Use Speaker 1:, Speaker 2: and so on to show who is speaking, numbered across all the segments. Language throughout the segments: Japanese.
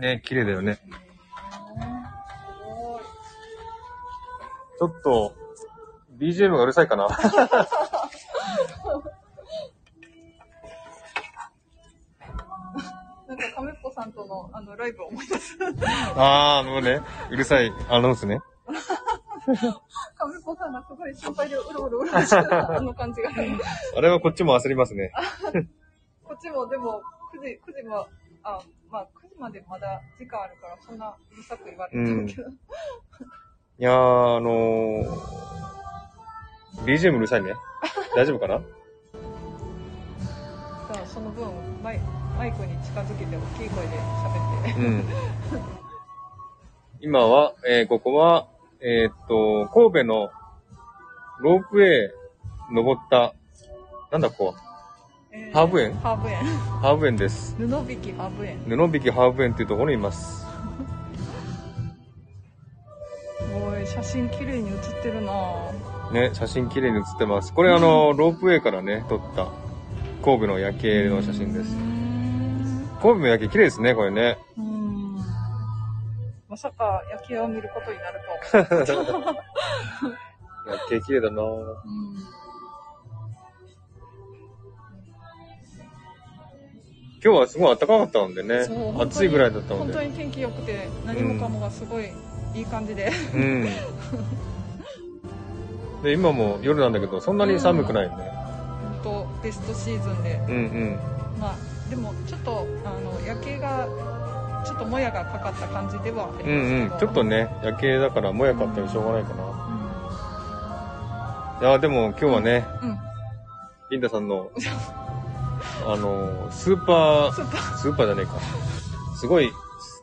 Speaker 1: ね、綺麗だよね。ちょっと、BGM がうるさいかな。
Speaker 2: なんか、亀っ子さんとの、あの、ライブを思い出す。
Speaker 1: あー、あのね、うるさい、あのですね。
Speaker 2: 亀っ子さんがすごい心配でうろうろうろしてた、あの感じが。
Speaker 1: あれはこっちも焦りますね。
Speaker 2: こっちも、でも、9時、9時も、あ、まあ、9時までまだ時間あるから、そんなうるさく言われてるけど。
Speaker 1: いやー、あのー、BGM うるさいね。大丈夫かな
Speaker 2: じゃあその分マイ、マイクに近づけて大きい声で喋って。
Speaker 1: うん。今は、えーここは、えーっと、神戸のロープウェイ登った、なんだここは、
Speaker 2: え
Speaker 1: ハーブ園
Speaker 2: ハーブ園。
Speaker 1: ハーブ園です。
Speaker 2: 布引きハーブ園。
Speaker 1: 布引ハーブ園っていうところにいます。
Speaker 2: おい、写真綺麗に写ってるなぁ。
Speaker 1: ね、写真綺麗に写ってます。これあの、ロープウェイからね、撮った神戸の夜景の写真です
Speaker 2: うー。ん
Speaker 1: 神戸の夜景綺麗ですね、これ ね。
Speaker 2: うーんまさか夜景を見ることになるとは。
Speaker 1: 夜景綺麗だなぁ
Speaker 2: うん
Speaker 1: 今日はすごい暖かかったんでね
Speaker 2: そう本。当に
Speaker 1: 暑いぐらいだったの
Speaker 2: 本当
Speaker 1: で。
Speaker 2: に天気良くて何もかもがすごいいい感じで、
Speaker 1: うん。で、今も夜なんだけど、そんなに寒くないね。
Speaker 2: 本当ベストシーズンで
Speaker 1: うんうん。
Speaker 2: まあでもちょっとあの夜景がちょっともやがかかった感じではあり
Speaker 1: うんうん。
Speaker 2: ま
Speaker 1: ち
Speaker 2: すけ
Speaker 1: ょ
Speaker 2: ど、
Speaker 1: っとね、夜景だからもやかったりしょうがないかな。いやーでも今日はね、
Speaker 2: うん、うん、
Speaker 1: リンダさんの、あのー、スーパー、
Speaker 2: スーパー
Speaker 1: スーパーじゃねえか。すごい素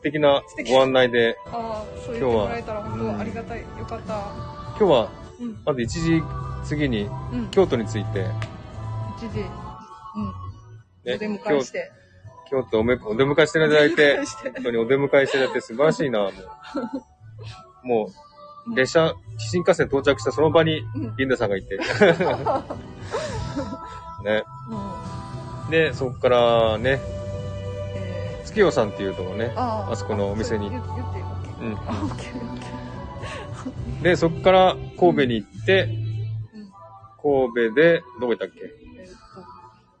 Speaker 1: 敵なご案内で、
Speaker 2: ああそう言ってもらえたら本当ありがたい、よかった
Speaker 1: 今日は
Speaker 2: うん
Speaker 1: まず1時過ぎに
Speaker 2: うん
Speaker 1: 京都について、
Speaker 2: 一時うんお出迎え
Speaker 1: 京
Speaker 2: して
Speaker 1: 京都おめお出迎えしていただい て、
Speaker 2: して
Speaker 1: 本当にお出迎えしていただいて素晴らしいな、もう。もう、列車、新幹線到着したその場に
Speaker 2: うん
Speaker 1: リンダさんが いて。ね。
Speaker 2: うん
Speaker 1: で、そこからね、
Speaker 2: え
Speaker 1: 月夜さんっていうとこね
Speaker 2: ー、あー
Speaker 1: あそこのお店に
Speaker 2: 言って言って OK
Speaker 1: うん
Speaker 2: あ OKOK
Speaker 1: で、そこから神戸に行って、
Speaker 2: うん
Speaker 1: 神戸で、どこ行ったっけ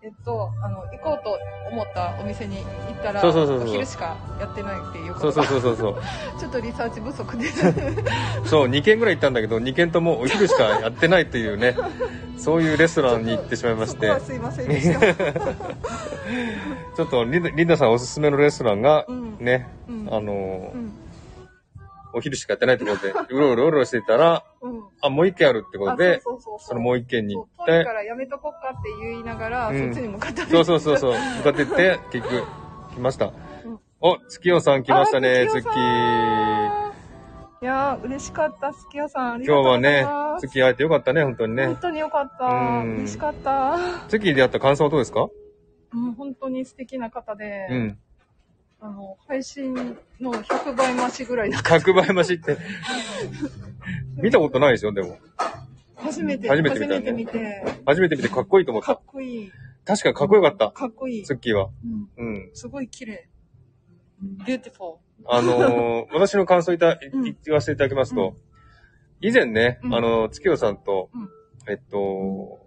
Speaker 2: えっとえっと、あの、行こうと思ったお店に行ったら、
Speaker 1: そうそうそうそう
Speaker 2: お昼しかやってないっていうこ
Speaker 1: そ
Speaker 2: と
Speaker 1: うそ
Speaker 2: が
Speaker 1: うそうそうそう。
Speaker 2: ちょっとリサーチ不足で。
Speaker 1: そう、2軒ぐらい行ったんだけど、2軒ともお昼しかやってないというね、そういうレストランに行ってしまいまし
Speaker 2: そこ
Speaker 1: て
Speaker 2: は、すいませんでした。
Speaker 1: ちょっとリンダリンダさんおすすめのレストランが
Speaker 2: う、ん。
Speaker 1: ね、
Speaker 2: うん。
Speaker 1: あの
Speaker 2: う
Speaker 1: ー、
Speaker 2: ん。
Speaker 1: お昼しかやってないってことで、うろうろうろしてたら、
Speaker 2: うん。
Speaker 1: あ、もう1軒あるってことで、
Speaker 2: そうそう
Speaker 1: そのもう1軒に
Speaker 2: そ
Speaker 1: 行
Speaker 2: う
Speaker 1: っ
Speaker 2: 遠い
Speaker 1: て
Speaker 2: か、らやめとこっかって言いながら、
Speaker 1: うん
Speaker 2: そっちに向かった
Speaker 1: そうそうそう
Speaker 2: う。
Speaker 1: そう、向かってって、結局、来ました
Speaker 2: うん。
Speaker 1: お、月夜さん来ましたね、
Speaker 2: あ
Speaker 1: 月
Speaker 2: 月夜さ いやー、嬉しかった、すき家さん。ありが
Speaker 1: 今日
Speaker 2: とうご
Speaker 1: は
Speaker 2: ざい
Speaker 1: ね
Speaker 2: ま、す。
Speaker 1: 月会えてよかったね、本当に
Speaker 2: 本
Speaker 1: ね。
Speaker 2: 当によかった。
Speaker 1: うん
Speaker 2: 嬉しかった。
Speaker 1: 月に出会った感想はどうですか
Speaker 2: うん、本当に素敵な方で、
Speaker 1: うん。
Speaker 2: あの、配信の100倍増しぐらいな
Speaker 1: 100倍増しって。見たことないでしょ、でも。
Speaker 2: 初めて、
Speaker 1: 初めて見たね
Speaker 2: 初めて見て
Speaker 1: 初めて見てかっこいいと思っ
Speaker 2: か
Speaker 1: た
Speaker 2: っ。こいい。
Speaker 1: 確かにかっこよかった。
Speaker 2: かっこいい。
Speaker 1: ツッキーは。
Speaker 2: うん、
Speaker 1: うん。
Speaker 2: すごい綺麗。beautiful.
Speaker 1: あ のー私の感想いた、い
Speaker 2: うん
Speaker 1: 言わせていただきますと、以前ね、
Speaker 2: うん
Speaker 1: あのー、月夜さんと
Speaker 2: うん、
Speaker 1: えっと、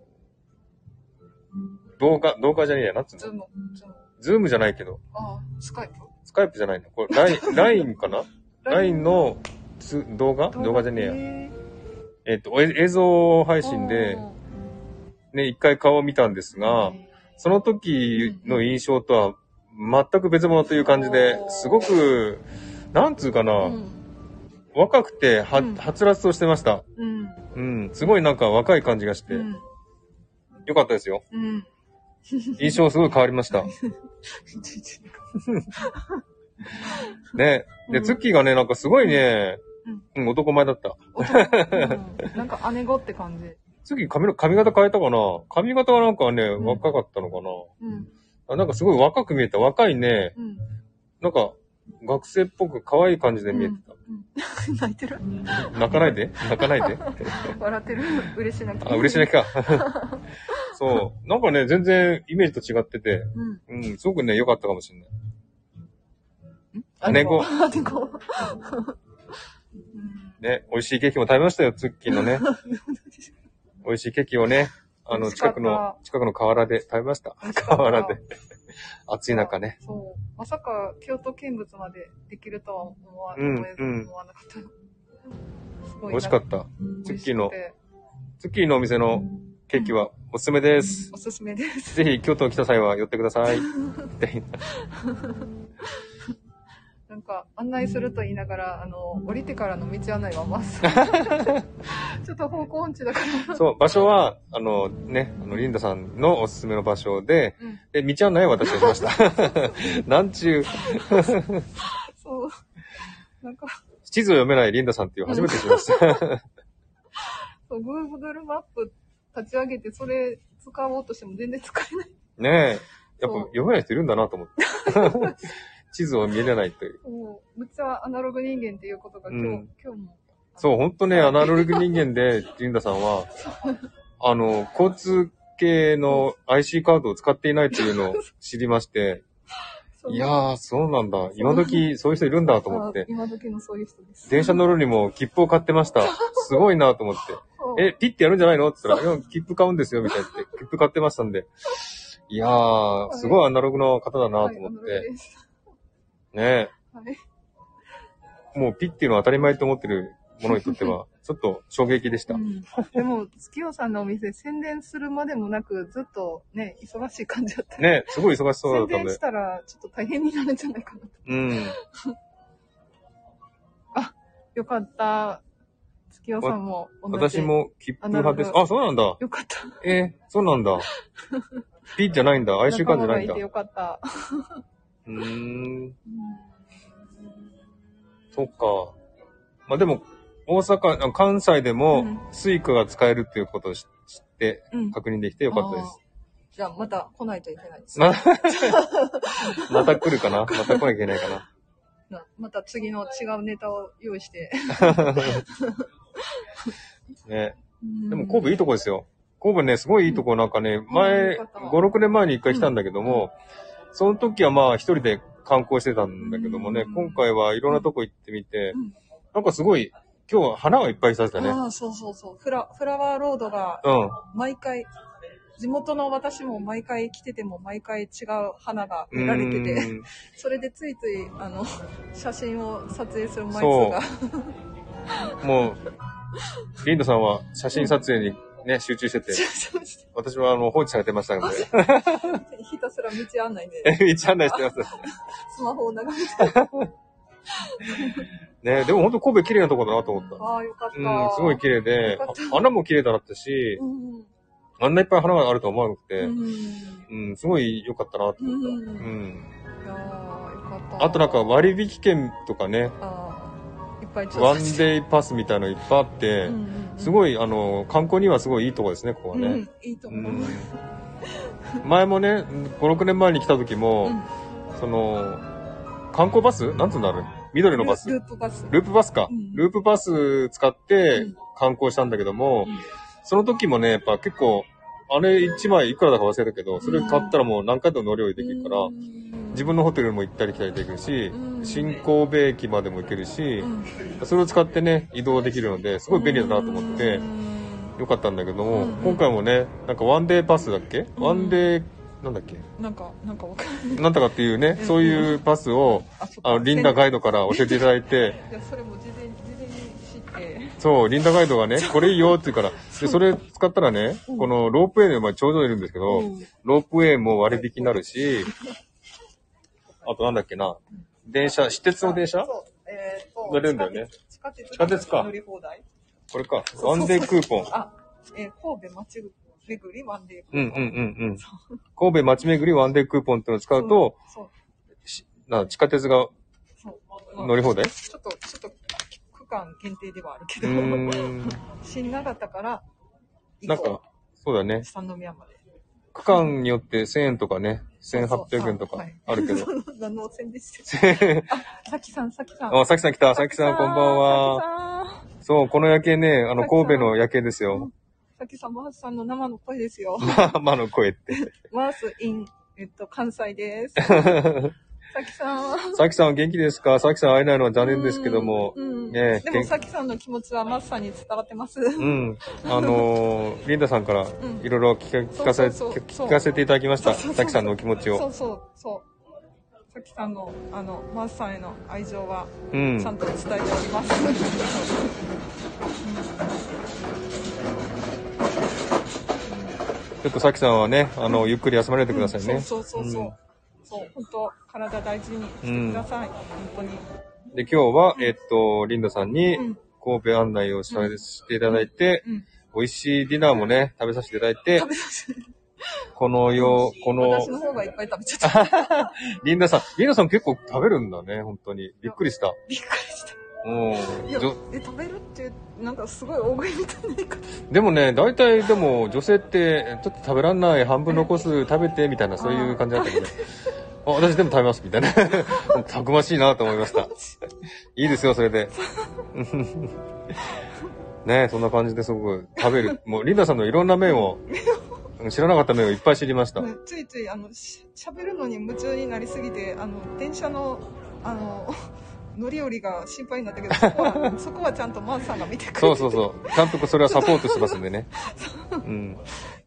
Speaker 1: 動画、動画じゃねえや、なんつう
Speaker 2: ズー
Speaker 1: の
Speaker 2: ム、ズーム。
Speaker 1: ズームじゃないけど、
Speaker 2: ああ、スカイプ。
Speaker 1: スカイプじゃないのこれ、ライ ン、ラインかなラインのつ動画動画じゃねえや。
Speaker 2: ね
Speaker 1: えっと、お映像配
Speaker 2: え
Speaker 1: 信で、ね、一回顔を見たんですが、その時の印象とは全く別物という感じで
Speaker 2: お、ー
Speaker 1: すごく、なんつうかな、
Speaker 2: うん。
Speaker 1: 若くては、
Speaker 2: うん
Speaker 1: はつらつとしてました。
Speaker 2: うん。
Speaker 1: うん、すごいなんか若い感じがして、
Speaker 2: うん。
Speaker 1: よかったですよ。
Speaker 2: うん。
Speaker 1: 印象すごい変わりま した。ね。で、
Speaker 2: うん
Speaker 1: ツッキーがね、なんかすごいね、うん、男前だった。
Speaker 2: うんなんか姉子って感じ。
Speaker 1: ツッキー髪の、髪型変えたかな髪型はなんかね、
Speaker 2: ん
Speaker 1: 若かったのかな、
Speaker 2: うん。
Speaker 1: あなんかすごい若く見えた。若いね、
Speaker 2: うん。
Speaker 1: なんか、学生っぽく可愛い感じで見えて
Speaker 2: うん 泣いてる
Speaker 1: た。泣かないで泣かないで
Speaker 2: 笑ってる嬉しなき
Speaker 1: あ、嬉しなきか。そう。なんかね、全然イメージと違ってて、
Speaker 2: うん。
Speaker 1: うん、すごくね、良かったかもしれない。 猫。
Speaker 3: 猫。
Speaker 1: ね、美味しいケーキも食べましたよ、ツッキーの ね。美味しいケーキをね、あ
Speaker 2: 美
Speaker 1: の、
Speaker 2: 味しか
Speaker 1: 近く
Speaker 2: った
Speaker 1: の、近くの河原で食べました。河原で。暑い中ね。
Speaker 2: そう。まさか京都見物までできるとは思わ,、
Speaker 1: うん
Speaker 2: 思えず
Speaker 1: うん
Speaker 2: 思わなかった。すごい
Speaker 1: 美味しかった。
Speaker 2: た
Speaker 1: ツッキーの
Speaker 2: 美味しくて
Speaker 1: ツッキーのお店のケーキはおすすめです。
Speaker 2: おすすめです。
Speaker 1: ぜ ひ京都に来た際は寄ってください。って
Speaker 2: なんか案内すると言いながら、あの、降りてからの道案内はま っすぐ。ちょっと方向音痴だから。
Speaker 1: そう、場所は、あのね、あの、リンダさんのおすすめの場所で、
Speaker 2: うん
Speaker 1: で、道案内は私がしま した。なんちゅう、
Speaker 2: そう。なんか、
Speaker 1: 地図を読めないリンダさんっていう初めて知りました。
Speaker 2: そう Google マップ立ち上げて、それ使おうとしても全然使えない。
Speaker 1: ねえ。やっぱ
Speaker 2: そう
Speaker 1: 読めない人いるんだなと思って。 地図を見れないという。
Speaker 2: もう、むっちゃアナログ人間っていうことが今日、
Speaker 1: うん
Speaker 2: 今日も。
Speaker 1: そう、ほんとね、アナログ人間で、リンダさんは、あの、交通系の IC カードを使っていないというのを知りまして、
Speaker 2: そう
Speaker 1: いやー、そうなんだ。今時、そういう人いるんだと思っ
Speaker 2: あ
Speaker 1: て。
Speaker 2: 今時のそういう人です。
Speaker 1: 電車乗るにも切符を買ってました。すごいなと思って。
Speaker 2: そう
Speaker 1: え、ピッてやるんじゃないのって言ったら、いや、切符買うんですよ、みたいなって。切符買ってましたんで。いやー、すごいアナログな方だなと思っ
Speaker 2: はいアナログ
Speaker 1: て。
Speaker 2: です
Speaker 1: ね
Speaker 2: はい。
Speaker 1: え。もうピッていうのは当たり前と思ってるものにとって は、ちょっと衝撃でした
Speaker 2: う。んでも、月夜さんのお店、宣伝するまでもなく、ずっとね、忙しい感じだった。
Speaker 1: ねえ、すごい忙しそうだっ
Speaker 2: 宣
Speaker 1: たん
Speaker 2: 伝
Speaker 1: で
Speaker 2: し。たら、ちょっと大変になるんじゃないかなと。
Speaker 1: うん。
Speaker 2: よかった。月夜さんも同じ。
Speaker 1: 私。も切符派です
Speaker 2: ア。ナログ
Speaker 1: あ、そうなんだ。
Speaker 2: よかった。
Speaker 1: えー、そうなん だ。ピッじゃないんだ。哀愁感じゃないん
Speaker 2: 仲間が
Speaker 1: だ。
Speaker 2: て
Speaker 1: う
Speaker 2: よかった。
Speaker 1: ーん。
Speaker 2: うん
Speaker 1: そっか。まあ、でも、大阪、あ関西で
Speaker 2: う
Speaker 1: も
Speaker 2: ん、
Speaker 1: スイカが使えるっていうことを知知って、
Speaker 2: うん。
Speaker 1: 確認できてよかったです。
Speaker 2: じゃあ、また来ないといけないです。
Speaker 1: ま また来るかなまた来なきゃいけないかな
Speaker 2: なまた次の違うネタを用意して。
Speaker 1: ね。
Speaker 2: で
Speaker 1: でも神戸いいとこですよ。神戸ね、すごいいいとこなんかね、前、
Speaker 2: よかった
Speaker 1: 5、6年前に一回来たんだけども、その時はまあ一人で観光してたんだけどもね、
Speaker 2: うん
Speaker 1: 今回はいろんなとこ行ってみて
Speaker 2: うん、
Speaker 1: なんかすごい、今日は花がいっぱい咲いてたね。
Speaker 2: ああ、そうそうそう。フラ、フラワーロードが
Speaker 1: うん。
Speaker 2: 毎回、地元の私も毎回来てても毎回違う花が売られて
Speaker 1: う
Speaker 2: て、
Speaker 1: ん
Speaker 2: それでついつい、あの、写真を撮影する枚数が、
Speaker 1: もう、リンドさんは写真撮影にね、集中してて、
Speaker 2: そうそうして
Speaker 1: 私はあの、放置されてましたので、
Speaker 2: ひたすら道案内で、
Speaker 1: え、一案内してます。
Speaker 2: スマホを眺めて、
Speaker 1: ね、でも本当神戸綺麗なとこだなと思った。
Speaker 2: ああ、よかった。
Speaker 1: うん、すごい綺麗で
Speaker 2: よかっ、
Speaker 1: あ花も綺麗だったし
Speaker 2: う、んうん。
Speaker 1: あんないっぱい花があるとは思わなく
Speaker 2: う
Speaker 1: て、
Speaker 2: ん。
Speaker 1: うん、すごい良かったなと思った。
Speaker 2: う
Speaker 1: うんん。
Speaker 2: いやーよかった。
Speaker 1: あとなんか、割引券とかね、
Speaker 2: ああ、いっぱいちょ
Speaker 1: ワ
Speaker 2: っと
Speaker 1: ンデイパスみたいのいっぱいあっ
Speaker 2: う
Speaker 1: て
Speaker 2: んう、んうん
Speaker 1: すごい、あの、観光にはすごいいいとこですね、ここは
Speaker 2: う
Speaker 1: ね。
Speaker 2: ん、いいと
Speaker 1: う
Speaker 2: 思う。
Speaker 1: ん。前もね、5、6年前に来た時も、
Speaker 2: うん
Speaker 1: その、観光バスなんつうんだろう緑のバス。
Speaker 2: ル
Speaker 1: ル
Speaker 2: ープバス。
Speaker 1: ープバスか、
Speaker 2: うん
Speaker 1: ループバス使って
Speaker 2: うん
Speaker 1: 観光したんだけども、
Speaker 2: うん
Speaker 1: その時もね、やっぱ結構、あれ1枚いくらだか忘れたけど、それ買ったらもう何回でも乗り降りできるから、
Speaker 2: うん
Speaker 1: 自分のホテルも行ったり来たりできるし、
Speaker 2: うん
Speaker 1: 新神戸駅までも行けるし
Speaker 2: う、ん
Speaker 1: それを使ってね、移動できるので、すごい便利だなと思って、よかったんだけども、
Speaker 2: うん
Speaker 1: 今回もね、なんかワンデーパスだっけ、
Speaker 2: うん
Speaker 1: ワンデー、なんだっけ
Speaker 2: なんか、なんかわかんない。
Speaker 1: なんとかっていうね、そういうパスを、
Speaker 2: あ、そっか
Speaker 1: あの、リンダガイドから教えていただい て、
Speaker 2: いや、それも事前に、事前に知って。
Speaker 1: そう、リンダガイドがね、これいいよって言うから、で、それ使ったらね、
Speaker 2: うん
Speaker 1: このロープウェイの前ちょうどいるんですけど、
Speaker 2: うん
Speaker 1: ロープウェイも割引になるし、あとなんだっけな、電車、私鉄の電車
Speaker 2: そう。えーと
Speaker 1: 乗れるんだよね。
Speaker 2: 地下鉄。
Speaker 1: 地下鉄か
Speaker 2: 乗り放題。
Speaker 1: これか、
Speaker 2: そう
Speaker 1: ワンデークーポン。
Speaker 2: あ、えー、神戸街巡りワンデー
Speaker 1: うんうんうんうん。神戸街巡りワンデークーポンってのを使うと、、
Speaker 2: そう、
Speaker 1: しな地下鉄が
Speaker 2: そう。
Speaker 1: 乗り放題
Speaker 2: ちょっと、ちょっと、区間限定ではあるけ
Speaker 1: う
Speaker 2: ど、
Speaker 1: ー ん。
Speaker 2: 新長田から、
Speaker 1: なんか、、そうだね。
Speaker 2: 三宮まで。
Speaker 1: 区間によって1000円とかね、1800円と
Speaker 2: そ
Speaker 1: か
Speaker 2: う そうはい
Speaker 1: あるけど。
Speaker 2: 何の宣伝して るあ、さきさん、さきさん。
Speaker 1: あ、さきさん来た。さきさんこんばんは。
Speaker 2: は。
Speaker 1: そう、この夜景ね、あの、
Speaker 2: さきさ
Speaker 1: 神
Speaker 2: ん
Speaker 1: 戸の夜景ですよ。
Speaker 2: さきさん、マースさんの生の声ですよ。
Speaker 1: まあ、まあの声って。
Speaker 2: マースイン、えっと、関西です。さきさんは。
Speaker 1: さきさん元気ですかさきさん会えないのは残念ですけども。
Speaker 2: うん
Speaker 1: ねえ
Speaker 2: でも
Speaker 1: 元
Speaker 2: さきさんの気持ちはマスさんに伝わってます。
Speaker 1: うん。あの ー、リンダさんから
Speaker 2: ん
Speaker 1: いろいろ聞か聞かせ、
Speaker 2: そうそうそうそう
Speaker 1: 聞かせていただきました。
Speaker 2: そうそうそう
Speaker 1: さきさんのお気持ち
Speaker 2: そ
Speaker 1: を。
Speaker 2: うそうそう。さきさんのあのマスさんへの愛情は
Speaker 1: うん
Speaker 2: ちゃ。んと伝えております。
Speaker 1: ちょっとさきさんはね、あの、ゆっくり休まれてくださいね。
Speaker 2: そうそうそうそう。
Speaker 1: うん
Speaker 2: そう本当体大事にしてください、本当に
Speaker 1: で、今日は、えっと、リンダさんに
Speaker 2: うん
Speaker 1: 神戸案内をさしていただいて、
Speaker 2: うん
Speaker 1: 美味しいディナーもね、食べさせていただいて
Speaker 2: 食、べさせて
Speaker 1: このよ、この
Speaker 2: 私、の方がいっぱい食べち ゃった
Speaker 1: リンダさん、リンダさん結構食べるんだね、本当に。びっくりした。
Speaker 2: びっくりした
Speaker 1: うん
Speaker 2: いや
Speaker 1: じょ。
Speaker 2: え食べるってなんかすごい大食いみたいな言い方
Speaker 1: でもね、大体でも女性って、ちょっと食べらんない、半分残す、食べて、みたいな、そういう感じだったけど、ね、あ、私でも食べます、みたいな。たくましいなと思いました。いいですよ、それで。ねえそんな感じですごく食べる。もう、リンダさんのいろんな面を、知らなかった面をいっぱい知りました。
Speaker 2: ねついついあのししゃべるのに夢中になりすぎてあの電車のあの 乗り降りが心配になったけどそ こはそこはちゃんとマンさんが見てくれて
Speaker 1: そうそうそう。ちゃんとそれはサポートしてますんでね。うん。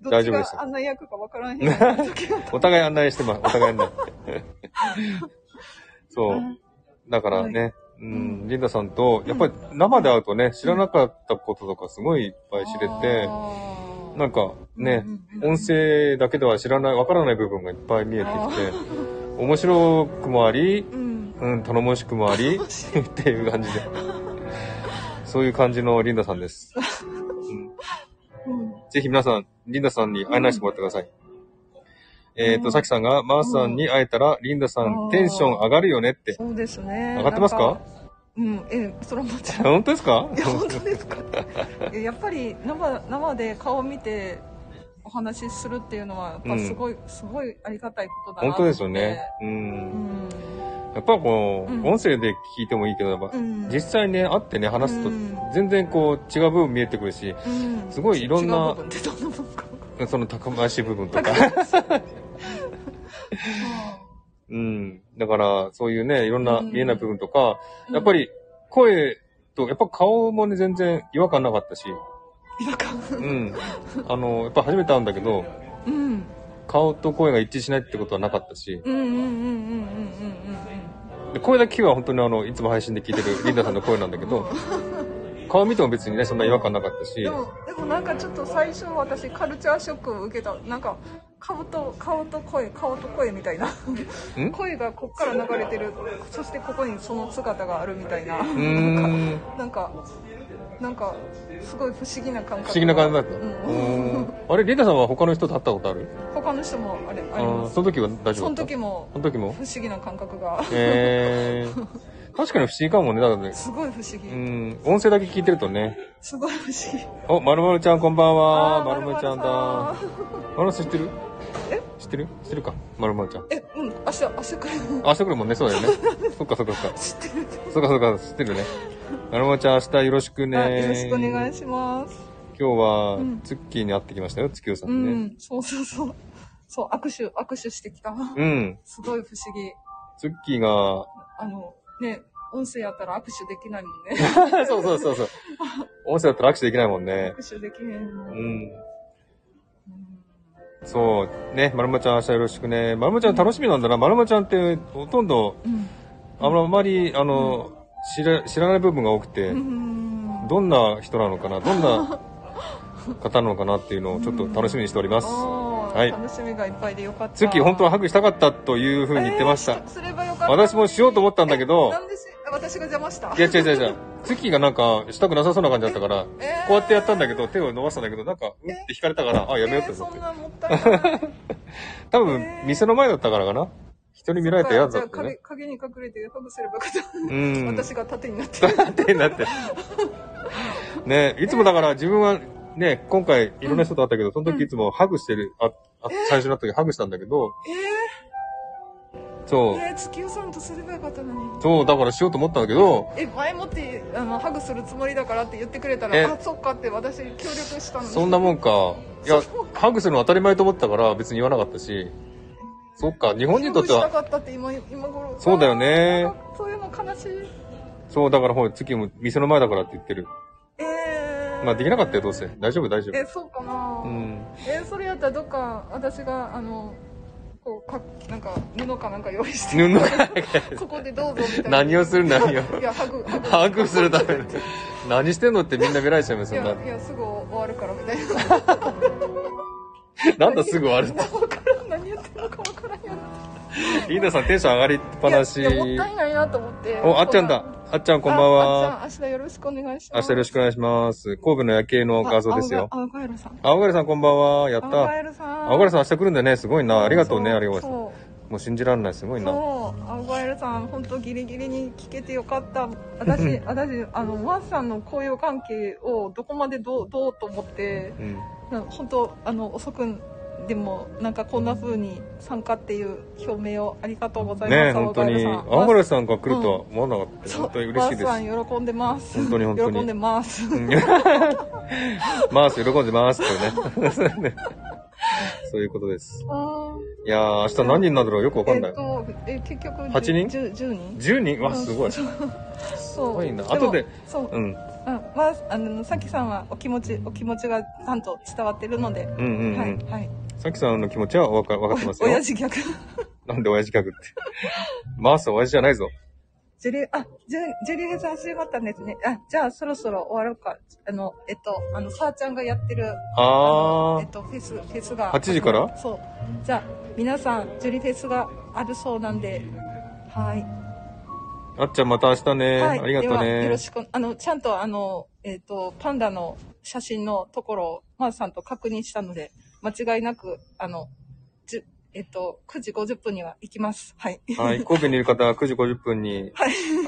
Speaker 2: どっ
Speaker 1: 大
Speaker 2: ち
Speaker 1: 丈夫です
Speaker 2: があんな役かわからんへんような時が
Speaker 1: お互い案内してます。お互い案内。 そう。だからね、うん、リンダさんと、やっぱり生で会うとね、知らなかったこととかすごいいっぱい知れて、
Speaker 2: あー
Speaker 1: なんかね
Speaker 2: うんうん、うん
Speaker 1: 音声だけでは知らない、わからない部分がいっぱい見えてきて、面白くもあり、
Speaker 2: うん
Speaker 1: うん、頼もしくもあり、 っていう感じで。そういう感じのリンダさんです。うん
Speaker 2: うん
Speaker 1: ぜひ皆さん、リンダさんに会えないしてもらってください。えっ、
Speaker 2: う
Speaker 1: と、
Speaker 2: ん
Speaker 1: さきさんが、マースさんに会えたら、リンダさ
Speaker 2: うんん
Speaker 1: テンション上がるよねって。
Speaker 2: そうですね
Speaker 1: 上がってますか
Speaker 2: なんうんええそれはもちろん
Speaker 1: 本当ですか
Speaker 2: いや本当ですか いややっぱり生生で顔を見てお話しするっていうのはやっぱすごい、すごいありがたいことだ
Speaker 1: 本
Speaker 2: なと
Speaker 1: 当
Speaker 2: 思
Speaker 1: で
Speaker 2: って
Speaker 1: すよね。うん。
Speaker 2: う
Speaker 1: やっぱこう、
Speaker 2: うん
Speaker 1: 音声で聞いてもいいけど、やっぱ
Speaker 2: ん
Speaker 1: 実際ね、会ってね、話すと
Speaker 2: うん、
Speaker 1: 全然こう、違う部分見えてくるし、
Speaker 2: うん
Speaker 1: すごいいろんな
Speaker 2: 違う部分ってどんな部分 か
Speaker 1: その高ましい部分とか。 うん。だから、そういうね、いろんな
Speaker 2: うん
Speaker 1: 見えない部分とか、
Speaker 2: うん
Speaker 1: やっぱり声と、やっぱ顔もね、全然違和感なかったし、
Speaker 2: 違和感
Speaker 1: うん。あの、やっぱ初めて会うんだけど、
Speaker 2: うん
Speaker 1: 顔と声が一致しないってことはなかったし、
Speaker 2: うんうんうんうんうん
Speaker 1: で声だけは本当にあの、いつも配信で聞いてるリンダさんの声なんだけ
Speaker 2: うんうんうん
Speaker 1: ど、顔見ても別にね、そんな違和感なかったし
Speaker 2: で、もでもなんかちょっと最初私カルチャーショックを受けたなんか顔と顔と声顔と声みたいな声がこっから流れてるそしてここにその姿があるみたいな
Speaker 1: うーん。
Speaker 2: なんか、なんか、すごい不思議な感覚。
Speaker 1: 不思議な感じだった。う
Speaker 2: うん。
Speaker 1: ーんあれ、リンダさんは他の人と会ったことある
Speaker 2: 他の人もあれ、あ
Speaker 1: あ
Speaker 2: りま
Speaker 1: ー
Speaker 2: す。
Speaker 1: その時は大丈夫
Speaker 2: そ
Speaker 1: だ
Speaker 2: の
Speaker 1: った
Speaker 2: 時も、
Speaker 1: その時も
Speaker 2: 不思議な感覚が。
Speaker 1: えー、確かに不思議かもね。だからね、
Speaker 2: すごい不思
Speaker 1: う
Speaker 2: 議。
Speaker 1: ん、音声だけ聞いてるとね。
Speaker 2: すごい不思議。
Speaker 1: お、まるまるちゃんこんばんは。
Speaker 2: ー
Speaker 1: まるまるちゃんだ。ま
Speaker 2: 丸々
Speaker 1: るまるさん知ってる
Speaker 2: え
Speaker 1: 知ってる知ってるかまるまるちゃん。
Speaker 2: さんえ、うん、足、足くらい。
Speaker 1: あ、そうくるもんね。そうだよね。 そっかそっかそっか。
Speaker 2: 知ってる。
Speaker 1: そっかそっか、知ってるね。まるまるちゃん明日よろしくね。
Speaker 2: あよろしくお願い
Speaker 1: す。
Speaker 2: します。
Speaker 1: 今日は
Speaker 2: うん、
Speaker 1: ツッキーに会ってきましたよ、ツキヨさ
Speaker 2: うん
Speaker 1: ね。
Speaker 2: ん、そうそうそう。そう、握手、握手してきた。
Speaker 1: うん。
Speaker 2: すごい不思議。
Speaker 1: ツッキーが、
Speaker 2: あの、ね、音声やったら握手できないもんね。
Speaker 1: そうそうそうそう。音声だったら握手できないもんね。
Speaker 2: 握手できへんも。
Speaker 1: うんん。
Speaker 2: うん
Speaker 1: そう。ね、まるまるちゃん明日よろしくね。まるまるちゃん楽しみなんだな。まるまるちゃんって、ほとんど、
Speaker 2: うん。
Speaker 1: あのあまり、あの、知ら、知らない部分が多くて
Speaker 2: う、ん
Speaker 1: どんな人なのかな、どんな方なのかなっていうのをちょっと楽しみにしております。
Speaker 2: おー
Speaker 1: はい
Speaker 2: 楽しみがいっぱいでよかった。
Speaker 1: ツッキー本当は
Speaker 2: は
Speaker 1: ハグしたかったというふうに言ってました。
Speaker 2: すればよかった。
Speaker 1: 私もしようと思ったんだけど
Speaker 2: な、んでし、私が邪魔した
Speaker 1: いや違う違う違う。ツッキーがなんかしたくなさそうな感じだったから、
Speaker 2: えー
Speaker 1: こうやってやったんだけど、手を伸ばしたんだけど、なんか、うんって引かれたから、あ、やめよう
Speaker 2: えー
Speaker 1: と思っ
Speaker 2: そん
Speaker 1: て。
Speaker 2: なもったいない。
Speaker 1: 多分、店の前だったからかな。人に見られて嫌だ
Speaker 2: じゃ
Speaker 1: っ
Speaker 2: あ
Speaker 1: たね
Speaker 2: 影。影に隠れてハグすればよかった。
Speaker 1: うん。
Speaker 2: 私が盾になって。
Speaker 1: だってなって。ねいつもだから自分はね、今回いろんな人と会ったけど、その時いつもハグしてる、あ、あ最初の時ハグしたんだけど、
Speaker 2: え
Speaker 1: そ
Speaker 2: ー、えー、月夜さんとすればよかったのに
Speaker 1: う、。そう、だからしようと思ったんだけど、
Speaker 2: え、前もって、あの、ハグするつもりだからって言ってくれた
Speaker 1: え
Speaker 2: ら、あ、そっかって私協力したのに。
Speaker 1: そんなもんか。いや
Speaker 2: そう、
Speaker 1: ハグするの当たり前と思ったから別に言わなかったし、そっか、日本人にとって
Speaker 2: 勝負
Speaker 1: は
Speaker 2: し、たかったって今今頃
Speaker 1: そうだよね
Speaker 2: あーなんかそういうの悲しい
Speaker 1: そう、だからほら、次も店の前だからって言ってる。
Speaker 2: ええ
Speaker 1: まあ、できなかったよ、どうせ。大丈夫、大丈
Speaker 2: え
Speaker 1: 夫。
Speaker 2: そうかな、
Speaker 1: うん。
Speaker 2: えそれやったらどっか私があのこうかなんか布かなんか用意して
Speaker 1: 布が、
Speaker 2: ここでどうぞみたいな
Speaker 1: 何をする何を。
Speaker 2: いやハグハグ
Speaker 1: 把握するために。何してんのってみんな見られちゃいます
Speaker 2: い
Speaker 1: よ、そん
Speaker 2: やいやすぐ終わるからみたい
Speaker 1: な。
Speaker 2: な
Speaker 1: なんだすぐ終わるって。
Speaker 2: 分からん何言ってるのか分からんよ
Speaker 1: リーダさんテンション上がりっぱなし
Speaker 2: い。やいやもったいないなと思って
Speaker 1: お、あっちゃんだ。あっちゃんこんばんは。
Speaker 2: ああっちゃん明日よろしくお願いし
Speaker 1: 明
Speaker 2: ま
Speaker 1: 日
Speaker 2: す
Speaker 1: よろしくお願いします。神戸の夜景の画像ですよ。
Speaker 2: あ青ガエルさん
Speaker 1: 青ガエルさんこんばんは。やっ
Speaker 2: 青ガ
Speaker 1: た。
Speaker 2: エルさん
Speaker 1: 青ガエルさん明日来るんだね。すごいな。ありがとうね。
Speaker 2: そ
Speaker 1: ありがとう。
Speaker 2: そう
Speaker 1: もう信じられない。すごいな。
Speaker 2: そう、アガエルさん、本当ギリギリに聞けてよかった。 私、私、あの、ワンさんの交友関係をどこまでどう、どうと思って、
Speaker 1: うん。
Speaker 2: なんか本当、あの、遅くでも、なんかこんな風に参加っていう表明をありがとうございます。
Speaker 1: ねえ、本当に。青ガエルさんが来るとは思わなかった。
Speaker 2: そう
Speaker 1: 本当に嬉しいです。
Speaker 2: ワンさん喜んでます。
Speaker 1: 本当に本当に
Speaker 2: 喜んでます。
Speaker 1: マース喜んでますってね。そうね そういうことです。
Speaker 2: あ
Speaker 1: いやー、明日何人になるだろうよくわ
Speaker 2: ー
Speaker 1: か
Speaker 2: え
Speaker 1: んな
Speaker 2: っ
Speaker 1: い。
Speaker 2: と、え、結局、
Speaker 1: 八人
Speaker 2: 10, 10人
Speaker 1: 10人わ、すごい。す
Speaker 2: そう
Speaker 1: ごいな。
Speaker 2: そう
Speaker 1: 後で、
Speaker 2: もそう
Speaker 1: うん。
Speaker 2: うん、まあ、あの、さきさんはお気持ち、お気持ちがちゃんと伝わってるので。
Speaker 1: うんうんうん
Speaker 2: はい、はい。
Speaker 1: さきさんの気持ちはわかわかってますよ。
Speaker 2: 親父逆。
Speaker 1: なんで親父ギャグって。 マースは親父じゃないぞ。
Speaker 2: ジュリ、あ、ジュジュリフさん始まったんですね。あ、じゃあそろそろ終わろうか。あの、えっと、あの、さーちゃんがやってる、
Speaker 1: あ
Speaker 2: えっと、フェス、フェスが。
Speaker 1: 8時から
Speaker 2: そう。じゃあ、皆さん、ジュリフェスがあるそうなんで、はい。
Speaker 1: ー、あっちゃんまた明日ね。
Speaker 2: はい。
Speaker 1: ありがとう
Speaker 2: では、よろ
Speaker 1: ね。
Speaker 2: しく、あの、ちゃんとあの、えっ、と、パンダの写真のところを、マーさんと確認したので、間違いなく、あの、じゅえっ、と、9時50分には行きます。はい。
Speaker 1: はい、神戸にいる方は9時50分に、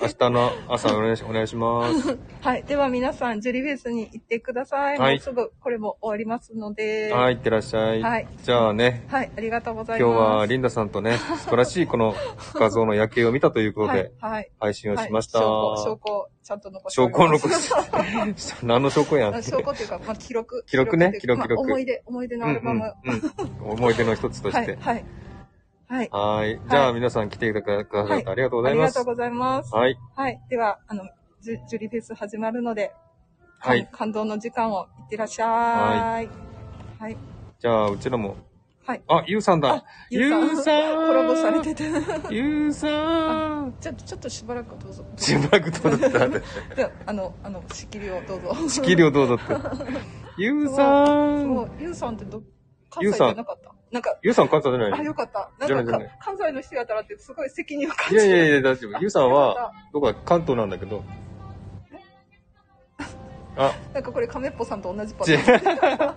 Speaker 1: 明日の朝お願いしお願いします。
Speaker 2: はい。では皆さん、ジュリフェスに行ってください。
Speaker 1: はい
Speaker 2: もうすぐ、これも終わりますので。。
Speaker 1: はいい、いってらっしゃい。
Speaker 2: はい。
Speaker 1: じゃあね、
Speaker 2: はい。ありがとうござ
Speaker 1: 今
Speaker 2: い
Speaker 1: 日
Speaker 2: ます。
Speaker 1: はリンダさんとね、素晴らしいこの画像の夜景を見たということ
Speaker 2: は
Speaker 1: で
Speaker 2: い。、はい。
Speaker 1: 配信を
Speaker 2: はい
Speaker 1: しました。
Speaker 2: 証拠、証拠、ちゃんと残してお
Speaker 1: 証
Speaker 2: り
Speaker 1: 拠を
Speaker 2: ます。
Speaker 1: 残す。 何の証拠やん
Speaker 2: あ
Speaker 1: って。
Speaker 2: 証拠というか、まあ、記録。
Speaker 1: 記録ね
Speaker 2: というか
Speaker 1: 記録記録
Speaker 2: まあ思い出、思い出のアルバム。
Speaker 1: うんうん、思い出の一つと
Speaker 2: は
Speaker 1: し
Speaker 2: い。
Speaker 1: て。
Speaker 2: はい。 はい。
Speaker 1: はい。じゃあ皆さん来てくださってありがとうござ
Speaker 2: あ
Speaker 1: い
Speaker 2: り
Speaker 1: ま
Speaker 2: が
Speaker 1: す
Speaker 2: とう。ございます。
Speaker 1: はい。
Speaker 2: はい。では、あの、ジュジュリフェス始まるので、
Speaker 1: はい。
Speaker 2: 感動の時間をいってらっしゃい。はい。
Speaker 1: じゃあうちらも。
Speaker 2: はい。
Speaker 1: あ、ゆうさんだ。ゆうさん
Speaker 2: コラボされてて。
Speaker 1: ゆうさん。
Speaker 2: ちょっと、ちょっとしばらくどうぞ。
Speaker 1: しばらくどうだったって。
Speaker 2: ではあの、あの、仕切りをどうぞ。
Speaker 1: 仕切りをどうだ った。ゆうさ
Speaker 2: すごい
Speaker 1: ん。。
Speaker 2: ゆうさんってど、関
Speaker 1: ゆ
Speaker 2: 西
Speaker 1: う
Speaker 2: じ
Speaker 1: さん
Speaker 2: ゃなかったなんか、
Speaker 1: ゆうさん関西じゃな
Speaker 2: あ、
Speaker 1: い
Speaker 2: よかった。
Speaker 1: じゃな
Speaker 2: ないん
Speaker 1: じ
Speaker 2: か
Speaker 1: ゃない
Speaker 2: 関西の人やったらってすごい責任を感
Speaker 1: いや
Speaker 2: じ
Speaker 1: いや
Speaker 2: や、
Speaker 1: いや、大丈夫。ゆうさん
Speaker 2: よか
Speaker 1: は
Speaker 2: っ、
Speaker 1: 僕は関東なんだけど。あ、
Speaker 2: なんかこれ亀っぽさんと同じパタ
Speaker 1: 違
Speaker 2: ーン。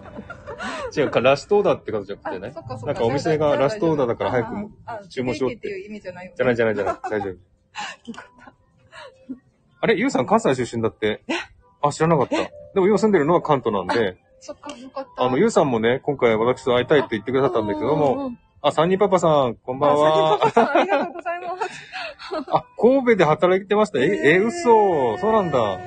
Speaker 1: う。違うか、ラストオーダーってことじゃなくて
Speaker 2: あ
Speaker 1: ね
Speaker 2: そっかそっ。か
Speaker 1: なんかお店がラストオーダーだから早くも
Speaker 2: ああ
Speaker 1: 注文しようって
Speaker 2: あ。いう意味じゃないよね
Speaker 1: じゃないじゃないじ ゃない。大丈夫。あれ、ゆうさん関西出身だって。あ、知らなかった。でも今住んでるのは関東なんで、
Speaker 2: そっか、よかった。
Speaker 1: あの、ゆうさんもね、今回私と会いたいって言ってくださったんだけど
Speaker 2: うう
Speaker 1: も、
Speaker 2: んうん、
Speaker 1: あ、三人パパさん、こんばんは。
Speaker 2: あさきパパさんありがとうございます。
Speaker 1: あ、神戸で働いてました。え、え、嘘。そうなんだ。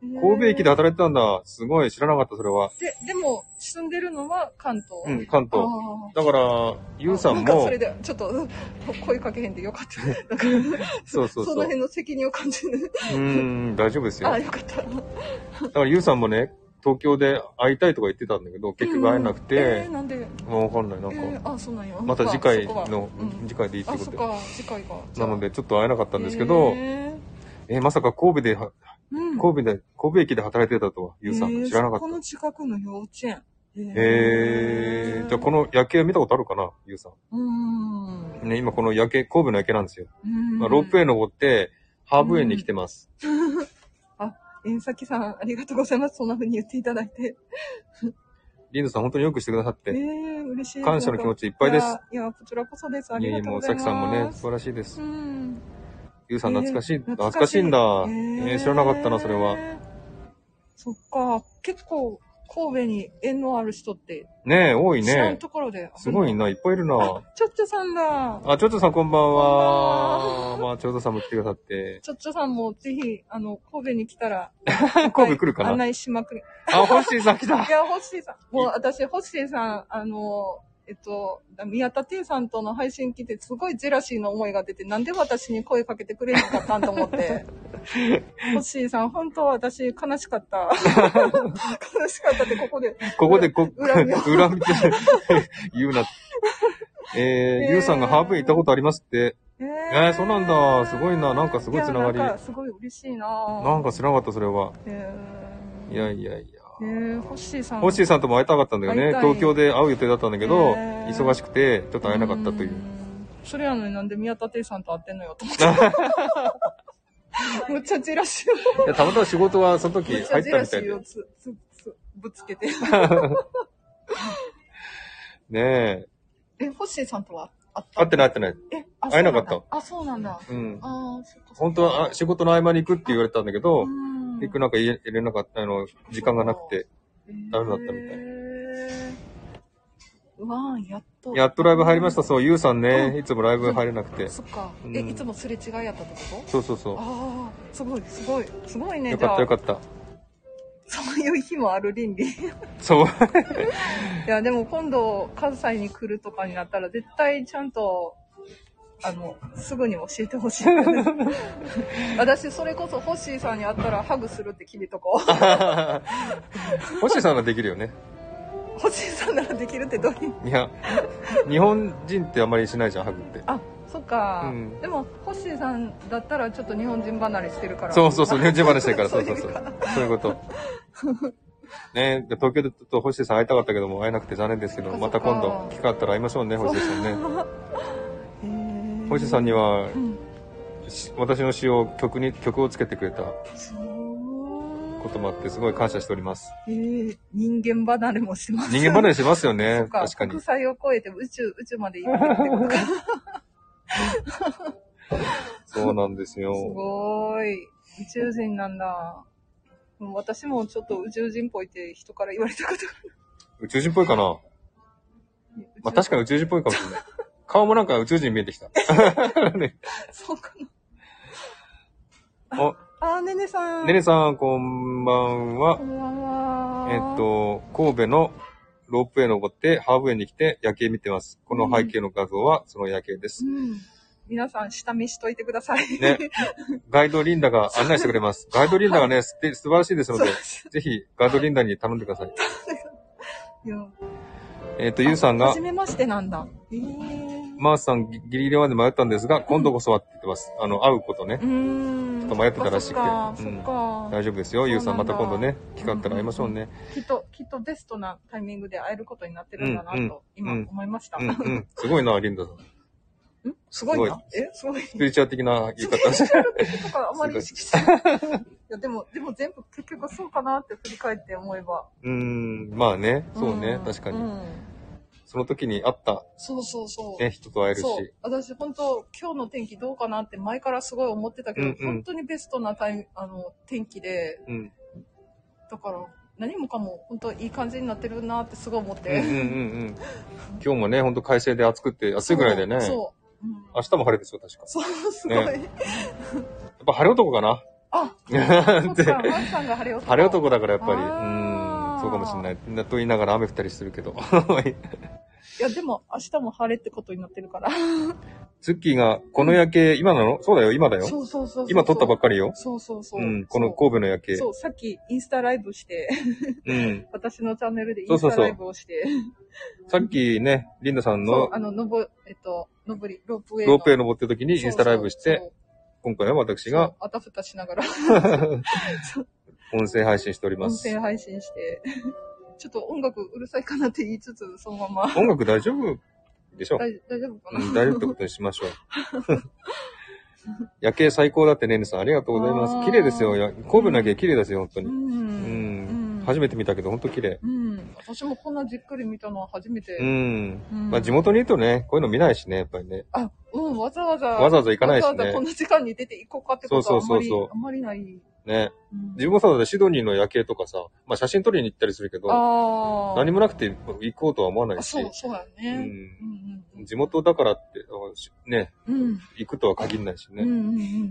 Speaker 1: 神戸駅で
Speaker 2: だ。
Speaker 1: 働いてたんだ。すごい、知らなかった、それは。
Speaker 2: で、でも、住んでるのは関東。
Speaker 1: うん、関東。
Speaker 2: あー
Speaker 1: だから、ゆうさん
Speaker 2: なんか
Speaker 1: も
Speaker 2: それ、で、ちょっと、うん声かけへんでよかった。なんか、
Speaker 1: そうそうそう
Speaker 2: の辺の責任を感じる。
Speaker 1: うーん、大丈夫ですよ。
Speaker 2: あ、
Speaker 1: だ
Speaker 2: よかった。
Speaker 1: から、ゆうさんもね、東京で会いたいとか言ってたんだけど、結局会えなく
Speaker 2: うんえ
Speaker 1: て
Speaker 2: ー、なんで、
Speaker 1: まあわかんない、な
Speaker 2: え
Speaker 1: んか。
Speaker 2: ー、あ、そうなんや。
Speaker 1: また次回
Speaker 2: まあ
Speaker 1: の、次回でいいって
Speaker 2: あ、
Speaker 1: こと
Speaker 2: そっ
Speaker 1: で。
Speaker 2: か、次回が。
Speaker 1: なの
Speaker 2: で、
Speaker 1: で、ちょっと会えなかったんですけど、え
Speaker 2: え
Speaker 1: ーまさか神戸では、
Speaker 2: ーうん、
Speaker 1: 神戸で、神戸駅で働いてたとは、ゆうさんが知らなかっ
Speaker 2: えーそこの近くの幼稚園。へ
Speaker 1: た。えー、じゃあこの夜景見たことあるかな、ゆうさ
Speaker 2: うーん。
Speaker 1: ん。ね、今この夜景、神戸の夜景なんですよ。まあ、ロープウェ
Speaker 2: イ。
Speaker 1: イ登って、ハーブ園に来てます。
Speaker 2: えー、さきさん、ありがとうございます。そんな風に言っていただいて。
Speaker 1: リンドさん本当によくしてくださっ
Speaker 2: え
Speaker 1: て、
Speaker 2: ー、嬉しい。
Speaker 1: 感謝の気持ちいっぱいです。
Speaker 2: や。いや、こちらこそです。あ
Speaker 1: い
Speaker 2: り
Speaker 1: えい
Speaker 2: が
Speaker 1: え
Speaker 2: と
Speaker 1: も
Speaker 2: うご
Speaker 1: う、
Speaker 2: ざ
Speaker 1: さ
Speaker 2: いま
Speaker 1: き
Speaker 2: す。
Speaker 1: さんもね、素晴らしいです
Speaker 2: う。ん。
Speaker 1: ゆうさん
Speaker 2: えー
Speaker 1: 懐かしい、懐
Speaker 2: 懐
Speaker 1: か
Speaker 2: か
Speaker 1: し
Speaker 2: し
Speaker 1: い
Speaker 2: い
Speaker 1: んだ。え
Speaker 2: え
Speaker 1: ー知らなかったな、それは。。
Speaker 2: そっか、結構、神戸に縁のある人って、
Speaker 1: ねえ、多い
Speaker 2: 知らん
Speaker 1: ね。
Speaker 2: ところで。
Speaker 1: すごい
Speaker 2: な。
Speaker 1: な、いっぱいいるな。
Speaker 2: ちょっちょさんだ。
Speaker 1: あ、ちょっとさんこんばんは。
Speaker 2: こん
Speaker 1: まあ、ちょうどさんも来てくださって。
Speaker 2: ちょっちょさんも、ぜひ、あの、神戸に来 たら、
Speaker 1: 神戸来るか
Speaker 2: 案
Speaker 1: な
Speaker 2: 内しまくり。
Speaker 1: あ、ホッシーさん来た
Speaker 2: い。や、ホッシーさん。もう私、ホッシーさん、あの、えっと、宮田亭さんとの配信聞いて、すごいジェラシーの思いが出て、なんで私に声かけてくれなかったんと 思って。ホッシーさん、本当は私悲し かった。悲しかったってここで。
Speaker 1: ここでこ、
Speaker 2: 恨
Speaker 1: 恨
Speaker 2: み
Speaker 1: み
Speaker 2: を
Speaker 1: って言うな。え
Speaker 2: え
Speaker 1: ー
Speaker 2: ー、
Speaker 1: ゆうさんがハーブに行ったことありますって。え
Speaker 2: え
Speaker 1: ーそうなんだすごいななんかすごいつながり
Speaker 2: やなんかすごい嬉しいな
Speaker 1: なんか知らなかった、それは。
Speaker 2: えー
Speaker 1: いやいやいや。
Speaker 2: えー、ホッシーさん。
Speaker 1: ホッシーさんとも会いたかったんだよ
Speaker 2: 会い
Speaker 1: ね。
Speaker 2: たい
Speaker 1: 東京で会う予定だったんだけど、
Speaker 2: えー
Speaker 1: 忙しくて、ちょっと会えなかったという
Speaker 2: ー。ん。それやのになんで宮田亭さんと会ってんのよと思 って。むっちゃジェラシーを、
Speaker 1: いや、たまたま仕事はその時
Speaker 2: む
Speaker 1: 入
Speaker 2: っ
Speaker 1: っ
Speaker 2: ちゃ
Speaker 1: た
Speaker 2: ジェラ
Speaker 1: み
Speaker 2: シ
Speaker 1: たいで
Speaker 2: ーを。つ、つ、つ、ぶつけて。
Speaker 1: ねえ。
Speaker 2: え、ホッシーさんとは会った
Speaker 1: 会ってない会ってない。
Speaker 2: え、あ
Speaker 1: 会えなかった。
Speaker 2: そうなんだあ、そうなんだ。
Speaker 1: うん。
Speaker 2: あー、そっかそっか。
Speaker 1: 本当は、あ仕事の合間に行くって言われたんだけど
Speaker 2: う、ん、
Speaker 1: 結局なんか入れ入れなかった、あの、時間がなくて。ダメだったみたい
Speaker 2: へーうわーやっと。
Speaker 1: やっとライブ入りました、そう、ゆうさん
Speaker 2: うん
Speaker 1: ね。いつもライブ入れなくて。
Speaker 2: そっか。
Speaker 1: うん
Speaker 2: え、いつもすれ違いやったってこと
Speaker 1: そうそうそ。
Speaker 2: ああ、すごい、すごい、すごいうね。
Speaker 1: よかったよか
Speaker 2: っ
Speaker 1: った。
Speaker 2: た。そういう日もある倫理。い
Speaker 1: そう。
Speaker 2: や、でも今度、関西に来るとかになったら、絶対ちゃんと、あの、すぐに教えてほしい。 私、それこそ、ホッシーさんに会ったら、ハグするって決めとこう。
Speaker 1: 星さんはできるよね。
Speaker 2: ホッシーさんならできるってどういう
Speaker 1: いや、日本人ってあんまりしないじゃん、ハグって。
Speaker 2: あ、そっか、
Speaker 1: うん
Speaker 2: でも、ホッシーさんだったら、ちょっと日本人離れしてるから。
Speaker 1: そうそうそう、日本人話してるから、
Speaker 2: そ
Speaker 1: そうう
Speaker 2: い
Speaker 1: そううそう
Speaker 2: か。
Speaker 1: そういうこと。 ね東京でちょっと星さん会いたかったけども、会えなくて残念ですけど、
Speaker 2: そっ
Speaker 1: ま
Speaker 2: か
Speaker 1: た今度、機会あったら会いましょうね、星さんね。
Speaker 2: へー
Speaker 1: 星さんには
Speaker 2: う、ん。
Speaker 1: し私の詩を曲に、曲をつけてくれた
Speaker 2: そう。
Speaker 1: こともあって、すごい感謝しております。
Speaker 2: えー、人間離れもします。
Speaker 1: 人間離れしますよ
Speaker 2: そ
Speaker 1: ね
Speaker 2: っ、か
Speaker 1: 確かに
Speaker 2: 国。際を超えて宇宙、宇宙まで行くってことか。す
Speaker 1: そうなんです よ。
Speaker 2: ごーい。宇宙人なんだ。もう私もちょっと宇宙人っぽいって人から言われたことが
Speaker 1: 宇宙人っぽいかな
Speaker 2: ある。
Speaker 1: まあ、確か
Speaker 2: に。
Speaker 1: に宇宙人っぽいかもしれない。顔もなんか宇宙人に見えてきた。
Speaker 2: そうかな。
Speaker 1: お、
Speaker 2: あー、ねねさん。
Speaker 1: ねねさん、こんばんは
Speaker 2: こ。んばんは。
Speaker 1: えっ。と、神戸のロープウェイ登って、ハーブウェイに来て夜景見てます。この背景の画像はその夜景で
Speaker 2: う
Speaker 1: す。
Speaker 2: ん。皆さん、下見しといてください。
Speaker 1: ねガイドリンダが案内してくれます。ガイドリンダがね、すて素晴らしいです
Speaker 2: そう
Speaker 1: ので、ぜひガイドリンダに頼んでください。
Speaker 2: いや
Speaker 1: えっ、と、ゆうさん
Speaker 2: あ
Speaker 1: が
Speaker 2: 初、めましてなんだ。ええ
Speaker 1: マースさんギギリギリまで迷ったんですが、今度こそはって言ってます。あの、会うことね
Speaker 2: う。ーん。
Speaker 1: ちょっと迷ってたらしくて
Speaker 2: そっか、そ
Speaker 1: うん
Speaker 2: っか。
Speaker 1: 大丈夫ですよ、
Speaker 2: そう
Speaker 1: ゆ
Speaker 2: な
Speaker 1: うん
Speaker 2: だ
Speaker 1: さん。また今度ね、機会あったら会いましょうね。
Speaker 2: きっと、きっとベストなタイミングで会えることになってるんだな
Speaker 1: うん
Speaker 2: と、今
Speaker 1: うん
Speaker 2: 思いました。
Speaker 1: うん、う ん。 すごいな、リンダさん。
Speaker 2: んすごいな。
Speaker 1: す
Speaker 2: え、すごい。
Speaker 1: スピリチュアル的な言い方。
Speaker 2: とか、あまり意識して ない。いや、でも、でも全部結局そうかなって振り返って思えば。
Speaker 1: うーん、まあね、そうね、
Speaker 2: ん
Speaker 1: 確か
Speaker 2: う
Speaker 1: に。
Speaker 2: ん
Speaker 1: その時に会った、
Speaker 2: そうそうそう。
Speaker 1: ね、人と会えるし。
Speaker 2: そう私本当今日の天気どうかなって前からすごい思ってたけど、
Speaker 1: うんうん
Speaker 2: 本当にベストなタイミあの天気で
Speaker 1: うん。
Speaker 2: だから何もかも本当いい感じになってるなってすごい思っ
Speaker 1: うんうん
Speaker 2: て、
Speaker 1: うんうん。今日もね、ほんと快晴で暑くて、暑いぐらいでね。
Speaker 2: そう、うん
Speaker 1: 明日も晴れですよ、確か。
Speaker 2: そうすごい、
Speaker 1: やっぱ晴れ男かな
Speaker 2: あそっ
Speaker 1: って
Speaker 2: かマンさんが晴れ男
Speaker 1: 晴れ男だからやっぱり。う
Speaker 2: あー
Speaker 1: ん。そうかもしんない。なと言いながら雨降ったりするけど。
Speaker 2: いやでも明日も晴れってことになってるから
Speaker 1: ツッキーが、この夜景、今なのそうだよ、今だよ。
Speaker 2: そうそうそうそう
Speaker 1: 今撮ったばっかりよ。
Speaker 2: そうそうそう、
Speaker 1: うん。この神戸の夜景。
Speaker 2: そうさっきインスタライブして
Speaker 1: うん。
Speaker 2: 私のチャンネルでイ
Speaker 1: そ
Speaker 2: ン
Speaker 1: うそ
Speaker 2: ス
Speaker 1: う
Speaker 2: タ
Speaker 1: そう
Speaker 2: ライブをして
Speaker 1: さっきね、リンダさん
Speaker 2: そう
Speaker 1: の
Speaker 2: あののぼえっとのぼりロープウェイの
Speaker 1: ロープウェイ登ってる時にインスタライブし
Speaker 2: そうそうそう
Speaker 1: て、今回は私
Speaker 2: そ
Speaker 1: が
Speaker 2: うあたふたしながら
Speaker 1: 音声配信しておりま
Speaker 2: 音
Speaker 1: す
Speaker 2: 声。配信して、 ちょっと音楽うるさいかなって言いつつ、そのまま。
Speaker 1: 音楽大丈夫でしょう
Speaker 2: 大大丈夫かな、
Speaker 1: うん、大丈夫ってことにしましょう。 夜景最高だってねねさん、ありがとうございま
Speaker 2: あー
Speaker 1: す。綺麗ですよ。や神戸の夜景綺麗ですよ、本当
Speaker 2: う
Speaker 1: に。
Speaker 2: ん
Speaker 1: うん。
Speaker 2: うん
Speaker 1: 初めて見たけど、本当綺麗。
Speaker 2: うん。私もこんなじっくり見たのは初め
Speaker 1: う
Speaker 2: て。
Speaker 1: ん。
Speaker 2: うん
Speaker 1: まあ地元にいるとね、こういうの見ないしね、やっぱりね。
Speaker 2: あ、うん、わざわざ。
Speaker 1: わざわざ行かないし
Speaker 2: わざわざこん
Speaker 1: ね。
Speaker 2: な時間に出て行こうかってことはあんまり、
Speaker 1: そうそうそうそう
Speaker 2: あんまりない。
Speaker 1: ね。
Speaker 2: うん
Speaker 1: 自分もさ、だってシドニーの夜景とかさ、まあ写真撮りに行ったりするけど、
Speaker 2: ああ。
Speaker 1: 何もなくて行こうとは思わな
Speaker 2: あ
Speaker 1: いし
Speaker 2: そ。う、そうや
Speaker 1: う
Speaker 2: ね。
Speaker 1: ん
Speaker 2: うん。うんうん。
Speaker 1: 地元だからって、あしね、
Speaker 2: うん。
Speaker 1: 行くとは限らないし
Speaker 2: うんうんうん
Speaker 1: ね。
Speaker 2: うんうん。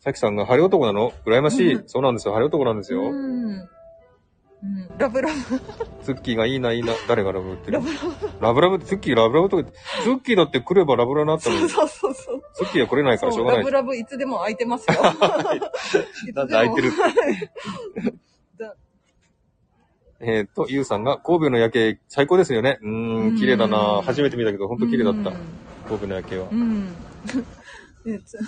Speaker 1: さきさんが、晴れ男なの羨まし
Speaker 2: う
Speaker 1: い。
Speaker 2: ん
Speaker 1: そうなんですよ、晴れ男なんですよ。
Speaker 2: うん。ううん、ラブラブ、
Speaker 1: ツッキーがいいな、いいな。誰がラブラブってるラブラブって、ツッキーラブラブとか言って、ツッキーだって来ればラブラブになったの
Speaker 2: そう
Speaker 1: に、ツ
Speaker 2: そうそうそう。
Speaker 1: ッキーは来れないからしょうがな
Speaker 2: ラ
Speaker 1: い
Speaker 2: ブ
Speaker 1: し。
Speaker 2: ラブいつでも空いてます よ。いつでも
Speaker 1: なんで空いてる
Speaker 2: はいだ
Speaker 1: えー、と、ゆうさんが、神戸の夜景最高ですよね。うー、
Speaker 2: うんん
Speaker 1: 綺麗だな初めて見たけど、ほんと綺麗だった。神戸の夜景は
Speaker 2: う。ん。うん。ねつ、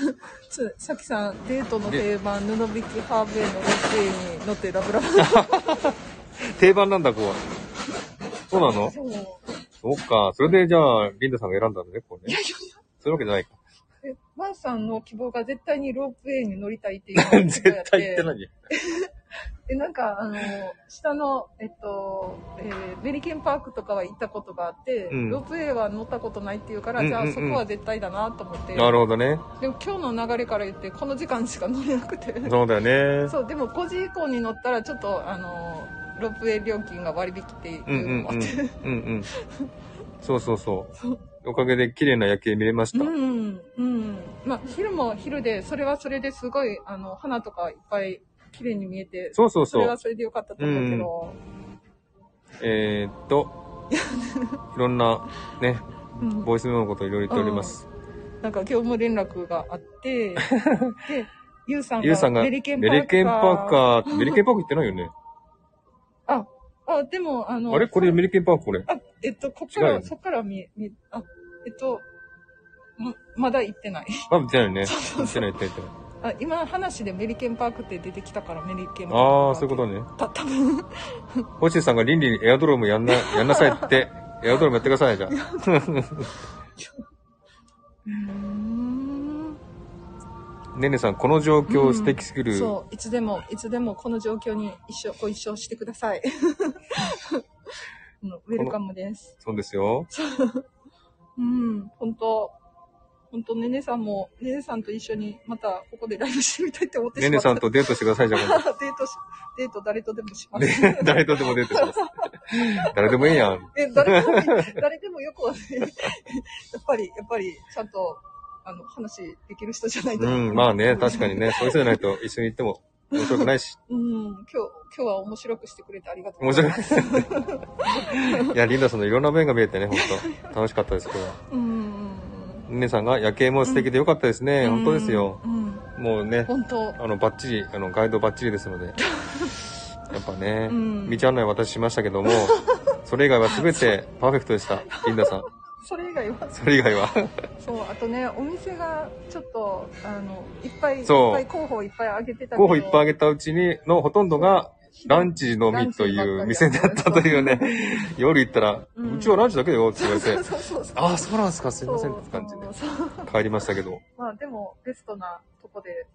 Speaker 2: つ、さきさん、デートの定番、布引きハーベイのロッテーに乗ってラブラブ。
Speaker 1: 定番なんだ、ここは。そうなの
Speaker 2: そう
Speaker 1: そうか。それで、じゃあ、リンダさんが選んだんだね、こうね。そういうわけじゃないか。
Speaker 2: えワンさんの希望が絶対にロープウェイに乗りたいってい うのが
Speaker 1: 絶対言ってないよ。
Speaker 2: で、なんか、あの、下の、えっと、えーメリケンパークとかは行ったことがあって、
Speaker 1: うん
Speaker 2: ロープウェイは乗ったことないっていうから、
Speaker 1: うん
Speaker 2: じゃ
Speaker 1: うん
Speaker 2: あ
Speaker 1: うん
Speaker 2: そこは絶対だなと思って。
Speaker 1: なるほどね。
Speaker 2: でも今日の流れから言って、この時間しか乗れな くて。
Speaker 1: そうだよね。
Speaker 2: そう、でも5時以降に乗ったら、ちょっと、あの、ロープウェイ料金が割引っていう
Speaker 1: う
Speaker 2: の
Speaker 1: んうん
Speaker 2: も
Speaker 1: う
Speaker 2: あ
Speaker 1: ん。う
Speaker 2: って。
Speaker 1: んうん。そうそうそう。おかげで綺麗な夜景見れました。
Speaker 2: うん、うん。まあ、昼も昼で、それはそれですごい、あの、花とかいっぱい綺麗に見えて、
Speaker 1: そうそう
Speaker 2: そ
Speaker 1: そ
Speaker 2: れ
Speaker 1: う
Speaker 2: は。それでよかったと思うけど、
Speaker 1: えー、っと、いろんな、ね、
Speaker 2: うん
Speaker 1: ボイスメモのことをいろいろ言っております。
Speaker 2: なんか業務連絡があ って、で、ゆうさん
Speaker 1: ゆうさん
Speaker 2: が
Speaker 1: が、
Speaker 2: メ
Speaker 1: メ
Speaker 2: リ
Speaker 1: リ
Speaker 2: ケ
Speaker 1: ケ
Speaker 2: ン
Speaker 1: ン
Speaker 2: パ
Speaker 1: パ
Speaker 2: ーカー。
Speaker 1: ーカー、メリケンパーク行ってないよね。
Speaker 2: あ、あ、でも、あの、
Speaker 1: あれこれメリケンパークこれ。
Speaker 2: あ、えっと、こっから
Speaker 1: 違うよ
Speaker 2: は、
Speaker 1: ね
Speaker 2: そっからは見え、見え、あ、えっと、ま、まだ行っ てない。
Speaker 1: あ、行ってないよね。行ってない行ってない行ってない。
Speaker 2: あ、今話でメリケンパークって出てきたからメリケンパーク。
Speaker 1: あー、そういうこと
Speaker 2: ね。
Speaker 1: ね。
Speaker 2: た、多分
Speaker 1: 星さんが倫理にエアドロームやんな、やんなさいって。エアドロームやってください、じゃあ。
Speaker 2: うーん。
Speaker 1: ねねさん、この状況素敵すぎる。
Speaker 2: そう、いつでも、いつでもこの状況に一緒、ご一緒してくだ さい。うんウェルカムです。
Speaker 1: そうですよ。
Speaker 2: うん、本当本当ねねさんも、ねねさんと一緒にまたここでライブしてみたいって思って
Speaker 1: ね
Speaker 2: しま
Speaker 1: ね
Speaker 2: った。
Speaker 1: さんとデートしてください、じゃあ今度。
Speaker 2: デートし、デート誰とでもします。
Speaker 1: で 誰とでもデートします。誰でもいいやん。
Speaker 2: え、誰でも、誰でもよくはね、やっぱり、やっぱり、ちゃんと、あの、話できる人じゃないと。
Speaker 1: うん、まあね、確かにね、そういう人じゃないと一緒に行っても面白くない し。
Speaker 2: うん、今日、今日は面白くしてくれてありがとう
Speaker 1: 面
Speaker 2: ござい
Speaker 1: 白
Speaker 2: ます。
Speaker 1: い。いや、リンダさんのいろんな面が見えてね、本当楽しかったです、今日は。
Speaker 2: うん。
Speaker 1: ねさんが夜景も素敵でよかったですね。本当ですよ。
Speaker 2: うん。
Speaker 1: もうね、
Speaker 2: 本当。
Speaker 1: あの、バッチリ、あの、ガイドバッチリですので。 やっぱね、
Speaker 2: うん
Speaker 1: 道案内私しましたけども、それ以外は全てパーフェクトでした、リンダさん。
Speaker 2: それ以外は、
Speaker 1: それ以外 は。
Speaker 2: そう、あとね、お店が、ちょっと、あの、いっぱい、いっ
Speaker 1: そう
Speaker 2: ぱい候補いっぱいあげてたけど
Speaker 1: 候補いっぱいあげたうちに、のほとんどが、ランチのみという店だったというね、夜行ったら、
Speaker 2: う
Speaker 1: うんちはランチだけだよって言われ て、
Speaker 2: そうそうそう。
Speaker 1: ああ、そうなんですか、すいませんって感じで
Speaker 2: そうそうそう
Speaker 1: 帰りましたけど、
Speaker 2: まあでも、ベストなとこで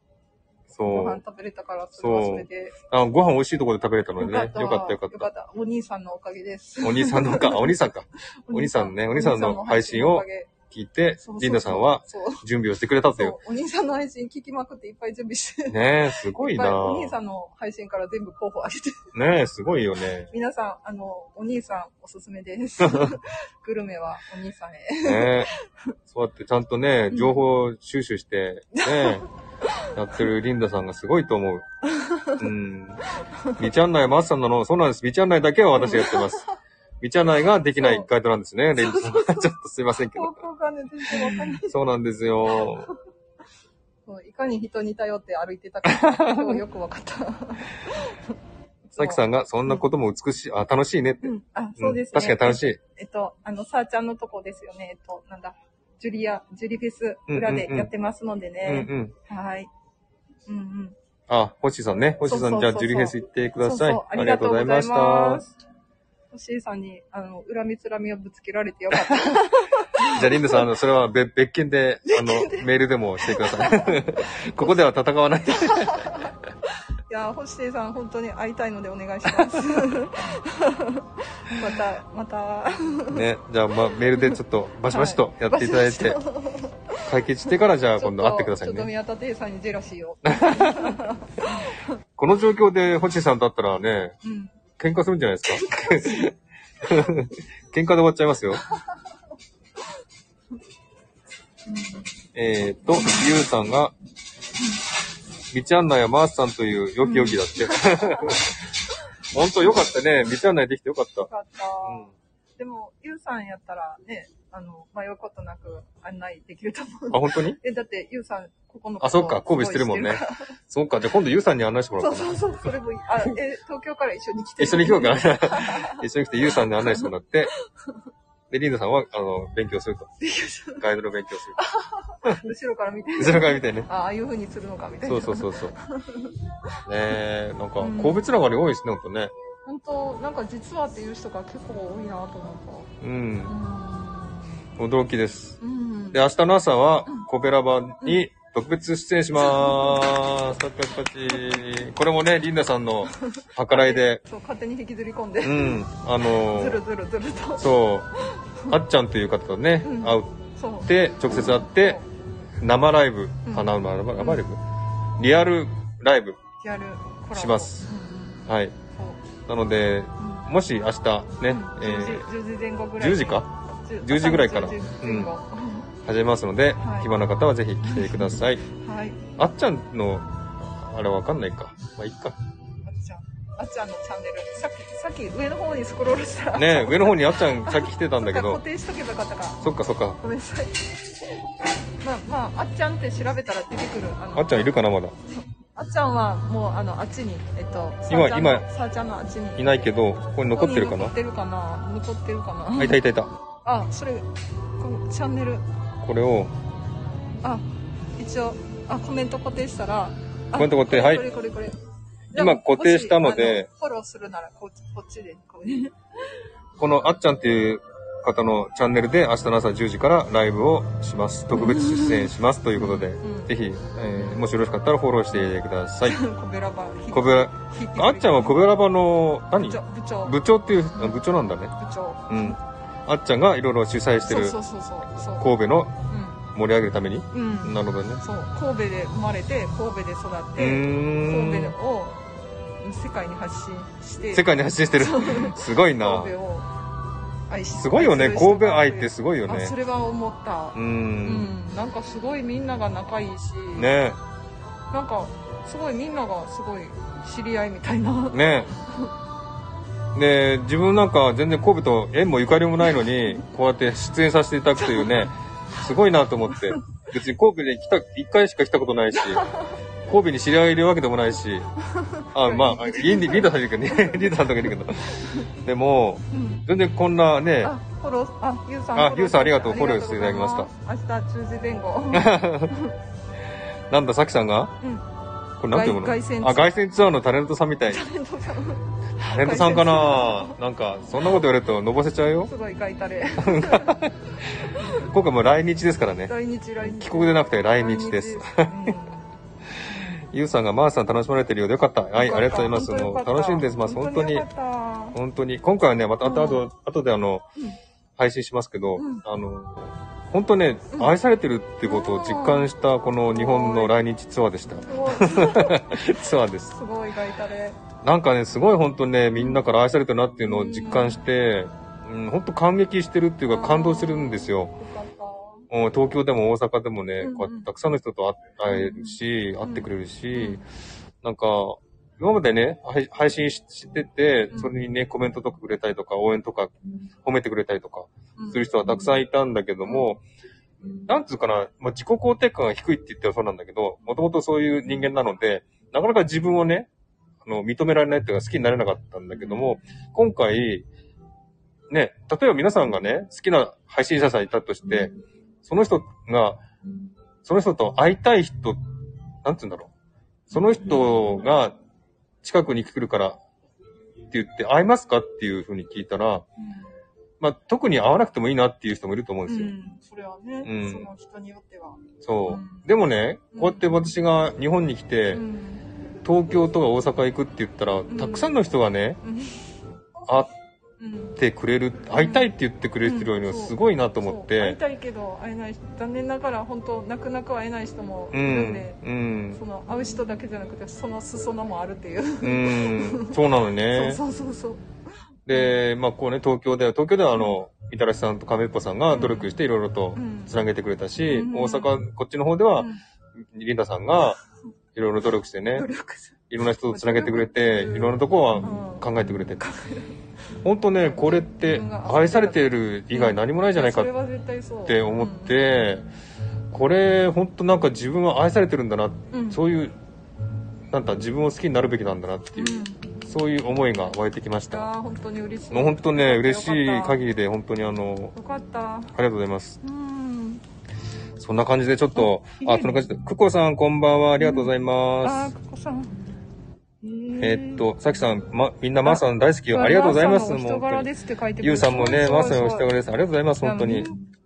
Speaker 1: そ
Speaker 2: ご飯
Speaker 1: う。
Speaker 2: 食べれたから、それはそれで。
Speaker 1: あご飯美味しいところで食べれたのでね、よ
Speaker 2: よ
Speaker 1: かったよかっ
Speaker 2: よ
Speaker 1: た。
Speaker 2: かった。お兄さんのおかげです。
Speaker 1: お兄さんの か、あお兄さんか、お兄さんねお兄さんの配信を
Speaker 2: お兄
Speaker 1: 聞いて
Speaker 2: さんの配信のおかげそうそう、
Speaker 1: リンダさんは
Speaker 2: そう
Speaker 1: 準備をしてくれたとい
Speaker 2: そうう。お兄さんの配信聞きまくっていっぱい準備して。
Speaker 1: ねえ、すごい
Speaker 2: っぱ
Speaker 1: な
Speaker 2: お兄さんの配信から全部候補あげて。
Speaker 1: ねえ、すごいよね。
Speaker 2: 皆さん、あの、お兄さんおすすめです。 グルメはお兄さんへ。
Speaker 1: ねえ。そうやってちゃんとね、
Speaker 2: うん
Speaker 1: 情報収集して、 ねえ、やってるリンダさんがすごいと思う。うん。道案内マッサンなの、そうなんです。道案内だけは私がやってます。道案内ができないガイドなんですね、リン ダさん。ちょっとすいませんけ
Speaker 2: 方
Speaker 1: ど。
Speaker 2: 向がね、全然わかんない。
Speaker 1: そうなんですよ。
Speaker 2: そういかに人に頼って歩いてたか、そうよくわかった。
Speaker 1: さきさんが、そんなことも美しい、あ、楽しいねって。
Speaker 2: うん。あ、そうですね。
Speaker 1: ん確かに楽しい。
Speaker 2: えっと、あの、さーちゃんのとこですよね。えっと、なんだ、ジュリア、ジュリフェス
Speaker 1: うんうんうん
Speaker 2: 裏でやってますのでね。
Speaker 1: うんうん。
Speaker 2: はい。うんうん。
Speaker 1: あ、星さんね。星さ
Speaker 2: そ
Speaker 1: ん、
Speaker 2: う
Speaker 1: じ
Speaker 2: そ
Speaker 1: ゃ
Speaker 2: う
Speaker 1: あ、
Speaker 2: そう
Speaker 1: ジュリフェス行ってくだ
Speaker 2: そ
Speaker 1: さ
Speaker 2: う
Speaker 1: い
Speaker 2: そう。あ
Speaker 1: あ
Speaker 2: り
Speaker 1: り
Speaker 2: が
Speaker 1: が
Speaker 2: と
Speaker 1: と
Speaker 2: う
Speaker 1: うご
Speaker 2: ござ
Speaker 1: ざ
Speaker 2: い
Speaker 1: い
Speaker 2: ま
Speaker 1: ま
Speaker 2: し
Speaker 1: したた。
Speaker 2: おしーさんに、あの、恨みつらみをぶつけられてよか った。
Speaker 1: じゃあ、リンダさん、あの、それは別別件で、あの、メールでもしてください。 ここでは戦わない。
Speaker 2: いやー、星さん、本当に会いたいのでお願いします。 また、また。
Speaker 1: ね。じゃあ、まあ、メールでちょっと、バシバシとやっていただいて、
Speaker 2: ちょっ
Speaker 1: 解決してから、じゃあ、
Speaker 2: と
Speaker 1: 今度会ってくださ
Speaker 2: ちょ
Speaker 1: い
Speaker 2: っと
Speaker 1: ね。
Speaker 2: 宮田亭さんにジェラシーを。
Speaker 1: この状況で、星さんだったらね、
Speaker 2: うん。
Speaker 1: 喧嘩するんじゃないですか 喧嘩で終わっちゃいますよ。えーっと、ゆうさんが、 道案内はマースさんという良き良きだって。本当よかったね。店案内できてよかった。
Speaker 2: かった。
Speaker 1: うん。
Speaker 2: でも、ゆうさんやったらね、あの、迷うことなく案内できると思う。
Speaker 1: あ、本当に
Speaker 2: え、だって、ゆうさん、ここの
Speaker 1: あ、そっか、神戸してるもんね。そっか、じゃあ今度ゆうさんに案内してもら
Speaker 2: そ
Speaker 1: おう
Speaker 2: う
Speaker 1: かな。
Speaker 2: そうそう、それもいい。 あ、え、東京から一緒に来て。
Speaker 1: 一緒に行こうかな。一緒に来てゆうさんに案内してもらって、で、リンダさんは、あの、勉強すると。ガイドの勉強する。
Speaker 2: 後ろから見て。
Speaker 1: 後ろから見てね。
Speaker 2: あああいう風にするのか、みたい
Speaker 1: そ
Speaker 2: な。
Speaker 1: うそう
Speaker 2: う。
Speaker 1: そうそう。ねえ、なんか、神戸つながり多いですね、ほんとね。
Speaker 2: 本当なんか実はっていう人が結構多いなと思
Speaker 1: う。
Speaker 2: うんか。
Speaker 1: 驚きです。
Speaker 2: うん。うん
Speaker 1: で、。明日の朝は、コペラ版に特別出演しまーす。パチパチパチ。これもね、リンダさんの計らいで、
Speaker 2: そう、勝手に引きずり込んで
Speaker 1: う。ん、あの
Speaker 2: ずる
Speaker 1: ー、
Speaker 2: ずるずると。
Speaker 1: そう、あっちゃんという方とね、
Speaker 2: うん
Speaker 1: 会う
Speaker 2: そう。
Speaker 1: って、直接会って、生ライブ、
Speaker 2: うん
Speaker 1: あ、生ライブ、生ライブリアルライブ。
Speaker 2: やるコラボ
Speaker 1: します。
Speaker 2: うん
Speaker 1: はい。
Speaker 2: そ
Speaker 1: な
Speaker 2: う
Speaker 1: ので、
Speaker 2: うん
Speaker 1: もし明日ね、えー
Speaker 2: 10時10時前後ぐらい
Speaker 1: 10時か
Speaker 2: 10
Speaker 1: 10時ぐらいから
Speaker 2: 10時前後
Speaker 1: 始めますので、
Speaker 2: はい
Speaker 1: 暇な方はぜひ来てください。
Speaker 2: はい
Speaker 1: あっちゃんの、あれわかんないか。まあ、い っか。
Speaker 2: あっちゃんあっちゃんのチャンネルさっきさっき上の方にスクロールしたら
Speaker 1: ね上の方にあっちゃんさっき来てたんだけ
Speaker 2: そ
Speaker 1: ど
Speaker 2: っか固、定しとけばよかったか
Speaker 1: そっかそっか。
Speaker 2: ごめんなさいまあまああっちゃんって調べたら出てくるあの
Speaker 1: あっちゃんいるかなまだ。
Speaker 2: あっちゃんはもうあのあっちにえっと
Speaker 1: 今
Speaker 2: さーちゃんのさーちゃんのあっちに
Speaker 1: いないけど、ここに残ってるかな
Speaker 2: 残ってるかな残ってるか
Speaker 1: あ、
Speaker 2: ない
Speaker 1: たいたいた。
Speaker 2: あそれこのチャンネル
Speaker 1: これを、
Speaker 2: あ一応あコメント固定したらあ
Speaker 1: コメント固定はい
Speaker 2: これこれこれ
Speaker 1: 今固定したので
Speaker 2: もしあのフォローするならこっちこっちでこうね
Speaker 1: このあっちゃんっていう方のチャンネルで明日の朝10時からライブをします。特別出演しますということで、
Speaker 2: うん
Speaker 1: ぜひ、えーもしよろしかったらフォローしてください。
Speaker 2: 小べらば
Speaker 1: 小部屋あっちゃんは小部屋場の、
Speaker 2: 部
Speaker 1: 何
Speaker 2: 長部長部
Speaker 1: 部長っていう、あ部長なんだね。
Speaker 2: 長
Speaker 1: うん。あっちゃんがいろいろ主催して
Speaker 2: そう
Speaker 1: る
Speaker 2: そうそうそうそう
Speaker 1: 神戸の盛り上げるために。
Speaker 2: うん、うん、
Speaker 1: なるほどね。
Speaker 2: そう神戸で生まれて神戸で
Speaker 1: う
Speaker 2: 育って神
Speaker 1: ー
Speaker 2: 戸
Speaker 1: ん。
Speaker 2: を世界に発信して
Speaker 1: 世界に発信してる
Speaker 2: そう。
Speaker 1: すごいな
Speaker 2: 神。戸を愛し
Speaker 1: すごいよね。
Speaker 2: 愛する人
Speaker 1: 神
Speaker 2: が
Speaker 1: 戸愛ってすごいよ
Speaker 2: あ
Speaker 1: ね
Speaker 2: そ。れは思った
Speaker 1: うー。
Speaker 2: うんん、なんかすごいみんなが仲いいし、
Speaker 1: ね
Speaker 2: なんかすごいみんながすごい知り合いみたいな
Speaker 1: え。ねえ。で、自分なんか全然神戸と縁もゆかりもないのに、こうやって出演させていただくというね、すごいなと思って。別に神戸に来た、一回しか来たことないし、神戸に知り合いいるわけでもないし、あ、まあ、リンリンダさんいるけどね、リンダさんとかいるけど。でも、
Speaker 2: うん
Speaker 1: 全然こんなね、
Speaker 2: あフォローあゆうさん
Speaker 1: あ
Speaker 2: フォロー
Speaker 1: ゆうさんありがとう
Speaker 2: ありが
Speaker 1: フォローしていただきました
Speaker 2: ございます明日10時前後
Speaker 1: なんだ、さきさんが
Speaker 2: うん
Speaker 1: これなんていうもの
Speaker 2: 外外旋ツアー
Speaker 1: あ、外線ツアーのタレントさんみたい。
Speaker 2: タレントさん
Speaker 1: タレントさんかななんか、そんなこと言われると、のぼせちゃうよ。
Speaker 2: すごいガイ タレ
Speaker 1: 今回もう来日ですからね。
Speaker 2: 来日来日
Speaker 1: 帰国でなくて来日です。
Speaker 2: 来日うん
Speaker 1: ゆうさんが、まーさん楽しまれてるようでよかった。はい、ありがとうございます。もう楽しんでます。本当に
Speaker 2: よかっ。た
Speaker 1: 本当に。今回はね、また、あと、あと、後であの
Speaker 2: うん、
Speaker 1: 配信しますけど
Speaker 2: うん、
Speaker 1: あの、本当ね
Speaker 2: う、ん
Speaker 1: 愛されてるってことを実感した、この日本の来日ツアーでした。
Speaker 2: すごい
Speaker 1: ツアーです。
Speaker 2: すごいガイタレ
Speaker 1: なんかね、すごい本当ね、みんなから愛されてるなっていうのを実感して、うん、本当感激してるっていうか感動してるんですよ。
Speaker 2: よかった
Speaker 1: うん東京でも大阪でもね、
Speaker 2: うん
Speaker 1: こうやってたくさんの人と会会えるし、
Speaker 2: ん
Speaker 1: 会ってくれるし、
Speaker 2: うん
Speaker 1: なんか、今までね、配配信ししてて
Speaker 2: う、ん
Speaker 1: それにね、コメントとかくれたりとか、応援とか、褒めてくれたりとか、
Speaker 2: うん
Speaker 1: する人はたくさんいたんだけども、なんつうかな、まあ、自己肯定感が低いって言ってはそうなんだけど、もともとそういう人間なので、なかなか自分をね、あの、認められないっていうか好きになれなかったんだけども、今回、ね、例えば皆さんがね、好きな配信者さんいたとして、その人が、その人と会いたい人、なんつうんだろう。その人が近くに来るからって言って、会いますかっていうふうに聞いたら、まあ、特に会わなくてもいいなっていう人もいると思うん
Speaker 2: う
Speaker 1: ですよ。
Speaker 2: んそれはね
Speaker 1: うん
Speaker 2: その人によっては
Speaker 1: そうう。
Speaker 2: ん
Speaker 1: でもね、
Speaker 2: うん
Speaker 1: こうやって私が日本に来て、
Speaker 2: うん
Speaker 1: 東京とか大阪行くって言ったら、
Speaker 2: ん
Speaker 1: たくさんの人がね、
Speaker 2: うん
Speaker 1: 会っ
Speaker 2: うん
Speaker 1: てくれる、会いたいって言ってくれてるの
Speaker 2: うん
Speaker 1: すごいなと
Speaker 2: そう
Speaker 1: 思っ
Speaker 2: 会い
Speaker 1: て、
Speaker 2: たいけど会えない残念ながら本当泣く泣く会えない人もいうるん
Speaker 1: ん
Speaker 2: で、、
Speaker 1: うん
Speaker 2: そ、の会う人だけじゃなくてその裾野もあるっていう、
Speaker 1: うん、そうなのね。
Speaker 2: そうそうそうそう
Speaker 1: で、まあこうね、東京では、東京ではあの、みたらしさんと亀っぽさんが努力していろいろと
Speaker 2: うん
Speaker 1: つなげてくれたし、
Speaker 2: うん
Speaker 1: 大阪、こっちの方では、
Speaker 2: うん
Speaker 1: リンダさんがいろいろ努力してね
Speaker 2: 努、力する
Speaker 1: いいろんな人とつなげてくれて、いろんなとこは考えてくれて。ほんとね、これって愛されてる以外何もないじゃないか
Speaker 2: そ
Speaker 1: っ
Speaker 2: れは絶対そう
Speaker 1: て思っ、て、これほんとなんか自分は愛されてるんだな、
Speaker 2: うん
Speaker 1: そういう、なんだ、自分を好きになるべきなんだなって
Speaker 2: う
Speaker 1: い
Speaker 2: ん
Speaker 1: う、
Speaker 2: うん、い
Speaker 1: そういう思いが湧いてきました。
Speaker 2: やー本当に嬉しい
Speaker 1: もう本当ね、嬉しい限
Speaker 2: り
Speaker 1: りで、本当にあの、
Speaker 2: よかった
Speaker 1: ありがとうございます。
Speaker 2: うん
Speaker 1: そんな感じでちょっと
Speaker 2: う、ん
Speaker 1: あ、そんな感じで、クコさんこんばんは、ありがとうござい
Speaker 2: あ
Speaker 1: ま
Speaker 2: ー
Speaker 1: す。
Speaker 2: ここさん
Speaker 1: え
Speaker 2: え
Speaker 1: ーっと、さきさん、ま、みんなまーさん大好きよ。ありがとうございます。
Speaker 2: マーさんの
Speaker 1: もう
Speaker 2: お人
Speaker 1: 本当
Speaker 2: 柄
Speaker 1: に
Speaker 2: ですって書いてくれて
Speaker 1: ゆうさんもね、
Speaker 2: す
Speaker 1: ま
Speaker 2: ご
Speaker 1: ー
Speaker 2: い
Speaker 1: さんのお人柄です。ありがとうございます、本当に
Speaker 2: いや。。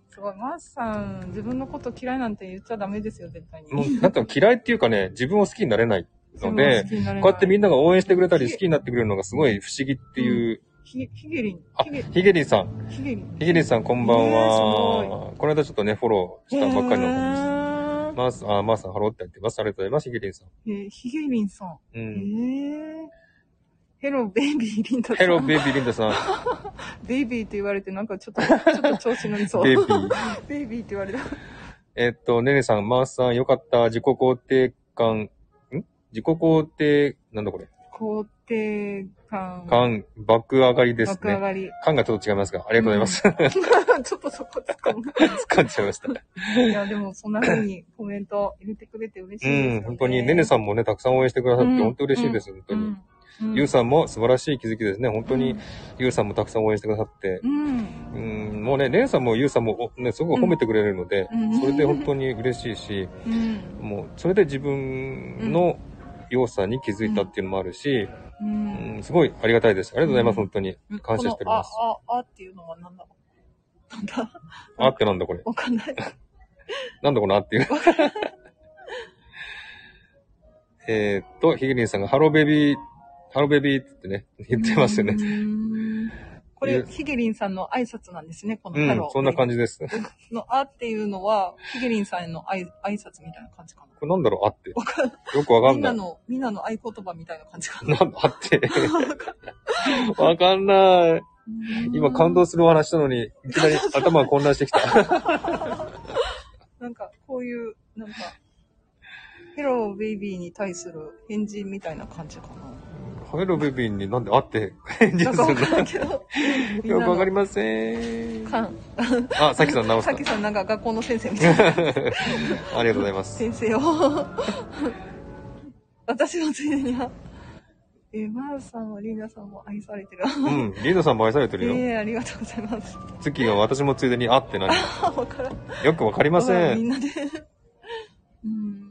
Speaker 2: すごい、マーさん、自分のこと嫌いなんて言っちゃダメですよ、絶対に。
Speaker 1: もう、なんか嫌いっていうかね、自分を好きになれないので、こ
Speaker 2: こ
Speaker 1: うやってみん
Speaker 2: な。
Speaker 1: なが応援してくれたり好きになってくれるのがすごい不思議っていう。
Speaker 2: ひげ、ひげりん、
Speaker 1: あ
Speaker 2: ひげ、、
Speaker 1: ヒゲリンさん。
Speaker 2: ひげりん。
Speaker 1: ヒゲリンさんこんばん
Speaker 2: えーす
Speaker 1: は。この間ちょっとね、フォローしたばっかりの方です。
Speaker 2: の
Speaker 1: まーさん、あ、まーさん、ハローってやってます。ありがとうございます、ヒゲリンさん。
Speaker 2: えー、ひげりんさん。
Speaker 1: う
Speaker 2: え
Speaker 1: ん。
Speaker 2: ー。ヘロ、ベイビーリンダさん。
Speaker 1: ヘロ、ベイビーリンダさん。
Speaker 2: ベイビーって言われて、なんかちょっと、ちょっと調子乗りそう。
Speaker 1: ベイビー。
Speaker 2: ベイビーって言われた。
Speaker 1: えっと、ねねさん、まーさん、よかった。自己肯定感、ん自己肯定、なんだこれ。
Speaker 2: 肯定感。
Speaker 1: 感、爆上がりです
Speaker 2: 爆上
Speaker 1: ね。
Speaker 2: がり。
Speaker 1: 感がちょっと違いますが、ありがとうございます。
Speaker 2: ちょっとそこ突っ込む。
Speaker 1: 掴んじゃいました。
Speaker 2: いや、でもそんな風にコメント入れてくれて嬉し
Speaker 1: う
Speaker 2: いで
Speaker 1: ん、
Speaker 2: す、
Speaker 1: 本当に、ねね
Speaker 2: ん、
Speaker 1: さんもね、たくさん応援してくださっ
Speaker 2: うん
Speaker 1: て、本当嬉しいです、本当に。
Speaker 2: うん。
Speaker 1: ゆう
Speaker 2: さ
Speaker 1: さんも素晴らしい気づきですね。本当に、
Speaker 2: うん
Speaker 1: ゆうさんもたくさん応援してくださって。
Speaker 2: ん。うん。
Speaker 1: うん、もうね、ねねさんもゆうさんも、おね、すごく褒めてくれるので、
Speaker 2: うん
Speaker 1: それで本当に嬉しいし、
Speaker 2: うん。
Speaker 1: もう、それで自分の良さに気づいたっていうのもあるし、
Speaker 2: う。
Speaker 1: うんんすごいありがたいです。ありがとうございます、
Speaker 2: うん
Speaker 1: 本当に
Speaker 2: うん。
Speaker 1: 感謝しております。
Speaker 2: このあ、あ、あっていうのは何だろう。なんだ あ
Speaker 1: あってなんだこれ。
Speaker 2: わかんない。
Speaker 1: なんだこのあって いう。えーっと、ヒゲリンさんがハローベビー、ハローベビーってね、 言ってますよね。
Speaker 2: ね。これ、ヒゲリンさんの挨拶なんですね、こ
Speaker 1: う
Speaker 2: の
Speaker 1: ん
Speaker 2: ハロ、ー。
Speaker 1: そんな感じです。こ
Speaker 2: じ。のあっていうのは、ヒゲリンさんへの挨挨拶みたいな感じかな。
Speaker 1: れなんだろう、あって。
Speaker 2: わかん
Speaker 1: よくわか
Speaker 2: み
Speaker 1: ん
Speaker 2: ん
Speaker 1: な。
Speaker 2: ないの、みんなの合言葉みたいな感じかな。
Speaker 1: なんだ、あ って。わかんない。 今感動するお話したのに、いきなり頭が混乱してきた。
Speaker 2: なんか、こういう、なんか、ヘローベイビーに対する返事みたいな感じかな。
Speaker 1: ハローベビーになんであって返事
Speaker 2: なん
Speaker 1: す
Speaker 2: かわ
Speaker 1: る
Speaker 2: からんけど。みん
Speaker 1: の
Speaker 2: な
Speaker 1: よくわかり
Speaker 2: の
Speaker 1: ません。
Speaker 2: 感。
Speaker 1: あ、さきさん直し
Speaker 2: さ
Speaker 1: た
Speaker 2: っ。きさんなんか学校の先生みたい な
Speaker 1: ありがとうございます。
Speaker 2: 先生を。 私のついでには、え、マーさんもリーナさんも愛されてる。
Speaker 1: うん、リードさんも愛されて
Speaker 2: え
Speaker 1: るよ。
Speaker 2: ー、ありがとうございます。
Speaker 1: 月が私もついでに、あって何
Speaker 2: あわからん。 す
Speaker 1: よくわかりませ
Speaker 2: みん
Speaker 1: ん。
Speaker 2: なで。うーん。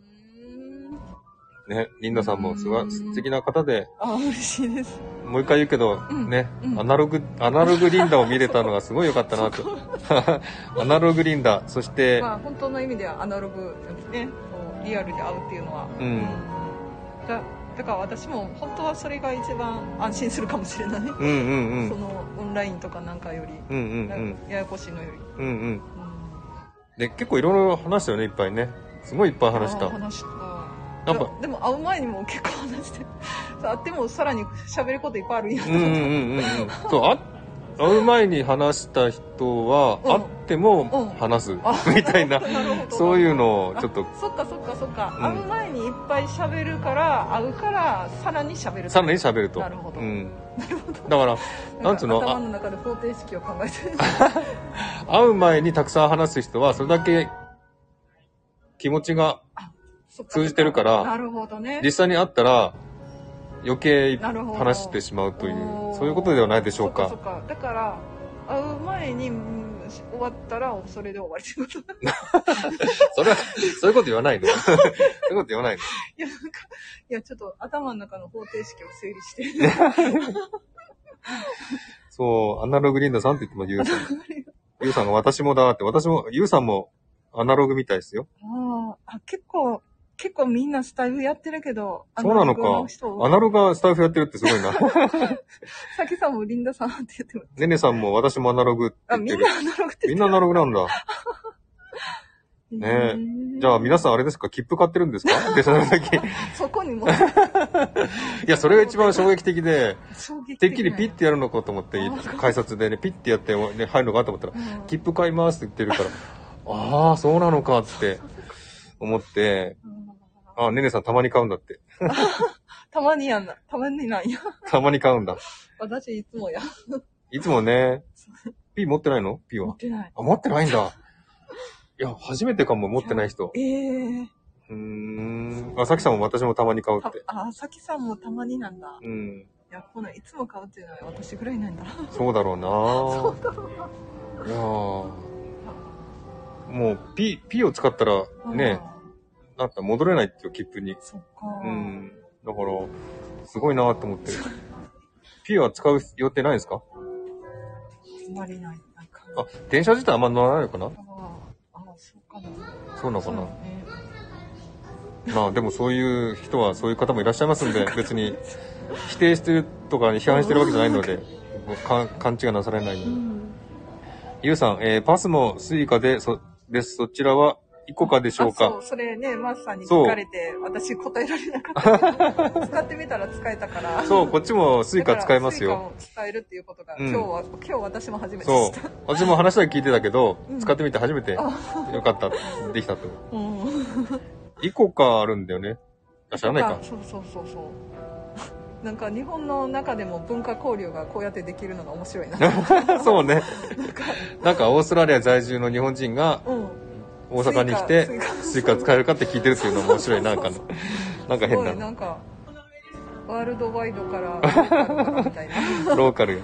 Speaker 1: ね、リンダさんもすごい素敵な方で、
Speaker 2: あ、嬉しいです。
Speaker 1: もう一回言うけど、
Speaker 2: うん
Speaker 1: ね、
Speaker 2: うん
Speaker 1: アナログ、アナログリンダを見れたのがすごい良かったな と。 アナログリンダ、そして、
Speaker 2: まあ、本当の意味ではアナログですねこうリアルで会うっていうのは、
Speaker 1: うん
Speaker 2: だだから私も本当はそれが一番安心するかもしれない、
Speaker 1: うんうんう
Speaker 2: そ
Speaker 1: ん。
Speaker 2: のオンラインとかなんかより、
Speaker 1: うんうんう。
Speaker 2: なんんかややこしいのより、
Speaker 1: うんうん。
Speaker 2: うん
Speaker 1: で、結構いろいろ話したよね、いっぱいね。すごいいっぱい話し
Speaker 2: あ
Speaker 1: た。
Speaker 2: 話した
Speaker 1: やっぱ、
Speaker 2: でも会う前にも結構話して そう会ってもさらに喋ることいっぱいあるんや
Speaker 1: うんうんうんうんうん。 そう、あ、会う前に話した人は、
Speaker 2: う
Speaker 1: 会っ
Speaker 2: ん
Speaker 1: ても話す。 みた いな、
Speaker 2: なるほど
Speaker 1: そういうのをちょっと、
Speaker 2: そっかそっかそっか、
Speaker 1: うん
Speaker 2: 会う前にいっぱい喋るから会うからさらに喋る
Speaker 1: さらに喋ると。
Speaker 2: なるほど
Speaker 1: うん。だから、なんつうの
Speaker 2: 頭の中で方程式を考えてる
Speaker 1: 会う前にたくさん話す人は、それだけ気持ちが、
Speaker 2: そっ か
Speaker 1: 通じてるから
Speaker 2: なるほどね。
Speaker 1: 実際に会ったら、余計
Speaker 2: なるほど
Speaker 1: 話してしまうという
Speaker 2: お、ー
Speaker 1: そういうことではないでしょう
Speaker 2: そ
Speaker 1: か。
Speaker 2: っかそっかだから、会う前に、うん終わったら、それで終わりってことい
Speaker 1: それは、そういうこと言わないの そういうこと言わないの
Speaker 2: や、なんか、いや、ちょっと頭の中の方程式を整理して。
Speaker 1: そう、アナログリンダさんって言ってます、ゆうさん。ゆうさんが私もだって、私も、ゆうさんもアナログみたいですよ。
Speaker 2: ああ、結構、結構みんなスタイルやってるけど、
Speaker 1: そうなのか
Speaker 2: アナログ人
Speaker 1: アナログがスタッフやってるってすごいな。
Speaker 2: さきさんもリンダさんって言って る。
Speaker 1: ねねさんも私もアナログって
Speaker 2: あ、
Speaker 1: 言って
Speaker 2: みん
Speaker 1: る
Speaker 2: な。アナログって
Speaker 1: み
Speaker 2: 言
Speaker 1: ん
Speaker 2: っ
Speaker 1: なアナログなんだ。
Speaker 2: て
Speaker 1: な
Speaker 2: る
Speaker 1: ね
Speaker 2: ね
Speaker 1: じゃあ皆さんあれですか切符買ってるんです かってその時。い
Speaker 2: そこに もう
Speaker 1: や、それが一番衝撃的で。
Speaker 2: 衝撃
Speaker 1: て
Speaker 2: 的
Speaker 1: っきりピッてやるのかと思って
Speaker 2: あ、
Speaker 1: 改札でね、ピッてやって、ね、入るのかと思ったら、
Speaker 2: ッ
Speaker 1: 切符買いますって言ってるから、 ああ、そうなのかって思って、あ、ねねさんたまに買うんだって。
Speaker 2: たまにやんな。たまになんや。
Speaker 1: たまに買うんだ。
Speaker 2: 私いつもや。
Speaker 1: いつもね、P 持ってないの ?P
Speaker 2: 持
Speaker 1: は
Speaker 2: っ。てない。
Speaker 1: あ、持ってないんだ。いや、初めてかも、持ってない人。
Speaker 2: ええ
Speaker 1: うーん。あ、さきさんも私もたまに買う
Speaker 2: ー。た
Speaker 1: って。
Speaker 2: あ、さきさんもたまになんだ。
Speaker 1: うん。
Speaker 2: いや、ほないつも買うっていうのは私ぐらいなんだ。
Speaker 1: そうだろうな そうだろうないやーもう、P、P を使ったら、ね、
Speaker 2: あ
Speaker 1: なんか戻れないっていう切符に
Speaker 2: ー。そっか。
Speaker 1: うん。だから、すごいなと思ってる。P は使う予定ないですか
Speaker 2: あんまりない。なんか。
Speaker 1: あ、電車自体あんま乗らないのかな
Speaker 2: ああー、そうかな。
Speaker 1: そうなのか
Speaker 2: そう
Speaker 1: な、
Speaker 2: ね。
Speaker 1: まあでもそういう人はそういう方もいらっしゃいますんで、別に否定してるとか批判してるわけじゃないので、か勘違いなされないよう
Speaker 2: う
Speaker 1: に。
Speaker 2: ん。
Speaker 1: ゆうさん、えー、パスもスイカで、そ、です。そちらはイコカでしょう
Speaker 2: あそ
Speaker 1: か
Speaker 2: う、それね、マスさんに
Speaker 1: そう
Speaker 2: 聞かれて、私答えられな かった。使ってみたら使えたから。
Speaker 1: そうこっちもスイカ使えます
Speaker 2: だから
Speaker 1: よ。。
Speaker 2: スイカを使えるっていうことが、
Speaker 1: うん
Speaker 2: 今日は、今日私も初めて
Speaker 1: そ
Speaker 2: 知っ
Speaker 1: う
Speaker 2: た。。
Speaker 1: 私も話だけ聞いてたけど、
Speaker 2: うん
Speaker 1: 使ってみて初めてよ
Speaker 2: あ
Speaker 1: かった、できたと。
Speaker 2: うん。
Speaker 1: イコカあるんだよね。あ、知らないか。
Speaker 2: そうそうそう そう。なんか日本の中でも文化交流がこうやってできるのが面 白いな。
Speaker 1: そうね。なんかオーストラリア在住の日本人が
Speaker 2: うん。
Speaker 1: 大阪に来て
Speaker 2: スイカ、
Speaker 1: スイカ使えるかって聞いてるっていうの面白い。なんかの、なんか
Speaker 2: す
Speaker 1: 変
Speaker 2: ご
Speaker 1: ない
Speaker 2: なんか、ワールドワイドからローカルからみたいな。
Speaker 1: ローカルや。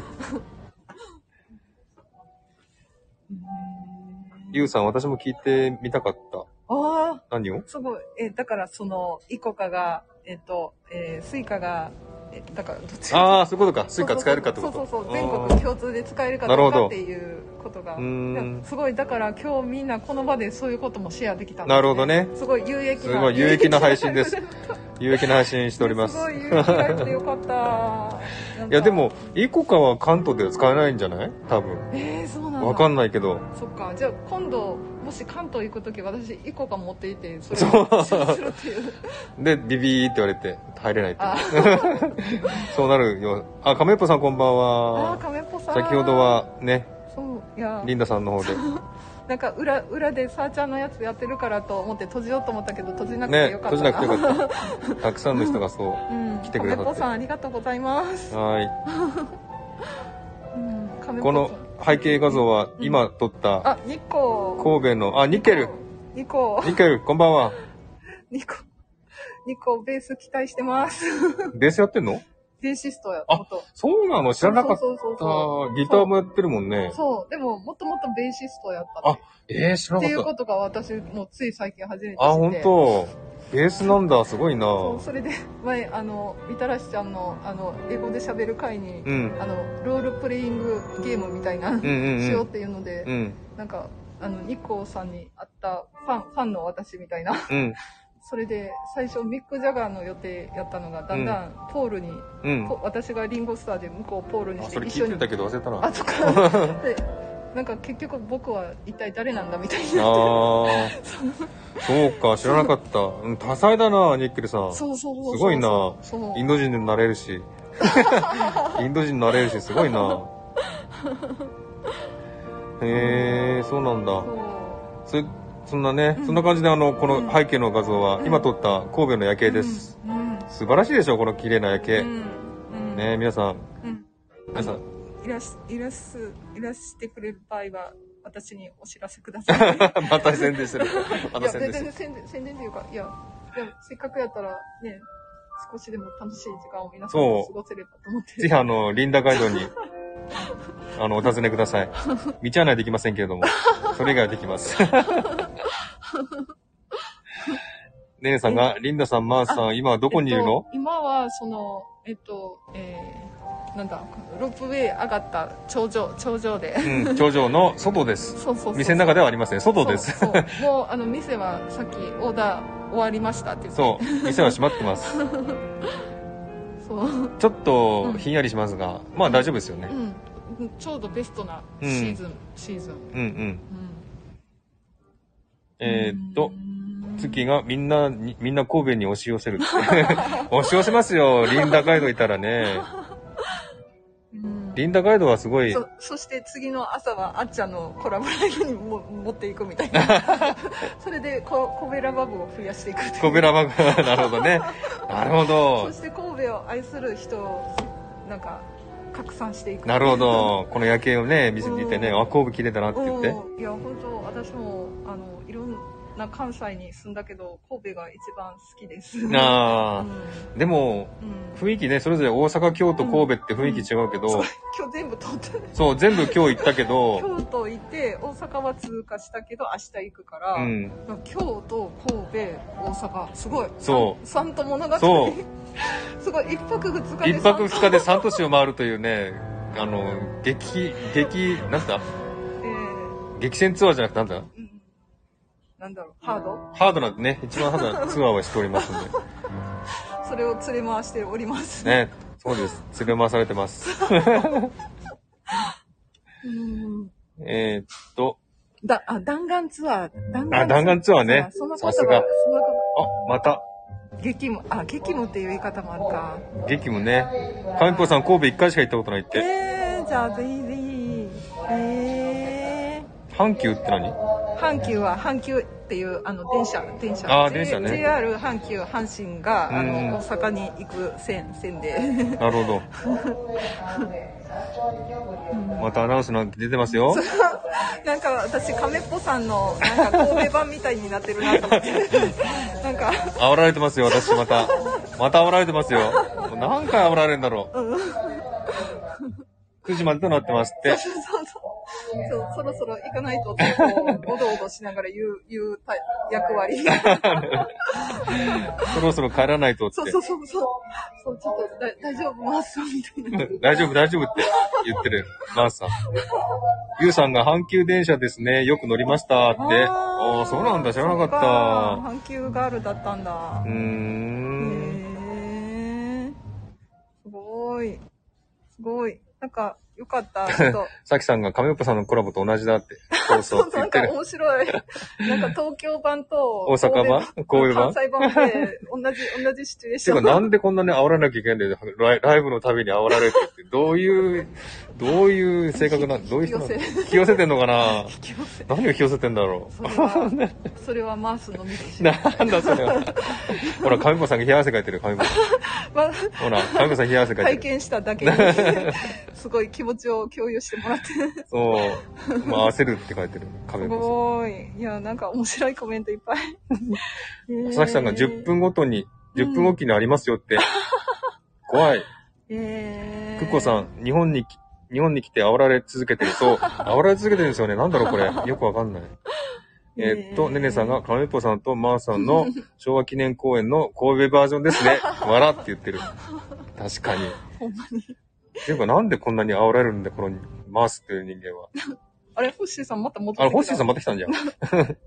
Speaker 1: ゆうさん、私も聞いてみたかった。
Speaker 2: ああ、
Speaker 1: 何を
Speaker 2: すごい。え、だからその、イコカが、えっと、えースイカが、え、だからどっち
Speaker 1: ああ、そういうことか。スイカ使えるかってこと
Speaker 2: そうそうそう全国共通で使えるかどうかっていうことが
Speaker 1: うーん
Speaker 2: すごいだから今日みんなこの場でそういうこともシェアできたんです、
Speaker 1: なるほどね
Speaker 2: すごい有益
Speaker 1: す
Speaker 2: な
Speaker 1: ごい有益な配信 です有益な配信しております。
Speaker 2: すごい有益
Speaker 1: い
Speaker 2: な配信でよかったなんか
Speaker 1: や、でも、イコカは関東では使えないんじゃない多分。
Speaker 2: えー、そうなんだ
Speaker 1: わかんないけど。
Speaker 2: そっかじゃあ今度もし関東行く時私イコカ持っていてそれ
Speaker 1: そう
Speaker 2: をシェアするっていう
Speaker 1: で、ビビーって言われて、入れないって
Speaker 2: あ
Speaker 1: そうなるよ。あ、亀っぽさんこんばん
Speaker 2: あー
Speaker 1: は。
Speaker 2: 亀っぽさん
Speaker 1: 先ほどはね、
Speaker 2: そういや
Speaker 1: リンダさんの方 で。
Speaker 2: なんか裏裏でさーちゃんのやつやってるからと思って閉じようと思ったけど閉じなくて
Speaker 1: ね
Speaker 2: よ、かった
Speaker 1: 閉じ
Speaker 2: な、
Speaker 1: なくてよか った。たくさんの人がそう。
Speaker 2: うん、
Speaker 1: 来てくださって
Speaker 2: 亀子さんありがとうございます。
Speaker 1: は
Speaker 2: うん、亀子さん
Speaker 1: い。この背景画像は今撮った
Speaker 2: あ、ニコ。
Speaker 1: 神戸の、あ、ニケル。
Speaker 2: ニコ。
Speaker 1: ニケル、こんばん は。
Speaker 2: ニコ。ニコベース期待してます。
Speaker 1: ベースやってんの
Speaker 2: ベーシストや。
Speaker 1: あ
Speaker 2: 元
Speaker 1: そうなの知らなかっ
Speaker 2: そうそうそうそ
Speaker 1: た。ギターもやってるもん
Speaker 2: う。
Speaker 1: ね。
Speaker 2: そう、でももともとベーシストやった。
Speaker 1: あえー、知ら
Speaker 2: ってい
Speaker 1: な
Speaker 2: う
Speaker 1: かっ
Speaker 2: ことが私もつい最近初めて知って。
Speaker 1: た。あ、本当。ベースなんだ、すごいな。
Speaker 2: そうそれで前あのみたらしちゃんのあの英語で喋る会に、
Speaker 1: うん。
Speaker 2: あのロールプレイングゲームみたいな、
Speaker 1: うんうん
Speaker 2: し
Speaker 1: う
Speaker 2: ようんっ。ていうので、
Speaker 1: うん。
Speaker 2: なんかあのニコさんに会ったファンファンの私みたいな
Speaker 1: うん。
Speaker 2: それで最初ミック・ジャガーの予定やったのがだんだんポールに、
Speaker 1: うん
Speaker 2: ポ。私がリンゴスターで向こうをポールに
Speaker 1: あ、
Speaker 2: し
Speaker 1: そ
Speaker 2: て
Speaker 1: れ
Speaker 2: 一
Speaker 1: 聞
Speaker 2: 緒
Speaker 1: いて
Speaker 2: に
Speaker 1: たけど忘れたな。
Speaker 2: あとか でなんか結局僕は一体誰なんだみたいになって
Speaker 1: ああ。そうか、知らなかった。うん、多彩だな、ニッケルさん。
Speaker 2: そうそうそうそう
Speaker 1: すごいな
Speaker 2: そう
Speaker 1: インド人になれる し。インド人になれるし、すごいな。へえ、そうなんだ
Speaker 2: そ。う
Speaker 1: そ、そんなね、
Speaker 2: うん
Speaker 1: そんな感じであの、こ
Speaker 2: うん
Speaker 1: の背景の画像は、
Speaker 2: うん
Speaker 1: 今撮った神戸の夜景です。
Speaker 2: うんうん
Speaker 1: 素晴らしいでしょ、この綺麗な夜景。
Speaker 2: うん
Speaker 1: ね皆さん、
Speaker 2: うん
Speaker 1: 皆さん、
Speaker 2: いらしいらすいらしてくれる場合は私にお知らせく ださい
Speaker 1: また宣伝してる。ま
Speaker 2: い
Speaker 1: た宣伝して
Speaker 2: や全然
Speaker 1: る。
Speaker 2: 宣伝宣伝というかいやいやせっかくやったらね少しでも楽しい時間を皆さん
Speaker 1: そう
Speaker 2: と過ごせればと思って
Speaker 1: ぜひあの、リンダガイドに、あの、お尋ねください。道案内できませんけれども、それ以外はできます。 ねねさんが、リンダさん、マーさん、今はどこにいるの、
Speaker 2: えっと今はそのえっとえー、なんだロープウェイ上がった頂上頂上で
Speaker 1: うん、頂上の外です。
Speaker 2: そうそうそう
Speaker 1: 店の中ではありません。外です。
Speaker 2: そうそうもうあの店はさっきオーダー終わりましたって言って
Speaker 1: そう、店は閉まってます。
Speaker 2: そうう
Speaker 1: ちょっとひんやりしますが、まあ大丈夫ですよね。
Speaker 2: んちょうどベストなシーズン、シーズン、う
Speaker 1: う
Speaker 2: ん、
Speaker 1: んうん。えーっと
Speaker 2: う、ん
Speaker 1: 月がみんなに、みんな神戸に押し寄せる って。押し寄せますよ、リンダガイドいたらね。
Speaker 2: うん
Speaker 1: リンダガイドはすごい、
Speaker 2: そそして次の朝はあっちゃんのコラボライブにも持っていくみた いなそれでこコベラバブを増やしていくっていう
Speaker 1: コベラバグ、なるほどね。なるほど
Speaker 2: そして神戸を愛する人をなんか拡散していく
Speaker 1: なるほどこの夜景をね見せていてね、
Speaker 2: うん
Speaker 1: あ神戸綺麗だなって言って、
Speaker 2: うんいや本当私もあのいろんな関西に住んだけど神戸が一番好きです
Speaker 1: あ
Speaker 2: うん
Speaker 1: あ、でも
Speaker 2: うん
Speaker 1: 雰囲気ねそれぞれ大阪京都神戸って雰囲気違うけど、
Speaker 2: そう今日全部撮って
Speaker 1: そう全部今日行ったけど
Speaker 2: 京都行って大阪は通過したけど明日行くから、
Speaker 1: うん
Speaker 2: 京都神戸大阪すごい
Speaker 1: そう
Speaker 2: 三都物語
Speaker 1: そう
Speaker 2: すごい1泊2日で
Speaker 1: 一泊
Speaker 2: 三
Speaker 1: 二日で三都市を回るというねあの激激なんだ
Speaker 2: 都えー
Speaker 1: 激戦ツアーじゃなくてなんだ
Speaker 2: うん、なんだろうハード
Speaker 1: ハードなんでね一番ハードなツアーはしておりますんで
Speaker 2: それを連れ回しております
Speaker 1: ね、そうです。連れ回されてます。
Speaker 2: うん
Speaker 1: えーっと、
Speaker 2: だあ弾丸ツアー弾
Speaker 1: あ、弾丸ツアーね。
Speaker 2: そんなこ
Speaker 1: さ
Speaker 2: と
Speaker 1: す
Speaker 2: が
Speaker 1: が。あ、
Speaker 2: そんなこ
Speaker 1: また、
Speaker 2: と激務あ激務っていう言い方もあるか
Speaker 1: 激務ね。神保さん神戸一回しか行ったことないって。
Speaker 2: えー、じゃあぜひぜひえー
Speaker 1: 阪急って何
Speaker 2: 阪急は阪急っていうあの電車電車
Speaker 1: あー電車ね
Speaker 2: JR 阪急阪神が、あ
Speaker 1: うん
Speaker 2: の大阪に行く線線で
Speaker 1: なるほど。またアナウンスなんて出てますよ。
Speaker 2: なんか私亀っぽさんのなんか神戸版みたいになってるなと思って なんか
Speaker 1: 煽られてますよ、私また。また煽られてますよ。もう何回煽られるんだろう。9時までとなってますって。
Speaker 2: そうそうそうそろそろ行かないとってこうおどおどしながら言う言うタイ 役割
Speaker 1: そろそろ帰らないとって
Speaker 2: そう。そうそうそうそうちょっとだ大丈夫ますみたい な
Speaker 1: 大丈夫、大丈夫って言ってる、マースさん。ゆうさんが阪急電車ですね、よく乗りましたって。
Speaker 2: ー
Speaker 1: ああ、そうなんだ、知らな
Speaker 2: そっ
Speaker 1: かっ
Speaker 2: か阪急ガールだったんだ
Speaker 1: た。うーん。
Speaker 2: へえすごい。すごい。なんか、よか った。ちょっと。
Speaker 1: さきさんが亀岡さんのコラボと同じだ って。そうそうって
Speaker 2: な
Speaker 1: 言っ
Speaker 2: ん
Speaker 1: て
Speaker 2: か
Speaker 1: る。
Speaker 2: 面白い。なんか東京版と
Speaker 1: 大阪版神戸版
Speaker 2: 関西版で同じ、同じシチュエー
Speaker 1: て
Speaker 2: ショ
Speaker 1: か、
Speaker 2: ン。
Speaker 1: なんでこんなに煽らなきゃいけないんだよ。ライライブのたびに煽られてって。どういう、どういう性格 なんどういう人なんだ
Speaker 2: 引き
Speaker 1: 引き寄せてんのかな
Speaker 2: 引き寄せ
Speaker 1: 何を引き寄せてんだろ
Speaker 2: それは、それはマースの見て
Speaker 1: う。
Speaker 2: しま
Speaker 1: なんだそれは。ほら、亀岡さんが冷や汗かいてる、亀岡さん。
Speaker 2: ま
Speaker 1: ほら、亀岡さん冷や汗かいてる
Speaker 2: 体。験しただけに、 すごい気持ちを共有してもらって。
Speaker 1: そう。まあ、焦るって書いてる。亀
Speaker 2: す
Speaker 1: 岡さ
Speaker 2: ごい。いや、なんか面白いコメントいっ ぱい。
Speaker 1: ん。
Speaker 2: へえ
Speaker 1: 佐々木さんが10。分ごとに、10分おきにありますよって。怖い。
Speaker 2: え
Speaker 1: クッコさん、日本にき、日本に来て煽られ続けてる と、煽られ続けてるんですよね。なんだろう、これ。よくわかんない。えーっと、ねねさんが、カメポさんとマーさん の昭和記念公演の神戸バージョンですね。笑って言ってる。確かに。
Speaker 2: ほんまに。
Speaker 1: ていうか、なんでこんなに煽られるんだ、このマースっていう人間は。
Speaker 2: あれ、ホッシーさんまた戻ってきた。
Speaker 1: あれ、星さんまた来たん じゃん。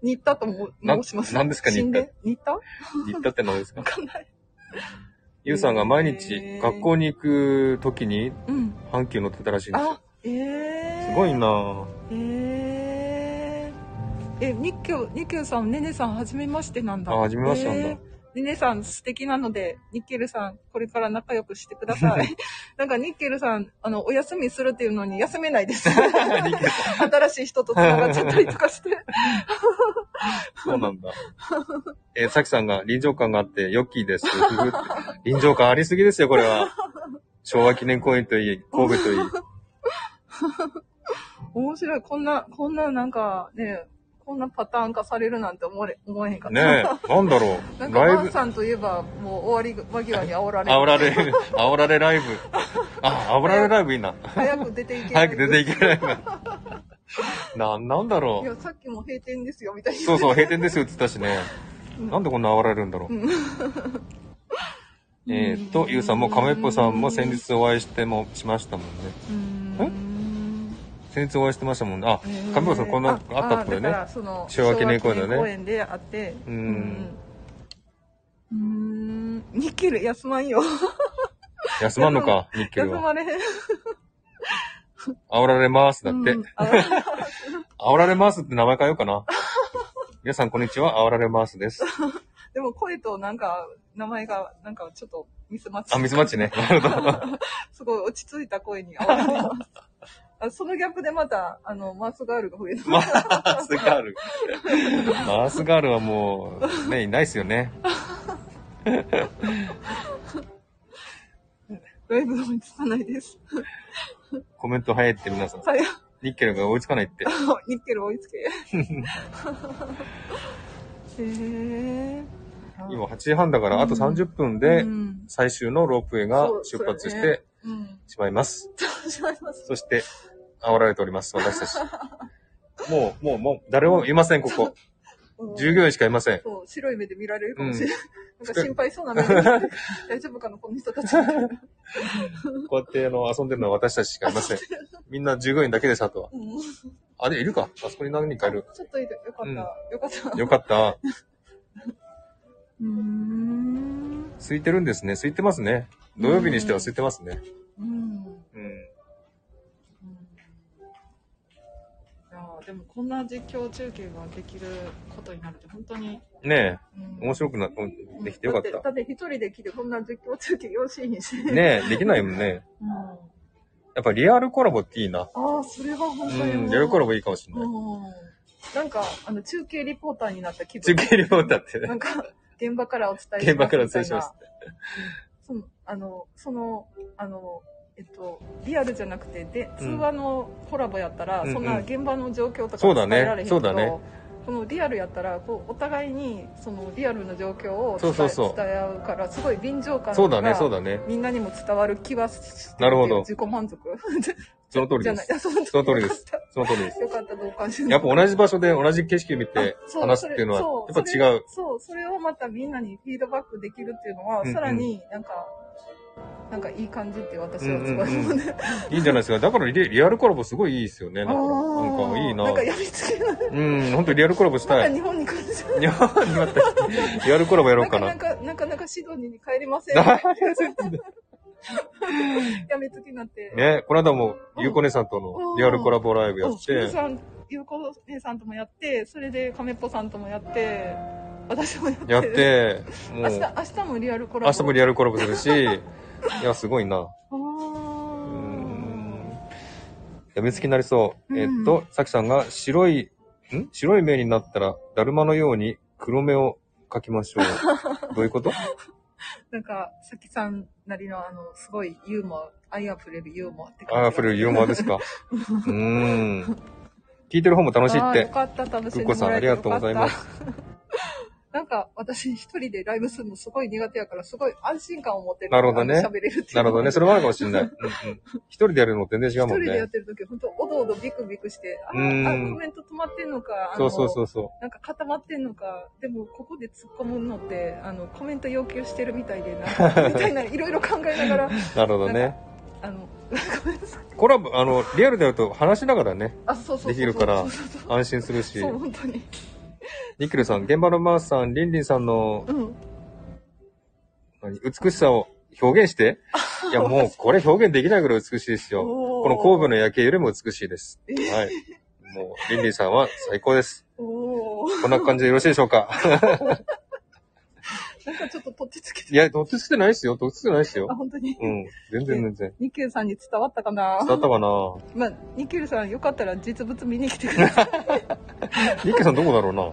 Speaker 2: 新田とも
Speaker 1: な
Speaker 2: 申します。
Speaker 1: 何ですか新田
Speaker 2: 新田新田わ
Speaker 1: 言ったって何ですか
Speaker 2: かんない。
Speaker 1: ゆうさんが毎日
Speaker 2: へー
Speaker 1: 学校に行く時に
Speaker 2: うん。
Speaker 1: 阪急乗ってたらしいんですよ
Speaker 2: あ、ええ
Speaker 1: すごい。なぁ。
Speaker 2: えええ、ニッキョ、ニッキョさん、ネネさん、はじめましてなんだ。
Speaker 1: あはじめましてなんだ
Speaker 2: えー。ネネさん、素敵なので、ニッケルさん、これから仲良くしてくださ い。なんか、ニッケルさん、あの、お休みするっていうのに休めな いです。新しい人と繋がっちゃったりとかして。
Speaker 1: そうなんだ。えー、さきさんが臨場感があって、良きです。ふふって臨場感ありすぎですよ、これは。昭和記念公園といい、神戸といい。
Speaker 2: 面白い。こんな、こんななんかね、こんなパターン化されるなんて思われ、思わへんかった。
Speaker 1: ねえ、なんだろ
Speaker 2: なん
Speaker 1: う。
Speaker 2: か、
Speaker 1: ラ
Speaker 2: ワ
Speaker 1: イ
Speaker 2: ン
Speaker 1: ブ、
Speaker 2: さんといえば、もう終わり間際に煽られる。
Speaker 1: 煽られる、煽られライブ。あ、煽られライブいいな。
Speaker 2: 早く出ていけ
Speaker 1: 早く出て
Speaker 2: い
Speaker 1: いけないな。な、なんだろ。
Speaker 2: いや、さっきも閉店ですよ、みたいうな。
Speaker 1: そうそう、閉店ですよって言ったしね。
Speaker 2: うん
Speaker 1: なんでこんな煽られるんだろう。えーっと、ゆうさんも、亀っぽさんも先日お会いしても、しましたもんね。
Speaker 2: うーん。
Speaker 1: 先日お会いしてましたもんね。あ、
Speaker 2: えー
Speaker 1: 亀っぽさん、こんな、あったところでね
Speaker 2: あだか。らその
Speaker 1: 昭和記念公園だね
Speaker 2: 昭和記念公園であって。
Speaker 1: う
Speaker 2: うんん。うーん。ニッケル休まんよ。
Speaker 1: 休まんのか、ニッケ
Speaker 2: 休
Speaker 1: ルは。
Speaker 2: まれへん。
Speaker 1: 煽られます、だって
Speaker 2: う。んあ
Speaker 1: 煽られますって名前変えようかな。皆さん、こんにちは。煽られますです。
Speaker 2: でも声となんか、名前が、なんかちょっとミスマッチ。
Speaker 1: あ、ミスマッチね。なるほど。
Speaker 2: すごい落ち着いた声に合わせてます。あそのギャップでまた、あの、マースガールが増えた。
Speaker 1: マースガール。マースガールはもう、ね、いないっすよね。
Speaker 2: ライブが追いつかないです。
Speaker 1: コメント早いって皆さん。
Speaker 2: さよ、
Speaker 1: ニッケルが追いつかないって。
Speaker 2: ニッケル追いつけ。へえ。
Speaker 1: 今8時半だからあと30分で
Speaker 2: うん
Speaker 1: 最終のロープウェイが出発し
Speaker 2: そうそうね
Speaker 1: て
Speaker 2: うん。
Speaker 1: しまいます。
Speaker 2: そうします。
Speaker 1: そして、煽られております、私たち。もう、もう、もう、誰もいません、ここ。
Speaker 2: うん
Speaker 1: 従業員しかいません。
Speaker 2: そう、白い目で見られるかもしれない。なんか心配そうな目で見られる。大丈夫かな、この人たち。
Speaker 1: こうやって、あの、遊んでるのは私たちしかいま せん。みんな従業員だけです、あとは。
Speaker 2: うん
Speaker 1: あれ、いるかあそこに何人かいる。
Speaker 2: ちょっといいでよかっ
Speaker 1: う
Speaker 2: た。
Speaker 1: ん
Speaker 2: よかった。
Speaker 1: よかった。
Speaker 2: うーん。
Speaker 1: 空いてるんですね。空いてますね。土曜日にしては空いてますね。
Speaker 2: うん。
Speaker 1: うん。
Speaker 2: いやーでもこんな実況中継ができることになるって本当に、
Speaker 1: ね
Speaker 2: うん
Speaker 1: え、面白くな、うんできてよかっ
Speaker 2: だって
Speaker 1: た。
Speaker 2: だって一人で来てこんな実況中継よしいにし、
Speaker 1: ねえ、できないもんね。
Speaker 2: うん、
Speaker 1: やっぱリアルコラボっていいな。
Speaker 2: ああそれは
Speaker 1: う
Speaker 2: 本当に
Speaker 1: ん、リアルコラボいいかもしれない。
Speaker 2: うんなんかあの中継リポーターになった気
Speaker 1: 中
Speaker 2: 分
Speaker 1: 継リポーターってね
Speaker 2: な。んか現場からお伝えします
Speaker 1: 現場からお伝えします
Speaker 2: みたいなそのあのそのあのえっと、リアルじゃなくてで通話のコラボやったら、
Speaker 1: うんうん
Speaker 2: そんな現場の状況と
Speaker 1: そうだ
Speaker 2: か伝
Speaker 1: ね
Speaker 2: えられへんけど、
Speaker 1: そうだね
Speaker 2: このリアルやったらこうお互いにそのリアルな状況を伝え
Speaker 1: そうそうそう
Speaker 2: 伝え合うからすごい臨場感が
Speaker 1: そうだね、そうだね。
Speaker 2: みんなにも伝わる気はして
Speaker 1: なるほど
Speaker 2: 自己満足
Speaker 1: その通り
Speaker 2: じゃ
Speaker 1: で
Speaker 2: ない
Speaker 1: す。
Speaker 2: そ
Speaker 1: その通りです
Speaker 2: よかっ
Speaker 1: その通りです
Speaker 2: た。よかった同感します
Speaker 1: やっぱ同じ場所で同じ景色見て
Speaker 2: あそう
Speaker 1: 話すっていうのは、や
Speaker 2: それ
Speaker 1: っぱ違う。
Speaker 2: そう、それをまたみんなにフィードバックできるっていうのは、
Speaker 1: うんうん
Speaker 2: さらになんか、なんかいい感じって私はすごい思うね。
Speaker 1: いいんじゃないですか。だからリリアルコラボすごいいいですよね。なんか
Speaker 2: あ
Speaker 1: なん
Speaker 2: ー
Speaker 1: かいいな
Speaker 2: なん。かやりつけない。
Speaker 1: うん、ほんとリアルコラボした
Speaker 2: なんか
Speaker 1: い。
Speaker 2: 日本に感じる。
Speaker 1: いや、またリアルコラボやろうか
Speaker 2: な
Speaker 1: な。
Speaker 2: んか、なかなかシドニーに帰りません。や
Speaker 1: ね、
Speaker 2: めつきになって。
Speaker 1: この間も、ゆうこ姉さんとのリアルコラボライブやっ
Speaker 2: おゆう
Speaker 1: て、
Speaker 2: さん、ゆうこ姉さんともやって、それでカメっぽさんともやって、私もやって。
Speaker 1: やって、も
Speaker 2: 明日、
Speaker 1: う、
Speaker 2: 明日もリアルコラボ。
Speaker 1: 明日もリアルコラボするし、いや、すごいな。
Speaker 2: あ
Speaker 1: う
Speaker 2: ー
Speaker 1: ん。やみつきになりそう。
Speaker 2: うん
Speaker 1: えっと、さきさんが白い、ん白い目になったら、だるまのように黒目を描きましょう。どういうこと
Speaker 2: なんか、さきさんなりの、あの、すごいユーモア、愛あふれるユーモアって
Speaker 1: ああ、フルユーモアですか。うーん。聞いてる方も楽しいっ
Speaker 2: あーよ
Speaker 1: て。
Speaker 2: かった、楽し
Speaker 1: くっ
Speaker 2: んでもらえて
Speaker 1: こさん、ありがとうございま。
Speaker 2: よか
Speaker 1: す。
Speaker 2: った なんか、私一人でライブするのすごい苦手やから、すごい安心感を持って
Speaker 1: なるほどね
Speaker 2: あの喋れるっていう
Speaker 1: なるほどね。それ
Speaker 2: は。
Speaker 1: もあるかもしれない。うんうん一人でやるの全然違うも
Speaker 2: 一人
Speaker 1: ん
Speaker 2: でやっ
Speaker 1: ね。
Speaker 2: てる時、本当おどおどビクビクして、あ
Speaker 1: うん
Speaker 2: ーあ、コメント止まってんのか、あ
Speaker 1: そ
Speaker 2: の
Speaker 1: うそうそうそ
Speaker 2: なんか固まってんのか、でもここで突っ込むのって、あの、コメント要求してるみたいで、なん か、みたいな、いろいろ考えながら、
Speaker 1: う。なるほどね。
Speaker 2: あの、
Speaker 1: コラボ、あの、リアルでやると話しながらね、
Speaker 2: あ、そうそうそうそう。
Speaker 1: できるから
Speaker 2: そうそうそう
Speaker 1: 安心するし
Speaker 2: そ。う、本当に。
Speaker 1: ニッケルさん、現場のマースさん、リンリンさんの
Speaker 2: うん。
Speaker 1: 何美しさを表現 して。いや、もうこれ表現できないぐらい美しいですよ。
Speaker 2: おー
Speaker 1: この神戸の夜景よりも美しいです。はい。もう、リンリンさんは最高です。
Speaker 2: おー
Speaker 1: こんな感じでよろしいでしょうか。
Speaker 2: なんかちょっととってつけて。
Speaker 1: いや、どっちつけてないですよ。どっちつけてないですよ
Speaker 2: あ、。本当に。
Speaker 1: うん。全然全然。
Speaker 2: ニキルさんに伝わったかな
Speaker 1: 伝わったかな
Speaker 2: まあ、ニキルさんよかったら実物見に来てく ださい。
Speaker 1: リッケさんどこだろうな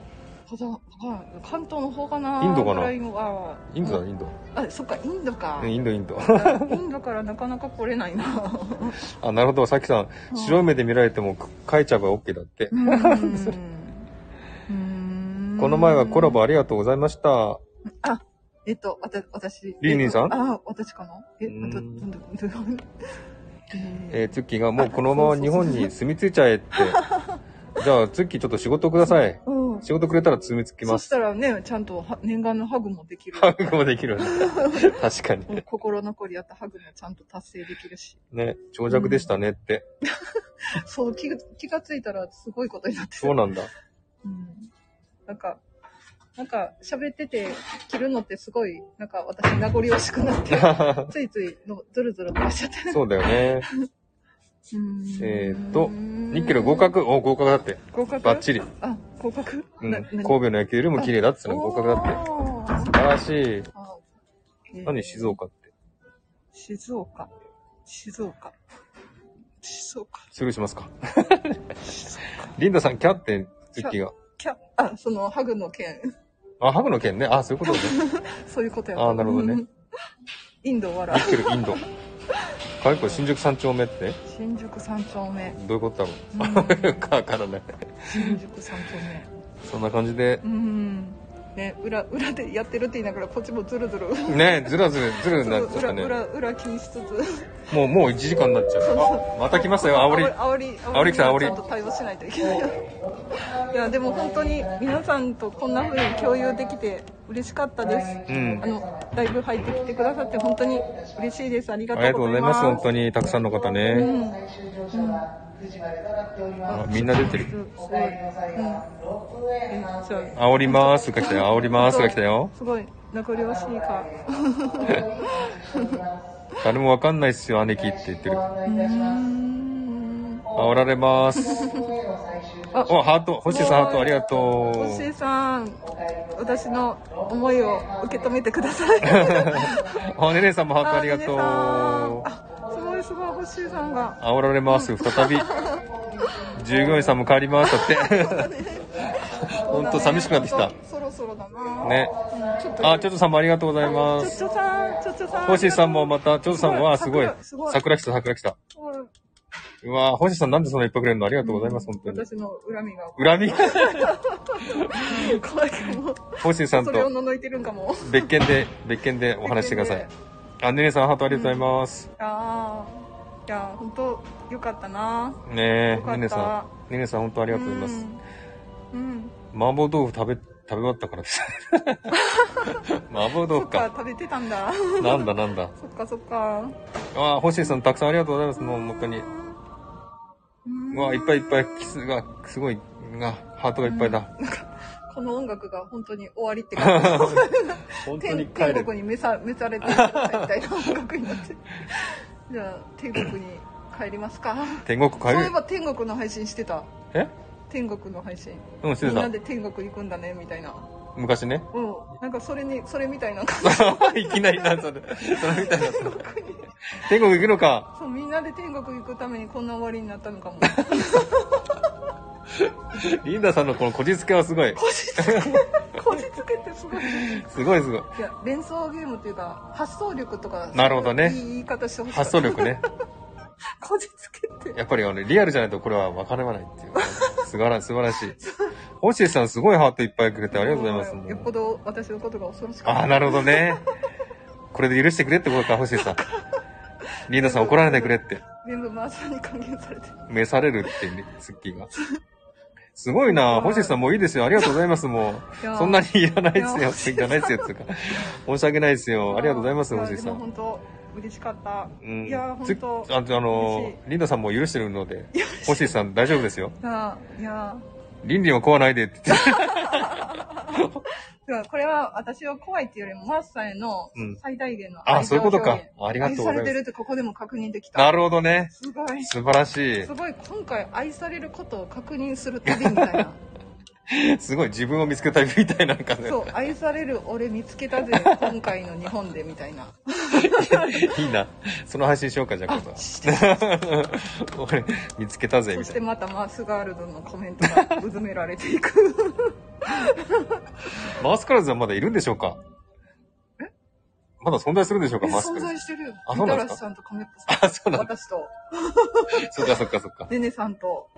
Speaker 2: ただ、まあ、関東の方かな
Speaker 1: インドかな
Speaker 2: ぐらいは
Speaker 1: インドだ、インド。
Speaker 2: あ、そっか、インドか
Speaker 1: うん、。インド、インド。
Speaker 2: インドからなかなか来れないな。
Speaker 1: あ、なるほど。さっきさん、白い目で見られても書いちゃえば OK だって
Speaker 2: う。ーん。
Speaker 1: この前はコラ
Speaker 2: あ
Speaker 1: ボありがとうございました。
Speaker 2: えっと、わた、私。
Speaker 1: リーニーさん
Speaker 2: あ、私かなえ、
Speaker 1: うーん
Speaker 2: ど、どんどんどんどん。
Speaker 1: えー、ツッキーがもうこのまま日本に住み着いちゃえって。じゃあ、ツッキーちょっと仕事ください。
Speaker 2: うん。
Speaker 1: 仕事くれたら住み着きま
Speaker 2: そ し
Speaker 1: す。
Speaker 2: たらね、ちゃんとは念願のハグもできる。
Speaker 1: ハグもできるね。確かに。
Speaker 2: うん心残りやったハグもちゃんと達成できるし。
Speaker 1: ね、長尺でしたねって。
Speaker 2: そう、気が気がついたらすごいことになって
Speaker 1: そう
Speaker 2: る。
Speaker 1: なんだ。
Speaker 2: うん。なんか、なんか喋ってて着るのってすごい、なんか私名残惜しくな って、ついついのずるずる飛ばしちゃって。
Speaker 1: そうだよね。えーっとニッケル合格、お、合格だって。
Speaker 2: 合格
Speaker 1: バッチリ。
Speaker 2: あ、合格
Speaker 1: うん。神
Speaker 2: 格
Speaker 1: 戸の野球よりも綺麗だっつうの合格だって。
Speaker 2: って。
Speaker 1: 素晴らしい。
Speaker 2: あ
Speaker 1: 何静岡って。
Speaker 2: 静岡。静岡。静岡。
Speaker 1: スルーし ますか。
Speaker 2: 静岡。
Speaker 1: リンダさん、キャって、ツッキーが。
Speaker 2: キャ、あ、その、ハグの件。
Speaker 1: あ、ハグの件ね。あ、そういうことね。
Speaker 2: そういうことや
Speaker 1: あーなるほどね
Speaker 2: うんインド笑
Speaker 1: 生きてるインド。かわいい子、新宿三丁目ってね。
Speaker 2: 新宿三丁目
Speaker 1: どういうことだろ
Speaker 2: うん
Speaker 1: う。か、わからない。
Speaker 2: 新宿三丁目
Speaker 1: そんな感じで
Speaker 2: う、んね裏裏でやってるって言いながらこっちもズルズル
Speaker 1: ね、ずらずら、ずらになっちゃっ
Speaker 2: 裏
Speaker 1: たね。
Speaker 2: 裏裏気にしつつ
Speaker 1: もう、もう1時間になっちゃう。あ、また来ますよ、煽り。
Speaker 2: あおり
Speaker 1: 煽り来た煽り
Speaker 2: ちゃんと対応しないといけ ないいやでも本当に皆さんとこんな風に共有できて嬉しかったです
Speaker 1: うん
Speaker 2: あ。のライブ入ってきてくださって本当に嬉しいですあり
Speaker 1: あ
Speaker 2: が
Speaker 1: りがと
Speaker 2: と
Speaker 1: う
Speaker 2: う
Speaker 1: ござい
Speaker 2: ござい
Speaker 1: ま、
Speaker 2: ますす
Speaker 1: 本当に。たくさんの方
Speaker 2: う
Speaker 1: ね。
Speaker 2: んうん
Speaker 1: あみんな出てる。
Speaker 2: すごい。うん。えじゃ
Speaker 1: 煽りますが来たよ。煽りますが来たよ
Speaker 2: あ。すごい名残惜し いか。
Speaker 1: 誰もわかんないっすよ、姉貴って言ってる。
Speaker 2: うーん。
Speaker 1: 煽られます。
Speaker 2: あ
Speaker 1: お、ハート。星さん、ハート、ありがと
Speaker 2: おし
Speaker 1: う。
Speaker 2: いさん、私の思いを受け止めてくだ さい。
Speaker 1: あ、ねねさんもハート、ありがとう。
Speaker 2: あ、すごいすごいおしいさんが。
Speaker 1: 煽られます、再び。従業員さんも帰ります、だって。 ほんと寂しくなってきた
Speaker 2: 本当そろそろだな。
Speaker 1: ね。
Speaker 2: うん。ちょっと。
Speaker 1: あ、ちょっとさんもありがとうございま
Speaker 2: ちょ
Speaker 1: す。
Speaker 2: ちょさん、ちょちょさん。
Speaker 1: 星さんもまた、ちょっとさんも、あ、すごい
Speaker 2: すご。い
Speaker 1: 桜来た、桜来た。
Speaker 2: うん。
Speaker 1: うわ星さんなんでそんないっぱいくれるのありがとうございます、本当に。
Speaker 2: 私の恨みが。
Speaker 1: 恨み
Speaker 2: 怖いかも。
Speaker 1: 星さん
Speaker 2: それを
Speaker 1: と
Speaker 2: 覗いてるんかも。
Speaker 1: 別件で、別件でお話ししてください。あ、ねねさん、ハートありがとうございます。
Speaker 2: ああいや本当よかったな
Speaker 1: ねえ、
Speaker 2: よかった
Speaker 1: ねねさん。ねねさん、本当あ
Speaker 2: あ
Speaker 1: りがとうございます。
Speaker 2: うん、うん
Speaker 1: 麻婆豆腐食べ、食べ終わったからです。 麻婆豆
Speaker 2: そ
Speaker 1: 腐
Speaker 2: っか
Speaker 1: か。
Speaker 2: 食べてたんだ
Speaker 1: なんだなんだ。
Speaker 2: そっかそっか
Speaker 1: ああ、星さんたくさんありがとうございます。もう本当に。
Speaker 2: うん
Speaker 1: うわいっぱいいっぱいキスが、すごい、が、ハートがいっぱいだ。
Speaker 2: この音楽が本当に終わりって感じ
Speaker 1: 本
Speaker 2: 天天。国に召さ召されてくださいみたいな音楽にな ってじゃあ天国に帰りますか
Speaker 1: 天国
Speaker 2: そう
Speaker 1: 帰
Speaker 2: いえ
Speaker 1: る。
Speaker 2: ば天国の配信してた
Speaker 1: え
Speaker 2: 天国の配信
Speaker 1: うん、して
Speaker 2: みんな
Speaker 1: た。
Speaker 2: で天国行くんだねみたいな
Speaker 1: 昔ね。
Speaker 2: うんなんかそれにそれみたいな感
Speaker 1: いきなりなんそれ。それみたいな。
Speaker 2: じ天国
Speaker 1: 天国
Speaker 2: に
Speaker 1: 行くのか。
Speaker 2: そうみんなで天国行くためにこんな終わりになったの かも
Speaker 1: リンダさんのこのこじつけはすごい。
Speaker 2: こじつけこじつけってすごいい
Speaker 1: すごいすごい。
Speaker 2: や連想ゲームっていうか発想力とか
Speaker 1: なるほどね
Speaker 2: そういう言い方してほしい
Speaker 1: 発想力ね。
Speaker 2: こじつけって
Speaker 1: やっぱりあの、リアルじゃないとこれは分からないっていう。素晴らしい、素晴らしい。星さんすごいハートいっぱいくれてありがとうございます。もう
Speaker 2: よっぽど私のことが恐ろしか
Speaker 1: ああ、なるほどね。これで許してくれってことか、星さん。リーナさん怒られてくれって。
Speaker 2: 全部マーサーに還元されて
Speaker 1: 召されるってね、スッキーが。すごいな星さんもういいですよ。ありがとうございます、も
Speaker 2: いや
Speaker 1: う。そんなにいらないで
Speaker 2: いや星
Speaker 1: すよ。いらないですよ、つうか。申し訳ないですよ。ありがとうございます、
Speaker 2: や
Speaker 1: 星さ
Speaker 2: でも
Speaker 1: ん。
Speaker 2: 本当嬉しか った、
Speaker 1: うん
Speaker 2: いや
Speaker 1: つ
Speaker 2: 本当
Speaker 1: ああの
Speaker 2: 嬉し、
Speaker 1: リーナさんも許してるので、星さん大丈夫ですよ。
Speaker 2: いやいや
Speaker 1: リンリンは壊ないでって言って。
Speaker 2: だからこれは私は怖いっていうよりもマーサーへの
Speaker 1: うん
Speaker 2: 最大限の
Speaker 1: あ、
Speaker 2: 愛
Speaker 1: そう
Speaker 2: 情
Speaker 1: いうこと
Speaker 2: 表現、
Speaker 1: か。ありがとうござ
Speaker 2: 愛
Speaker 1: い
Speaker 2: され
Speaker 1: ま
Speaker 2: てる
Speaker 1: す。
Speaker 2: ってここでも確認できた
Speaker 1: なるほどね。
Speaker 2: すごい
Speaker 1: 素晴らし
Speaker 2: すごい今回愛されることを確認する旅みた いな
Speaker 1: い。すごい、自分を見つけたみたいな感じ。
Speaker 2: そう愛される俺見つけた ぜ今回の日本でみたいな
Speaker 1: いいな。その配信しようか、じゃあ、 今度。俺、見つけたぜ、
Speaker 2: そ
Speaker 1: み
Speaker 2: したて
Speaker 1: いな。
Speaker 2: またマースガールドのコメントがうずめられていく
Speaker 1: マスカラーズはまだいるんでしょうかまだ存在するんでしょう
Speaker 2: え
Speaker 1: か、マスカ
Speaker 2: 存
Speaker 1: ラー
Speaker 2: 在してるよ
Speaker 1: あ
Speaker 2: み
Speaker 1: そうな
Speaker 2: た
Speaker 1: んです
Speaker 2: ら
Speaker 1: か
Speaker 2: しさんとカメット
Speaker 1: ズ。あ、そう
Speaker 2: さん
Speaker 1: なんだ。
Speaker 2: 私と
Speaker 1: そっかそっかそっか。
Speaker 2: ねねさんと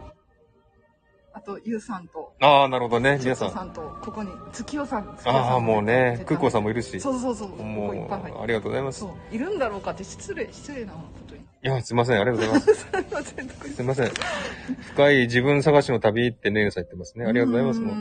Speaker 2: あとゆうさんと
Speaker 1: ああ、なるほどね、
Speaker 2: ちょ
Speaker 1: 皆
Speaker 2: っ
Speaker 1: さ
Speaker 2: と
Speaker 1: ん。あ
Speaker 2: さんとここに月夜さん月夜さん
Speaker 1: あー、もうね、空港さん
Speaker 2: も
Speaker 1: もいるし。
Speaker 2: そうそうそうこ
Speaker 1: も
Speaker 2: こいっぱい入
Speaker 1: う、
Speaker 2: っ
Speaker 1: あ
Speaker 2: て
Speaker 1: りがとうございます。い
Speaker 2: そういるんだろうかって失礼失礼なことに
Speaker 1: や、すいません、 ありがとうございま す。
Speaker 2: すいません
Speaker 1: すいません。深い自分探しの旅ってね、さん言ってますね。ありがとうございます。
Speaker 2: ん
Speaker 1: もう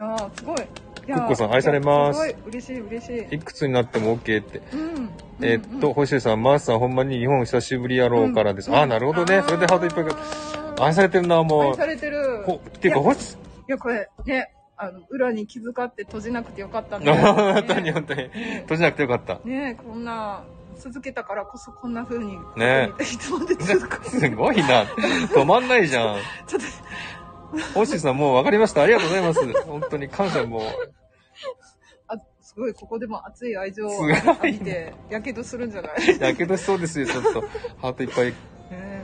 Speaker 2: ああ、すごい。ク
Speaker 1: クッコさん愛されます
Speaker 2: すごい、嬉しい、嬉しい。
Speaker 1: いくつになっても OK って。
Speaker 2: うん。
Speaker 1: えーっと、星さん、マースさん、ほんまに日本久しぶりやろうからです。
Speaker 2: うん
Speaker 1: ああ、なるほどね。それでハートいっぱいが。
Speaker 2: が。
Speaker 1: 愛されてるな、も
Speaker 2: 愛
Speaker 1: う
Speaker 2: さ。れてる。
Speaker 1: こっていうか、
Speaker 2: いや
Speaker 1: 星さん
Speaker 2: いや、これ、ね、あの、裏に気遣って閉じなくてよかったんだよね。
Speaker 1: 本当に本当に。閉じなくてよかった。
Speaker 2: ねこんな、続けたからこそこんな風に。
Speaker 1: ね
Speaker 2: いつまで続 く。
Speaker 1: すごいな。止まんないじゃん。
Speaker 2: ちょっと、
Speaker 1: 星さんもう分かりました。ありがとうございます。本当に感謝もう。
Speaker 2: あ、すごい、ここでも熱い愛情
Speaker 1: す
Speaker 2: を
Speaker 1: ごいな
Speaker 2: 浴びて、やけどするんじゃない
Speaker 1: やけどしそうですよ、ちょっと。ハートいっぱい。
Speaker 2: ね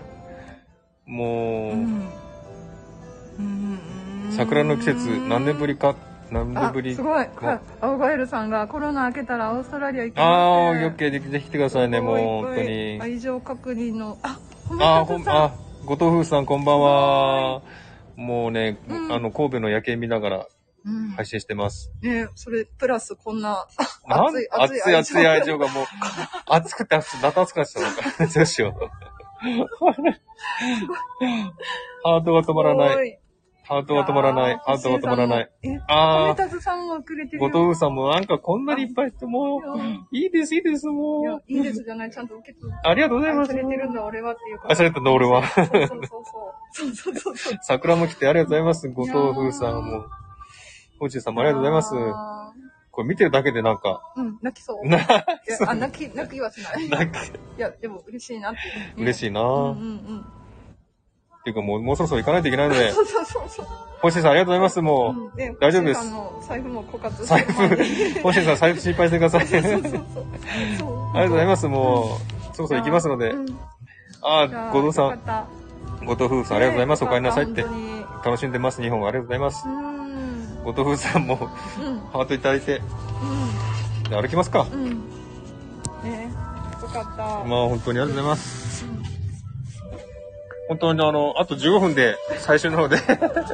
Speaker 1: も
Speaker 2: うんうんうん
Speaker 1: う、桜の季節、何年ぶりかっ何年
Speaker 2: あ
Speaker 1: ぶり
Speaker 2: すごい、
Speaker 1: も
Speaker 2: か青ガエルさんがコロナ明けたらオーストラリア行き
Speaker 1: あ
Speaker 2: ま
Speaker 1: あ、
Speaker 2: す
Speaker 1: よけでぜひ来てくださいね、もう本当に。
Speaker 2: 愛情確認のあほん
Speaker 1: あー、
Speaker 2: ま
Speaker 1: ほん、
Speaker 2: さん
Speaker 1: あ、ごとふうさんこんばんは。もうね、
Speaker 2: うん
Speaker 1: あの、神戸の夜景見ながら
Speaker 2: うん
Speaker 1: 配信してます。
Speaker 2: ねそれプラスこんなあ
Speaker 1: なん
Speaker 2: 熱い
Speaker 1: 熱
Speaker 2: 熱
Speaker 1: い
Speaker 2: い
Speaker 1: 熱い愛情がもう、熱くて熱くて、また熱くなっちゃった。どうしよう。 ハートが止まらない。
Speaker 2: い
Speaker 1: ハートが止まらない。ハートが止まらない。
Speaker 2: え
Speaker 1: あ
Speaker 2: 米
Speaker 1: ー、
Speaker 2: 達さんがくれてる
Speaker 1: ごと
Speaker 2: よ
Speaker 1: ふうさんもなんかこんなにいっぱいして、も
Speaker 2: いや
Speaker 1: う、いいです、いいです、
Speaker 2: いや
Speaker 1: もう。
Speaker 2: いいですじゃないちゃんと受け取って
Speaker 1: ありがとうございま
Speaker 2: 愛
Speaker 1: す
Speaker 2: さ。れてるんだ俺はっていうか
Speaker 1: 愛されてんだ俺は
Speaker 2: そうそうそうそうそうそうそうそう
Speaker 1: 桜も来 てありがとうございます。ごとふうさんも。ほちゅうさんもありがとうございます。
Speaker 2: あ
Speaker 1: これ見てるだけでなんか、
Speaker 2: ーうん泣きそう
Speaker 1: な、
Speaker 2: いやあ泣き泣きはしない
Speaker 1: なんか、
Speaker 2: いやでも嬉しいなって
Speaker 1: 嬉
Speaker 2: い
Speaker 1: しいな
Speaker 2: う
Speaker 1: ぁ、
Speaker 2: んうんうん
Speaker 1: っていうかもう、もうそろそろ行かないといけないので、
Speaker 2: そうそうそうそう
Speaker 1: ほちゅうさんありがとうございます。もう、
Speaker 2: うんね
Speaker 1: 大丈夫です
Speaker 2: 星さんの財布も枯渇
Speaker 1: 財
Speaker 2: してる前に
Speaker 1: 布、ほちゅうさん財布心配してください。あり
Speaker 2: そう
Speaker 1: が
Speaker 2: そうそうそう
Speaker 1: とうございます。もう、そろそろ行きますので。あ
Speaker 2: じゃ
Speaker 1: ー、
Speaker 2: あ
Speaker 1: ごとさ
Speaker 2: よ
Speaker 1: ん、
Speaker 2: かっ
Speaker 1: ごとふう
Speaker 2: た
Speaker 1: さんありがとうございます。お
Speaker 2: ね
Speaker 1: 帰りなさいって
Speaker 2: よ。かた本
Speaker 1: 楽しんでます。日本ありがとうございます
Speaker 2: 当。にうん
Speaker 1: ごとふうさんも、ハートいただいて、で歩きますか。
Speaker 2: うんうんうんねよかった
Speaker 1: まあ本当にありがとうございます。本当にあの、あと15分で最終の方で、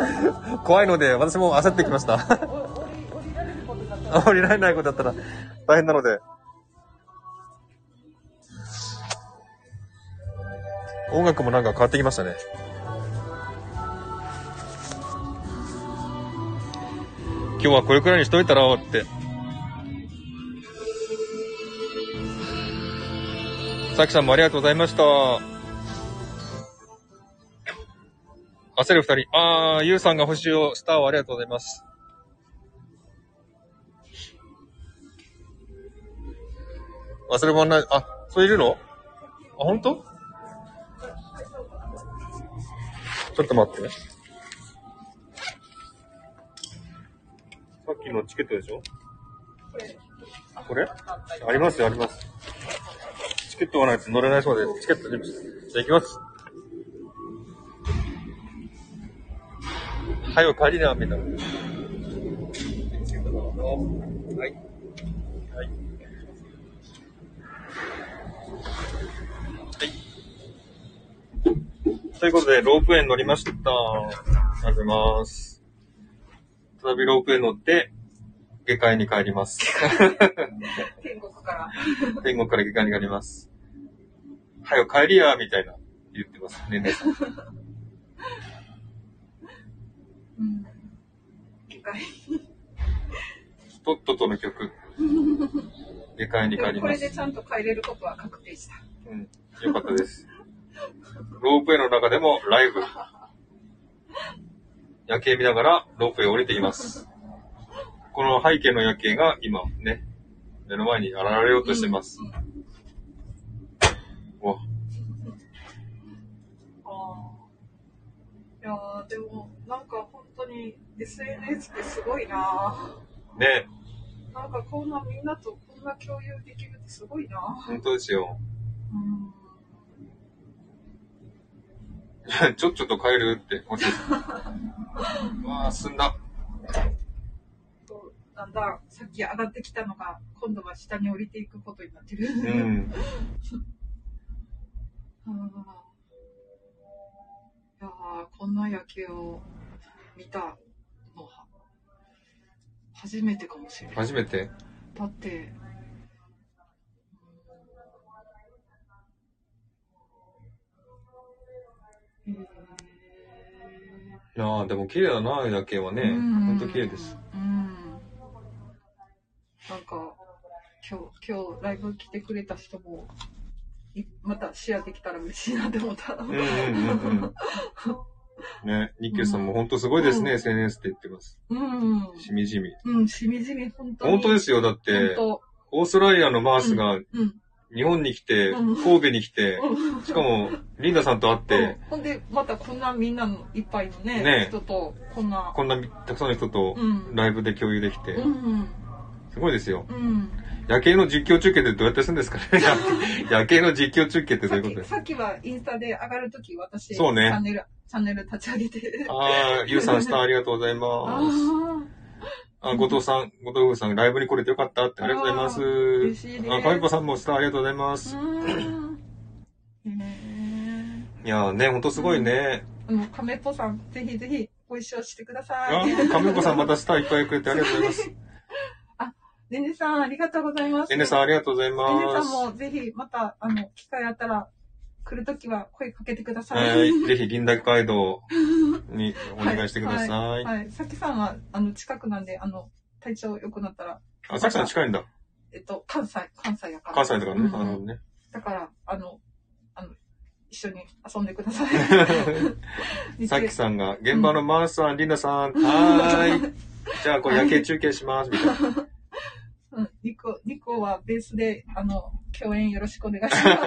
Speaker 1: 怖いので私も焦ってきました。
Speaker 2: 降り降りられることだった
Speaker 1: あまり慣れないことだったら大変なので。音楽もなんか変わってきましたね。今日はこれくらいにしといたらって。さきさんもありがとうございました。焦る二人。あー、ゆうさんが星を、スターをありがとうございます。忘れ物ない。あ、それいるのあ、本当？ちょっと待ってね。さっきのチケットでしょこれありますよ、あります。チケットがないと乗れないそうで、チケット準備して。じゃあ行きます。はよ、帰りな、みんな。はい。はい。ということで、ロープウェイに乗りました。ありがとうございます。再びロープウェイに乗って、下界に帰ります。
Speaker 2: 天国から
Speaker 1: 天国から下界に帰ります。はよ帰りや、みたいな、言ってます。ねねさん。
Speaker 2: うん一回
Speaker 1: トットとの曲。下界に帰
Speaker 2: で
Speaker 1: り
Speaker 2: もこ
Speaker 1: ま
Speaker 2: れ
Speaker 1: す
Speaker 2: で。ちゃんと帰れることは確定した
Speaker 1: うん。よかったです。ロープウェイの中でもライブ。夜景見ながらロープウェイ降りています。この背景の夜景が今ね、目の前に現れようとしてます。うわ
Speaker 2: あーいやーでもなんか本当に SNS ってすごいな
Speaker 1: ね、
Speaker 2: ーなんかこんなみんなとこんな共有できるってすごいな
Speaker 1: 本当ですよ。
Speaker 2: うん
Speaker 1: ちょっちょっと帰るって、こっちです。わあ、進んだ。
Speaker 2: とだんだんさっき上がってきたのが今度は下に降りていくことになってる、
Speaker 1: う
Speaker 2: うん
Speaker 1: ん。
Speaker 2: いやーこんな夜景を見たのは初めてかもしれない
Speaker 1: 初めて。
Speaker 2: だってうん
Speaker 1: いやあ、でも綺麗だな、夜景はね。
Speaker 2: うん
Speaker 1: ほんと綺麗です。。
Speaker 2: うん。なんか、今日、今日ライブ来てくれた人も、いまたシェアできたら嬉しいなって思った。
Speaker 1: うんうんうんうん。 ね、ニッケルさんも本当すごいですね、
Speaker 2: うん
Speaker 1: SNS って言ってます。
Speaker 2: うん。
Speaker 1: しみじみ。
Speaker 2: うん、しみじみ、本当に。
Speaker 1: 本当ですすよ、だって、
Speaker 2: 本
Speaker 1: オーストラリアのマースが
Speaker 2: 当。うん。
Speaker 1: 日本に来て、
Speaker 2: うん
Speaker 1: 神戸に来て、
Speaker 2: うん
Speaker 1: しかも、リンダさんと会って、
Speaker 2: ほんで、またこんなみんなのいっぱいのね、
Speaker 1: ね
Speaker 2: 人と、こんな。
Speaker 1: こんなたくさんの人と
Speaker 2: うん
Speaker 1: ライブで共有できて
Speaker 2: う、ん。
Speaker 1: すごいですよ。
Speaker 2: うん。
Speaker 1: 夜景の実況中継ってどうやってするんですかね 夜景の実況中継ってど
Speaker 2: さ
Speaker 1: うい
Speaker 2: っ
Speaker 1: うことで
Speaker 2: き、
Speaker 1: すか
Speaker 2: さっきはインスタで上がるとき、私、
Speaker 1: そうね
Speaker 2: チャンネル、チャンネル立ち上げて。
Speaker 1: ああ、ゆうさんスターありがとうございます。
Speaker 2: あー。
Speaker 1: あ、後藤さん、後藤夫婦さん、ライブに来れてよかったって、ありがとうございます。
Speaker 2: わあ嬉しいです
Speaker 1: あ、かみこさんもスターありがとうございます。
Speaker 2: ん。ね
Speaker 1: いやーね、ほんとすごいね。
Speaker 2: えもう亀っぽさん、ぜひぜひご一緒してくださ
Speaker 1: あ
Speaker 2: い。、
Speaker 1: かみこさんまたスターいっぱいくれてありがとうございま す。
Speaker 2: ねねさん、ありがとうございます。
Speaker 1: えねさん、ありがとうございます。
Speaker 2: ねねさんもぜひ、また、あの、機会あったら、来るときは声かけてください。
Speaker 1: はい。ぜひ、銀河街道にお願いしてください。
Speaker 2: はい。はいさきさんは、あの、近くなんで、あの、体調良くなったら、
Speaker 1: あ、さきさん近いんだ。
Speaker 2: えっと、関西、関西やから。
Speaker 1: 関西とかね。
Speaker 2: うん
Speaker 1: あのね。
Speaker 2: だから、あの、あの、一緒に遊んでくだ さい。
Speaker 1: さきさんが、現場のマースさん、リンダさん、はーい。じゃあ、これ夜景中継します、みたいな。
Speaker 2: うん、ニコ、ニコはベースで、あの、共演よろしくお願 いします。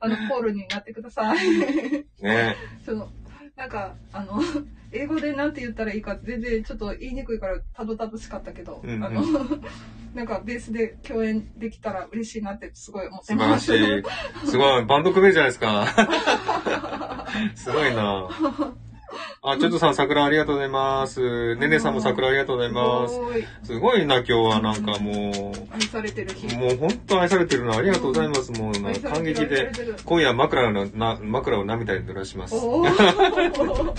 Speaker 2: あの、ポールになってください。
Speaker 1: ね
Speaker 2: その、なんか、あの、英語でなんて言ったらいいか全然ちょっと言いにくいからたどたどしかったけど、
Speaker 1: うんうん
Speaker 2: あの、 なんかベースで共演できたら嬉しいなってすごい思って
Speaker 1: 素晴ら
Speaker 2: ま
Speaker 1: し
Speaker 2: す。
Speaker 1: い。 すごい。バンド組めるじゃないですか。すごいなあ、ちょっとさん、桜ありがとうございます。ねねさんも桜ありがとうございます
Speaker 2: す。ごい、
Speaker 1: すごいな、今日はなんかもう。
Speaker 2: 愛されてる日。
Speaker 1: もう本当愛されてるな。ありがとうございます。もうな
Speaker 2: 愛さ
Speaker 1: 感
Speaker 2: れて
Speaker 1: 激
Speaker 2: る
Speaker 1: で
Speaker 2: 愛されてる。
Speaker 1: 今夜枕のな枕を涙で濡らします。
Speaker 2: おー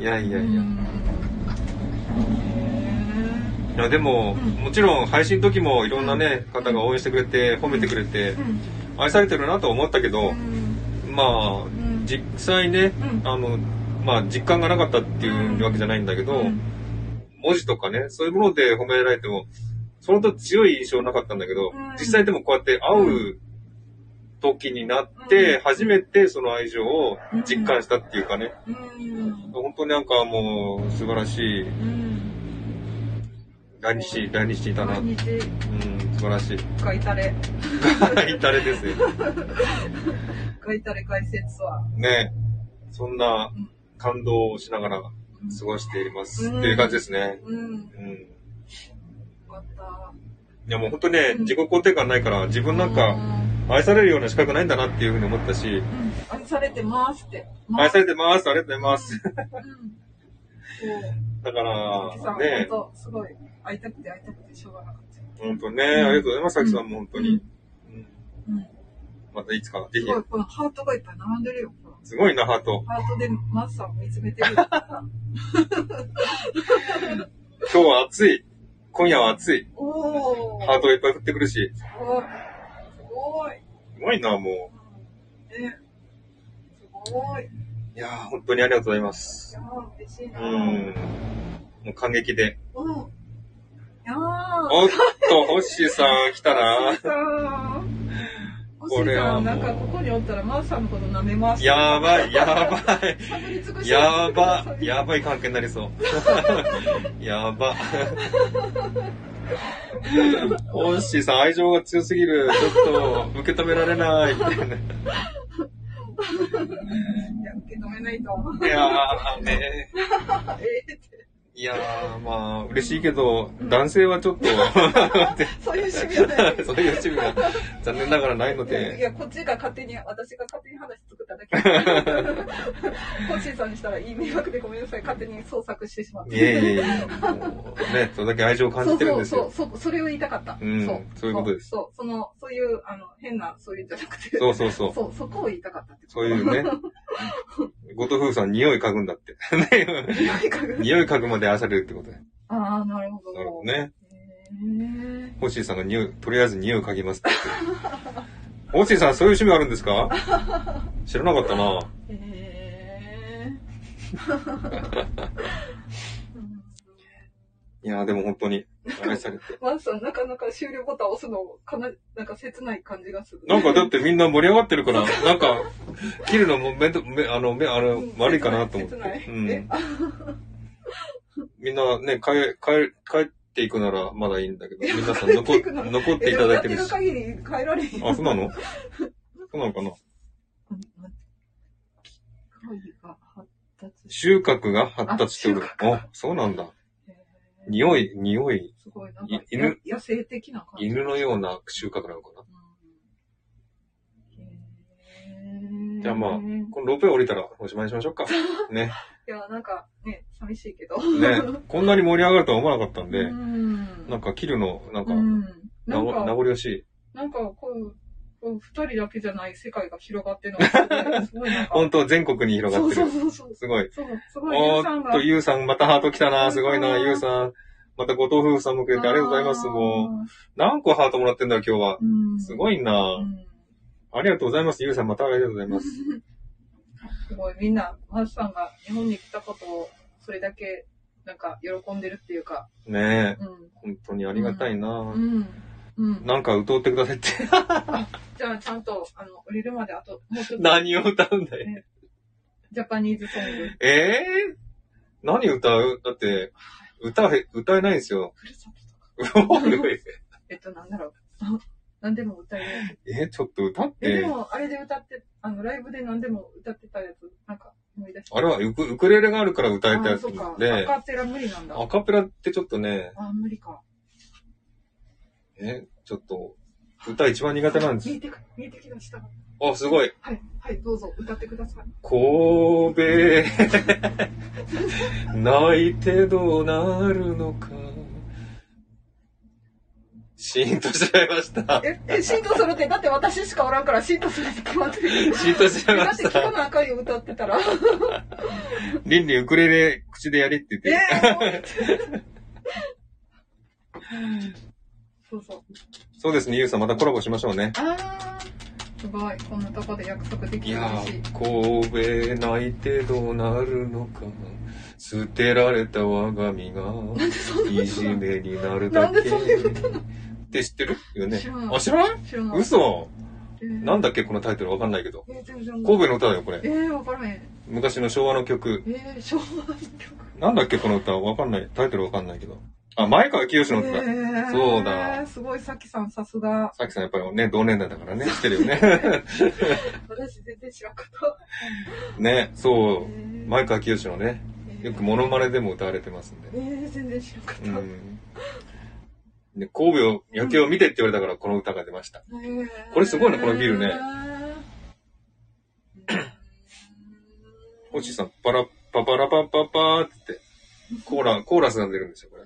Speaker 1: いやいや
Speaker 2: う
Speaker 1: いや。
Speaker 2: んへ
Speaker 1: いやでも、
Speaker 2: ん
Speaker 1: もちろん配信の時もいろんなね、方が応援してくれて、褒めてくれて
Speaker 2: ー、うん
Speaker 1: 愛されてるなと思ったけど、
Speaker 2: うん
Speaker 1: まあ、
Speaker 2: ん
Speaker 1: 実際ね、
Speaker 2: うん
Speaker 1: あの、まあ実感がなかったっていうわけじゃないんだけど、
Speaker 2: うん
Speaker 1: 文字とかね、そういうもので褒められても、その時強い印象なかったんだけど、
Speaker 2: うん
Speaker 1: 実際でもこうやって会う時になって、
Speaker 2: うん
Speaker 1: 初めてその愛情を実感したっていうかね、
Speaker 2: うん
Speaker 1: 本当になんかもう素晴らしい、
Speaker 2: うん
Speaker 1: 来日、来日いたな。う
Speaker 2: 毎
Speaker 1: ん、
Speaker 2: 日
Speaker 1: 素晴らしい。
Speaker 2: ガイタレ
Speaker 1: いたれですよ。
Speaker 2: ガイタレ解説は
Speaker 1: ねそんな感動をしながら過
Speaker 2: う
Speaker 1: ごしています。
Speaker 2: うん
Speaker 1: っていう感じですね。
Speaker 2: んう
Speaker 1: う
Speaker 2: ん
Speaker 1: ん。
Speaker 2: よかった
Speaker 1: いやもう本当ね
Speaker 2: う、ん
Speaker 1: 自己肯定感ないから、自分なんか愛されるような資格ないんだなっていうふうに思ったし、
Speaker 2: うん愛されてますって
Speaker 1: 愛さ
Speaker 2: れ
Speaker 1: れてます、ありがとうございます。
Speaker 2: うん
Speaker 1: だか
Speaker 2: そうさ
Speaker 1: ら、
Speaker 2: ん
Speaker 1: ね
Speaker 2: 本当すごい会いたくて会いたくてしょうがなかった
Speaker 1: 本当ね、ありがとうございます、さきさんも本当に。うん
Speaker 2: うん
Speaker 1: またいつか、ぜ
Speaker 2: す
Speaker 1: ひ
Speaker 2: ご。いこのハートがいっぱい並んでるよほら
Speaker 1: すごいな、ハート。
Speaker 2: ハートでマスさんを見つめて る
Speaker 1: 今日は暑い。今夜は暑い。
Speaker 2: おお
Speaker 1: ハートがいっぱい降ってくるし。
Speaker 2: すごいすごい
Speaker 1: すごいな、も。
Speaker 2: ねすごいいう
Speaker 1: いやー、本当にありがとうございます。
Speaker 2: や嬉しいうな
Speaker 1: ーん。もう感激で。
Speaker 2: うん。いやー。
Speaker 1: おっと、ホッシーさん来た
Speaker 2: お
Speaker 1: な
Speaker 2: し。さん。お
Speaker 1: これ
Speaker 2: し
Speaker 1: は
Speaker 2: さ、
Speaker 1: もうん
Speaker 2: なんかここにおったら、マーさんのこと舐めます。
Speaker 1: やばい、やばい。
Speaker 2: しゃべり尽くして
Speaker 1: やば、やばい関係になりそう。 やば。ホッシーさん、愛情が強すぎる。ちょっと、受け止められない。みたいな。
Speaker 2: いや、受け止めないと。
Speaker 1: いやーね。
Speaker 2: えーって
Speaker 1: いやー、まあ、嬉しいけど、男性はちょっと、
Speaker 2: そういう趣味じゃない。
Speaker 1: そういう趣味が残念ながらないの
Speaker 2: い
Speaker 1: で、
Speaker 2: や、こっちが勝手に、私が勝手に話作っただけ。コッシーさんにしたらいい迷惑でごめんなさい。勝手に創作してしまっ
Speaker 1: い
Speaker 2: て。
Speaker 1: えいえいえ、もうね、それだけ愛情を感じてるんですよ。
Speaker 2: そうそうそう、それを言いたかった。
Speaker 1: うん
Speaker 2: そう
Speaker 1: そういうことです
Speaker 2: そう、そうその、そういう、あの、変な、そういうんじゃなくて。
Speaker 1: そうそうそう。
Speaker 2: そう、そこを言いたかったってこと
Speaker 1: そういうね。ごと夫婦さん、匂い嗅ぐんだって。匂い嗅ぐまで愛されるってことだよ
Speaker 2: ああ、なるほど。
Speaker 1: なるほどね。
Speaker 2: へえ
Speaker 1: ホッシーさんが匂い、とりあえず匂い嗅ぎますって言ってる。ホッシーさん、そういう趣味あるんですか知らなかったな。
Speaker 2: へえうん
Speaker 1: いやーでも本当に、愛されて。
Speaker 2: ワンさん、なかなか終了ボタン押すの、かな、なんか切ない感じがする。
Speaker 1: なんかだってみんな盛り上がってるから、なんか、切るのもめんど、め、あの、め、あ
Speaker 2: う
Speaker 1: の
Speaker 2: ん、
Speaker 1: 悪いかなと思って。
Speaker 2: 切ない。
Speaker 1: うん
Speaker 2: え、あ
Speaker 1: みんなね、帰、帰、帰っていくならまだいいんだけど、皆さん
Speaker 2: 帰っ
Speaker 1: 残
Speaker 2: て
Speaker 1: っ
Speaker 2: いくなら
Speaker 1: 残っ
Speaker 2: え
Speaker 1: ていただいて
Speaker 2: で
Speaker 1: る
Speaker 2: も
Speaker 1: し。
Speaker 2: やってる限り変えられへん。
Speaker 1: あ、そうなのそうなのかな
Speaker 2: うん待って機械が発達し
Speaker 1: 収穫が発達しておる
Speaker 2: あ。
Speaker 1: あそうなんだ。
Speaker 2: てる。
Speaker 1: 匂い、匂い、
Speaker 2: すごい、なんか
Speaker 1: い犬
Speaker 2: や野生的な感じ。
Speaker 1: 犬のような収穫なのかな。
Speaker 2: うんへー
Speaker 1: じゃあまあこのロープウェイ降りたらおしまいにしましょうか。ね。
Speaker 2: いや、なんかね、寂しいけど。
Speaker 1: ね、こんなに盛り上がるとは思わなかったんで
Speaker 2: う、ん。
Speaker 1: なんか、キルの、なんか、
Speaker 2: うん
Speaker 1: 名
Speaker 2: なん
Speaker 1: 残名
Speaker 2: か、
Speaker 1: 残惜しい。
Speaker 2: なんかこう、こう二人だけじゃない世界が広がってるのがすごいなん か。
Speaker 1: 本当全国に広がって
Speaker 2: そう
Speaker 1: る。
Speaker 2: そうそうそう。
Speaker 1: すごい。
Speaker 2: そう、すごい、ゆ
Speaker 1: お
Speaker 2: うさん
Speaker 1: ー
Speaker 2: が。
Speaker 1: っと、ゆうさん、またハート来たな。すごい
Speaker 2: あ
Speaker 1: な、
Speaker 2: ー
Speaker 1: ゆうさん。またご藤夫婦さんもくれてありがとうございます。もう、何個ハートもらってんだ、今日は。
Speaker 2: う、うん、
Speaker 1: すご
Speaker 2: い
Speaker 1: いな。ありがとうございます。ゆうさん、またありがとうございます。
Speaker 2: すごい、みんな、マスさんが日本に来たことを、それだけ、なんか、喜んでるっていうか、
Speaker 1: ねえ、
Speaker 2: うん。
Speaker 1: 本当にありがたいな。
Speaker 2: うん。うん。
Speaker 1: なんか歌ってくださいって。
Speaker 2: じゃあ、ちゃんと、あの、降りるまであと、もうちょっと、
Speaker 1: 何を歌うんだよ。
Speaker 2: ジャパニーズソング、
Speaker 1: ええ何歌うだって、歌え、歌えないんです よ。
Speaker 2: ふるさととか、
Speaker 1: え
Speaker 2: えっと、なんだろう。 何でも歌える。
Speaker 1: ちょっと歌っ
Speaker 2: え、で
Speaker 1: て。
Speaker 2: も、あれで歌って、あの、ライブで何でも歌ってたやつ、なんか、思い出した。
Speaker 1: あれはウクウクレレがあるから歌えたや
Speaker 2: あ、
Speaker 1: つ
Speaker 2: そうか。ア
Speaker 1: で、
Speaker 2: カペラ無理なんだ。
Speaker 1: アカペラってちょっとね、
Speaker 2: あ、無理か。
Speaker 1: え、ちょっと、歌一番苦手なんで
Speaker 2: 見
Speaker 1: す。
Speaker 2: えてく、見えてきました。
Speaker 1: あ、すごい。
Speaker 2: はい、はい、どうぞ、歌ってください。
Speaker 1: 神戸泣いてどうなるのか。シーンとしちゃいました。
Speaker 2: え、え、浸透するって、だって私しかおらんから浸透するって決まってる。
Speaker 1: シーンとしちゃい
Speaker 2: だ
Speaker 1: ま
Speaker 2: って
Speaker 1: し
Speaker 2: 聞か
Speaker 1: た。
Speaker 2: なあかんよ、歌ってたら。
Speaker 1: リンリンウクレレ口でやれって言っ
Speaker 2: え
Speaker 1: て。
Speaker 2: ーもうそうそう。
Speaker 1: そうですね、ゆうさんまたコラボしましょうね。
Speaker 2: あー、すごい。こんなとこで約束で
Speaker 1: い
Speaker 2: きる
Speaker 1: や
Speaker 2: し。
Speaker 1: ー、神戸泣いてどうなるのか。捨てられた我が身 が、いじめになるだ
Speaker 2: なん
Speaker 1: け。
Speaker 2: でそんな
Speaker 1: って知ってるよね
Speaker 2: 知ら。ない
Speaker 1: あ、知らない
Speaker 2: 知らない。
Speaker 1: 嘘。
Speaker 2: えー
Speaker 1: なんだっけ、このタイトルわかんないけど。
Speaker 2: えー、全然
Speaker 1: 神戸の歌だよ、これ。
Speaker 2: えー、わからへん。
Speaker 1: 昔の昭和の曲。
Speaker 2: えー、昭和の曲。
Speaker 1: なんだっけ、この歌。わかんない。タイトルわかんないけど。あ、前川清の歌。
Speaker 2: えー
Speaker 1: そうだ
Speaker 2: すごい、さきさん、さすが。
Speaker 1: さきさんやっぱりね、同年代だからね、知ってるよね。
Speaker 2: 私、全然知らんかった。
Speaker 1: ね、そ
Speaker 2: え
Speaker 1: う。
Speaker 2: ー
Speaker 1: 前川清のね、よくモノマネでも歌われてますんで。
Speaker 2: えー、全然知らんかった。
Speaker 1: うんで神戸を夜景を見てって言われたからこの歌が出ました。こ
Speaker 2: こ
Speaker 1: れすごいねこのビルね。星
Speaker 2: ん。
Speaker 1: さん、パラパパラパパパーって言って、コーラ、コーラスが出るんですよ、これ。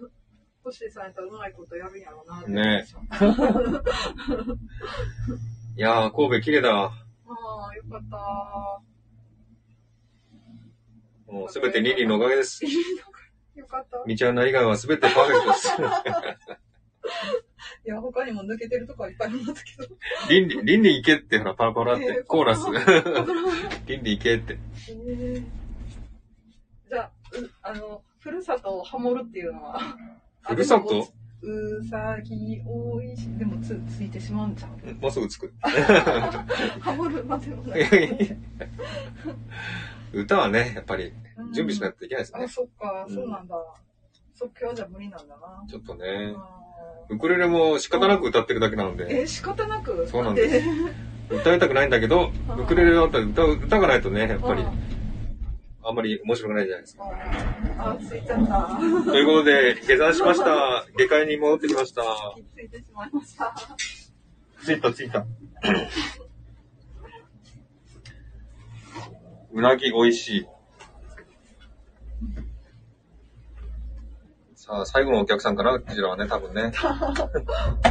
Speaker 2: コシさんやったらうまいことやるんやろうな。
Speaker 1: ねいやー、神戸綺麗だ。
Speaker 2: ああ、よ かった
Speaker 1: もうすべてリリーのおかげです。
Speaker 2: ー。よかった。い
Speaker 1: 道案内以外はすべてパーフェクトです。
Speaker 2: や、他にも抜けてるとこはいっぱいありますけ ど。
Speaker 1: リンリン、リンリン行けってほら、パラパラって、コーラス。 リンリン行けって。
Speaker 2: えーじゃあ、うあの、ふるさとをハモるっていうのは。
Speaker 1: ふるさと
Speaker 2: あでもうさぎおいしい。でもつ、ついてしまうん じゃん。
Speaker 1: もうすぐ着く。
Speaker 2: ハモるまでもな
Speaker 1: えへ歌はね、やっぱり準備しないいといけないです
Speaker 2: うん。あ、
Speaker 1: ね。
Speaker 2: そっか、
Speaker 1: うん
Speaker 2: そうなんだ。即興じゃ無理なんだな。
Speaker 1: ちょっと
Speaker 2: う
Speaker 1: ね
Speaker 2: ん、
Speaker 1: ウクレレも仕方なく歌ってるだけなので。
Speaker 2: えー、仕方なく。。
Speaker 1: そうなんです歌いたくないんだけど
Speaker 2: あ、ー
Speaker 1: ウクレレだったら歌う、歌がないとね、やっぱり
Speaker 2: うん、
Speaker 1: あんまり面白くないじゃないですか。
Speaker 2: あ、ついちゃった。
Speaker 1: ということで、下山しました。下界に戻ってきました。
Speaker 2: ついてしまいました。
Speaker 1: 着いた着いた。うなぎ美味しい。さあ、最後のお客さんかな、こちらはね、多分ね。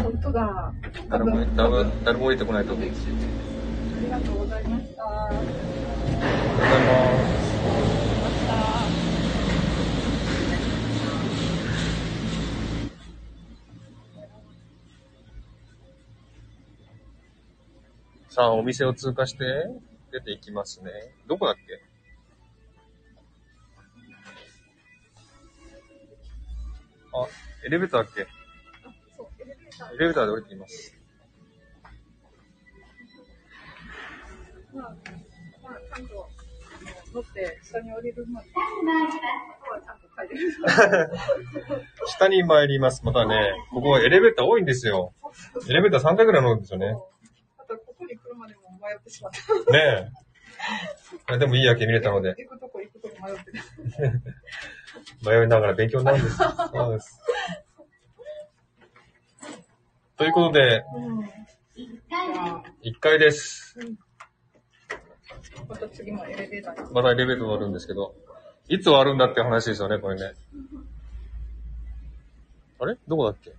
Speaker 2: 本当だ。
Speaker 1: 誰も、誰も、誰も降りてこないと思う。あり
Speaker 2: ありがとうございました。
Speaker 1: がとうございます。
Speaker 2: また。
Speaker 1: さあ、お店を通過して出ていきますね。どこだっけあ、エレベーターだっけエ
Speaker 2: あ、そう、エレベーター。
Speaker 1: レベーターで降りています。
Speaker 2: まあ、まあ、ちゃんと。あの乗って、下に降りるま で。ここはちゃんと書いてる。
Speaker 1: 下に参ります。またね、ここエレベーター多いんですよ。エレベーター3回ぐらい乗るんですよね。
Speaker 2: あと、ここに来るまでも迷ってしまった。
Speaker 1: ねえ。あでもいい夜景見れたので、
Speaker 2: 行くとこ行くとこ迷ってる。
Speaker 1: 迷いながら勉強になるんです。そうです。ということで、
Speaker 2: うん。
Speaker 1: 1階です。
Speaker 2: また次もエレベーターに。
Speaker 1: またエレベーター乗るんですけど、いつ終わるんだって話ですよね、これね。あれどこだっけ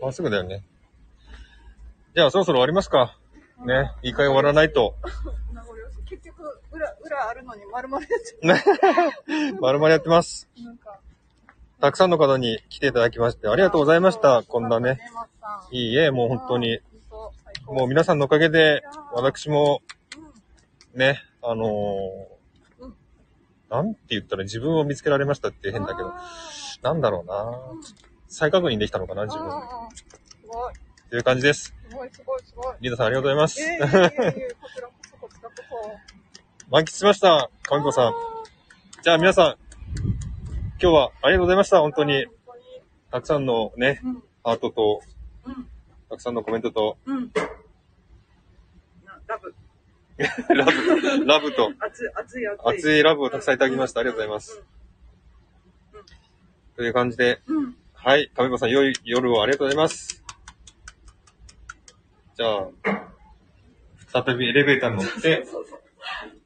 Speaker 1: まっすぐだよね。じゃあそろそろ終わりますか。ね。いい会終わらない と。
Speaker 2: 名残惜しい結局、裏、裏あるのに丸々やっちゃ
Speaker 1: まるまるやってます。
Speaker 2: う。なんか。
Speaker 1: たくさんの方に来ていただきまして、ありがとうございました。こんなね。。いいえ、もう本当に。。もう皆さんのおかげで、私も、ね、あのー
Speaker 2: うん
Speaker 1: なんて言ったら自分を見つけられましたって変だけど、なんだろうな再確認できたのかな、
Speaker 2: 自
Speaker 1: 自
Speaker 2: 分。
Speaker 1: 分。
Speaker 2: あーすごい、
Speaker 1: という感じです。
Speaker 2: すごい、すごい、すごい。
Speaker 1: リーダさんありがとうございます。
Speaker 2: ええええええこちらこそ、こちらこそ。
Speaker 1: 満喫しました、かみこさん。じゃあ皆さん、今日はありがとうございました、本当に。
Speaker 2: 本
Speaker 1: たくさんのね、
Speaker 2: 当に。
Speaker 1: ハートと、
Speaker 2: うん、
Speaker 1: たくさんのコメントと、
Speaker 2: うん、うん。なラブ。
Speaker 1: ラブ、ラブと、
Speaker 2: 熱い、熱い、熱い。
Speaker 1: 熱いラブをたくさんいただきました。ありがとうございます。。という感じで、
Speaker 2: うん。うん
Speaker 1: はい、かみこさん、良い夜をありがとうございます。じゃあ、再びエレベーターに乗って、
Speaker 2: そうそう。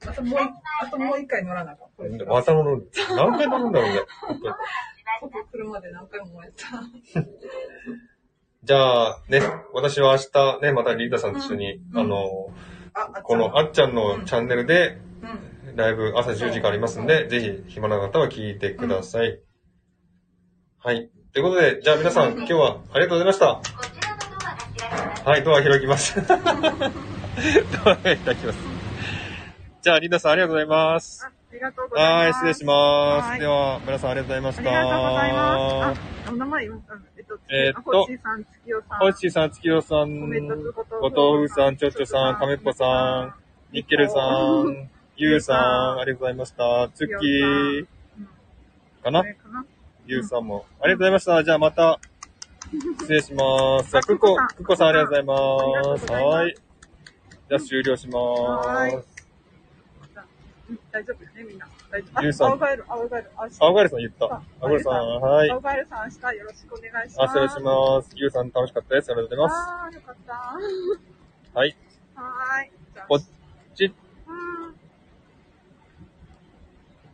Speaker 2: あともう、あともう一回乗らなあかんこれから
Speaker 1: また乗る、何回乗るんだろうね。
Speaker 2: ここ来るまで何回もやった。
Speaker 1: じゃあ、ね、私は明日、ね、またリーダさんと一緒に、
Speaker 2: うん
Speaker 1: あの、
Speaker 2: あ、あ
Speaker 1: このあっちゃんのチャンネルで、
Speaker 2: うん。
Speaker 1: ライブ朝10時からありますんで、ぜひ暇な方は聞いてください。はい。ということで、じゃあ皆さん、今日はありがとうございました。
Speaker 3: こちらのドアが開きます。
Speaker 1: はい、ドア開きます。 ドア開きます。じゃあ、リーダさんありがとうございます
Speaker 2: あ。ありがとうございます。
Speaker 1: はい、失礼しま
Speaker 2: は
Speaker 1: す。
Speaker 2: い
Speaker 1: では、村さんありがとうございました。
Speaker 2: ありがとうございます。あ、お名前、うんえっと、
Speaker 1: えーっと
Speaker 2: あ星さん、月夜さん、
Speaker 1: 星さん、月夜さん、
Speaker 2: コメント
Speaker 1: 後
Speaker 2: 後藤
Speaker 1: 藤さん、ちょっちょさん、亀っぽさん、ニッケルさん、ゆうさん、ありがとうございました。ツッキー
Speaker 2: うん、
Speaker 1: か
Speaker 2: こ
Speaker 1: な
Speaker 2: れかな。
Speaker 1: ゆうさんも。ありがとうございました。じゃあまた、失礼します。じゃあ、くこ
Speaker 2: あ、
Speaker 1: くこさんありがとうございま
Speaker 2: くこ
Speaker 1: す。
Speaker 2: さんあ
Speaker 1: は
Speaker 2: り
Speaker 1: い。じゃあ終了しま
Speaker 2: は
Speaker 1: ー
Speaker 2: い
Speaker 1: す。
Speaker 2: うん大丈夫よね、みんな。大丈夫。
Speaker 1: ゆうさん
Speaker 2: あ青ガエル、青ガエル、あ
Speaker 1: 青ガエルさん言った。青ガエルさん、はい。
Speaker 2: 青ガエルさん、明日よろしくお願いし
Speaker 1: あ、
Speaker 2: ます。
Speaker 1: 失礼します。ゆうさん楽しかったです。ありがとうございます。
Speaker 2: あーよかった。
Speaker 1: はい。
Speaker 2: はーい。じゃあ
Speaker 1: ポチッ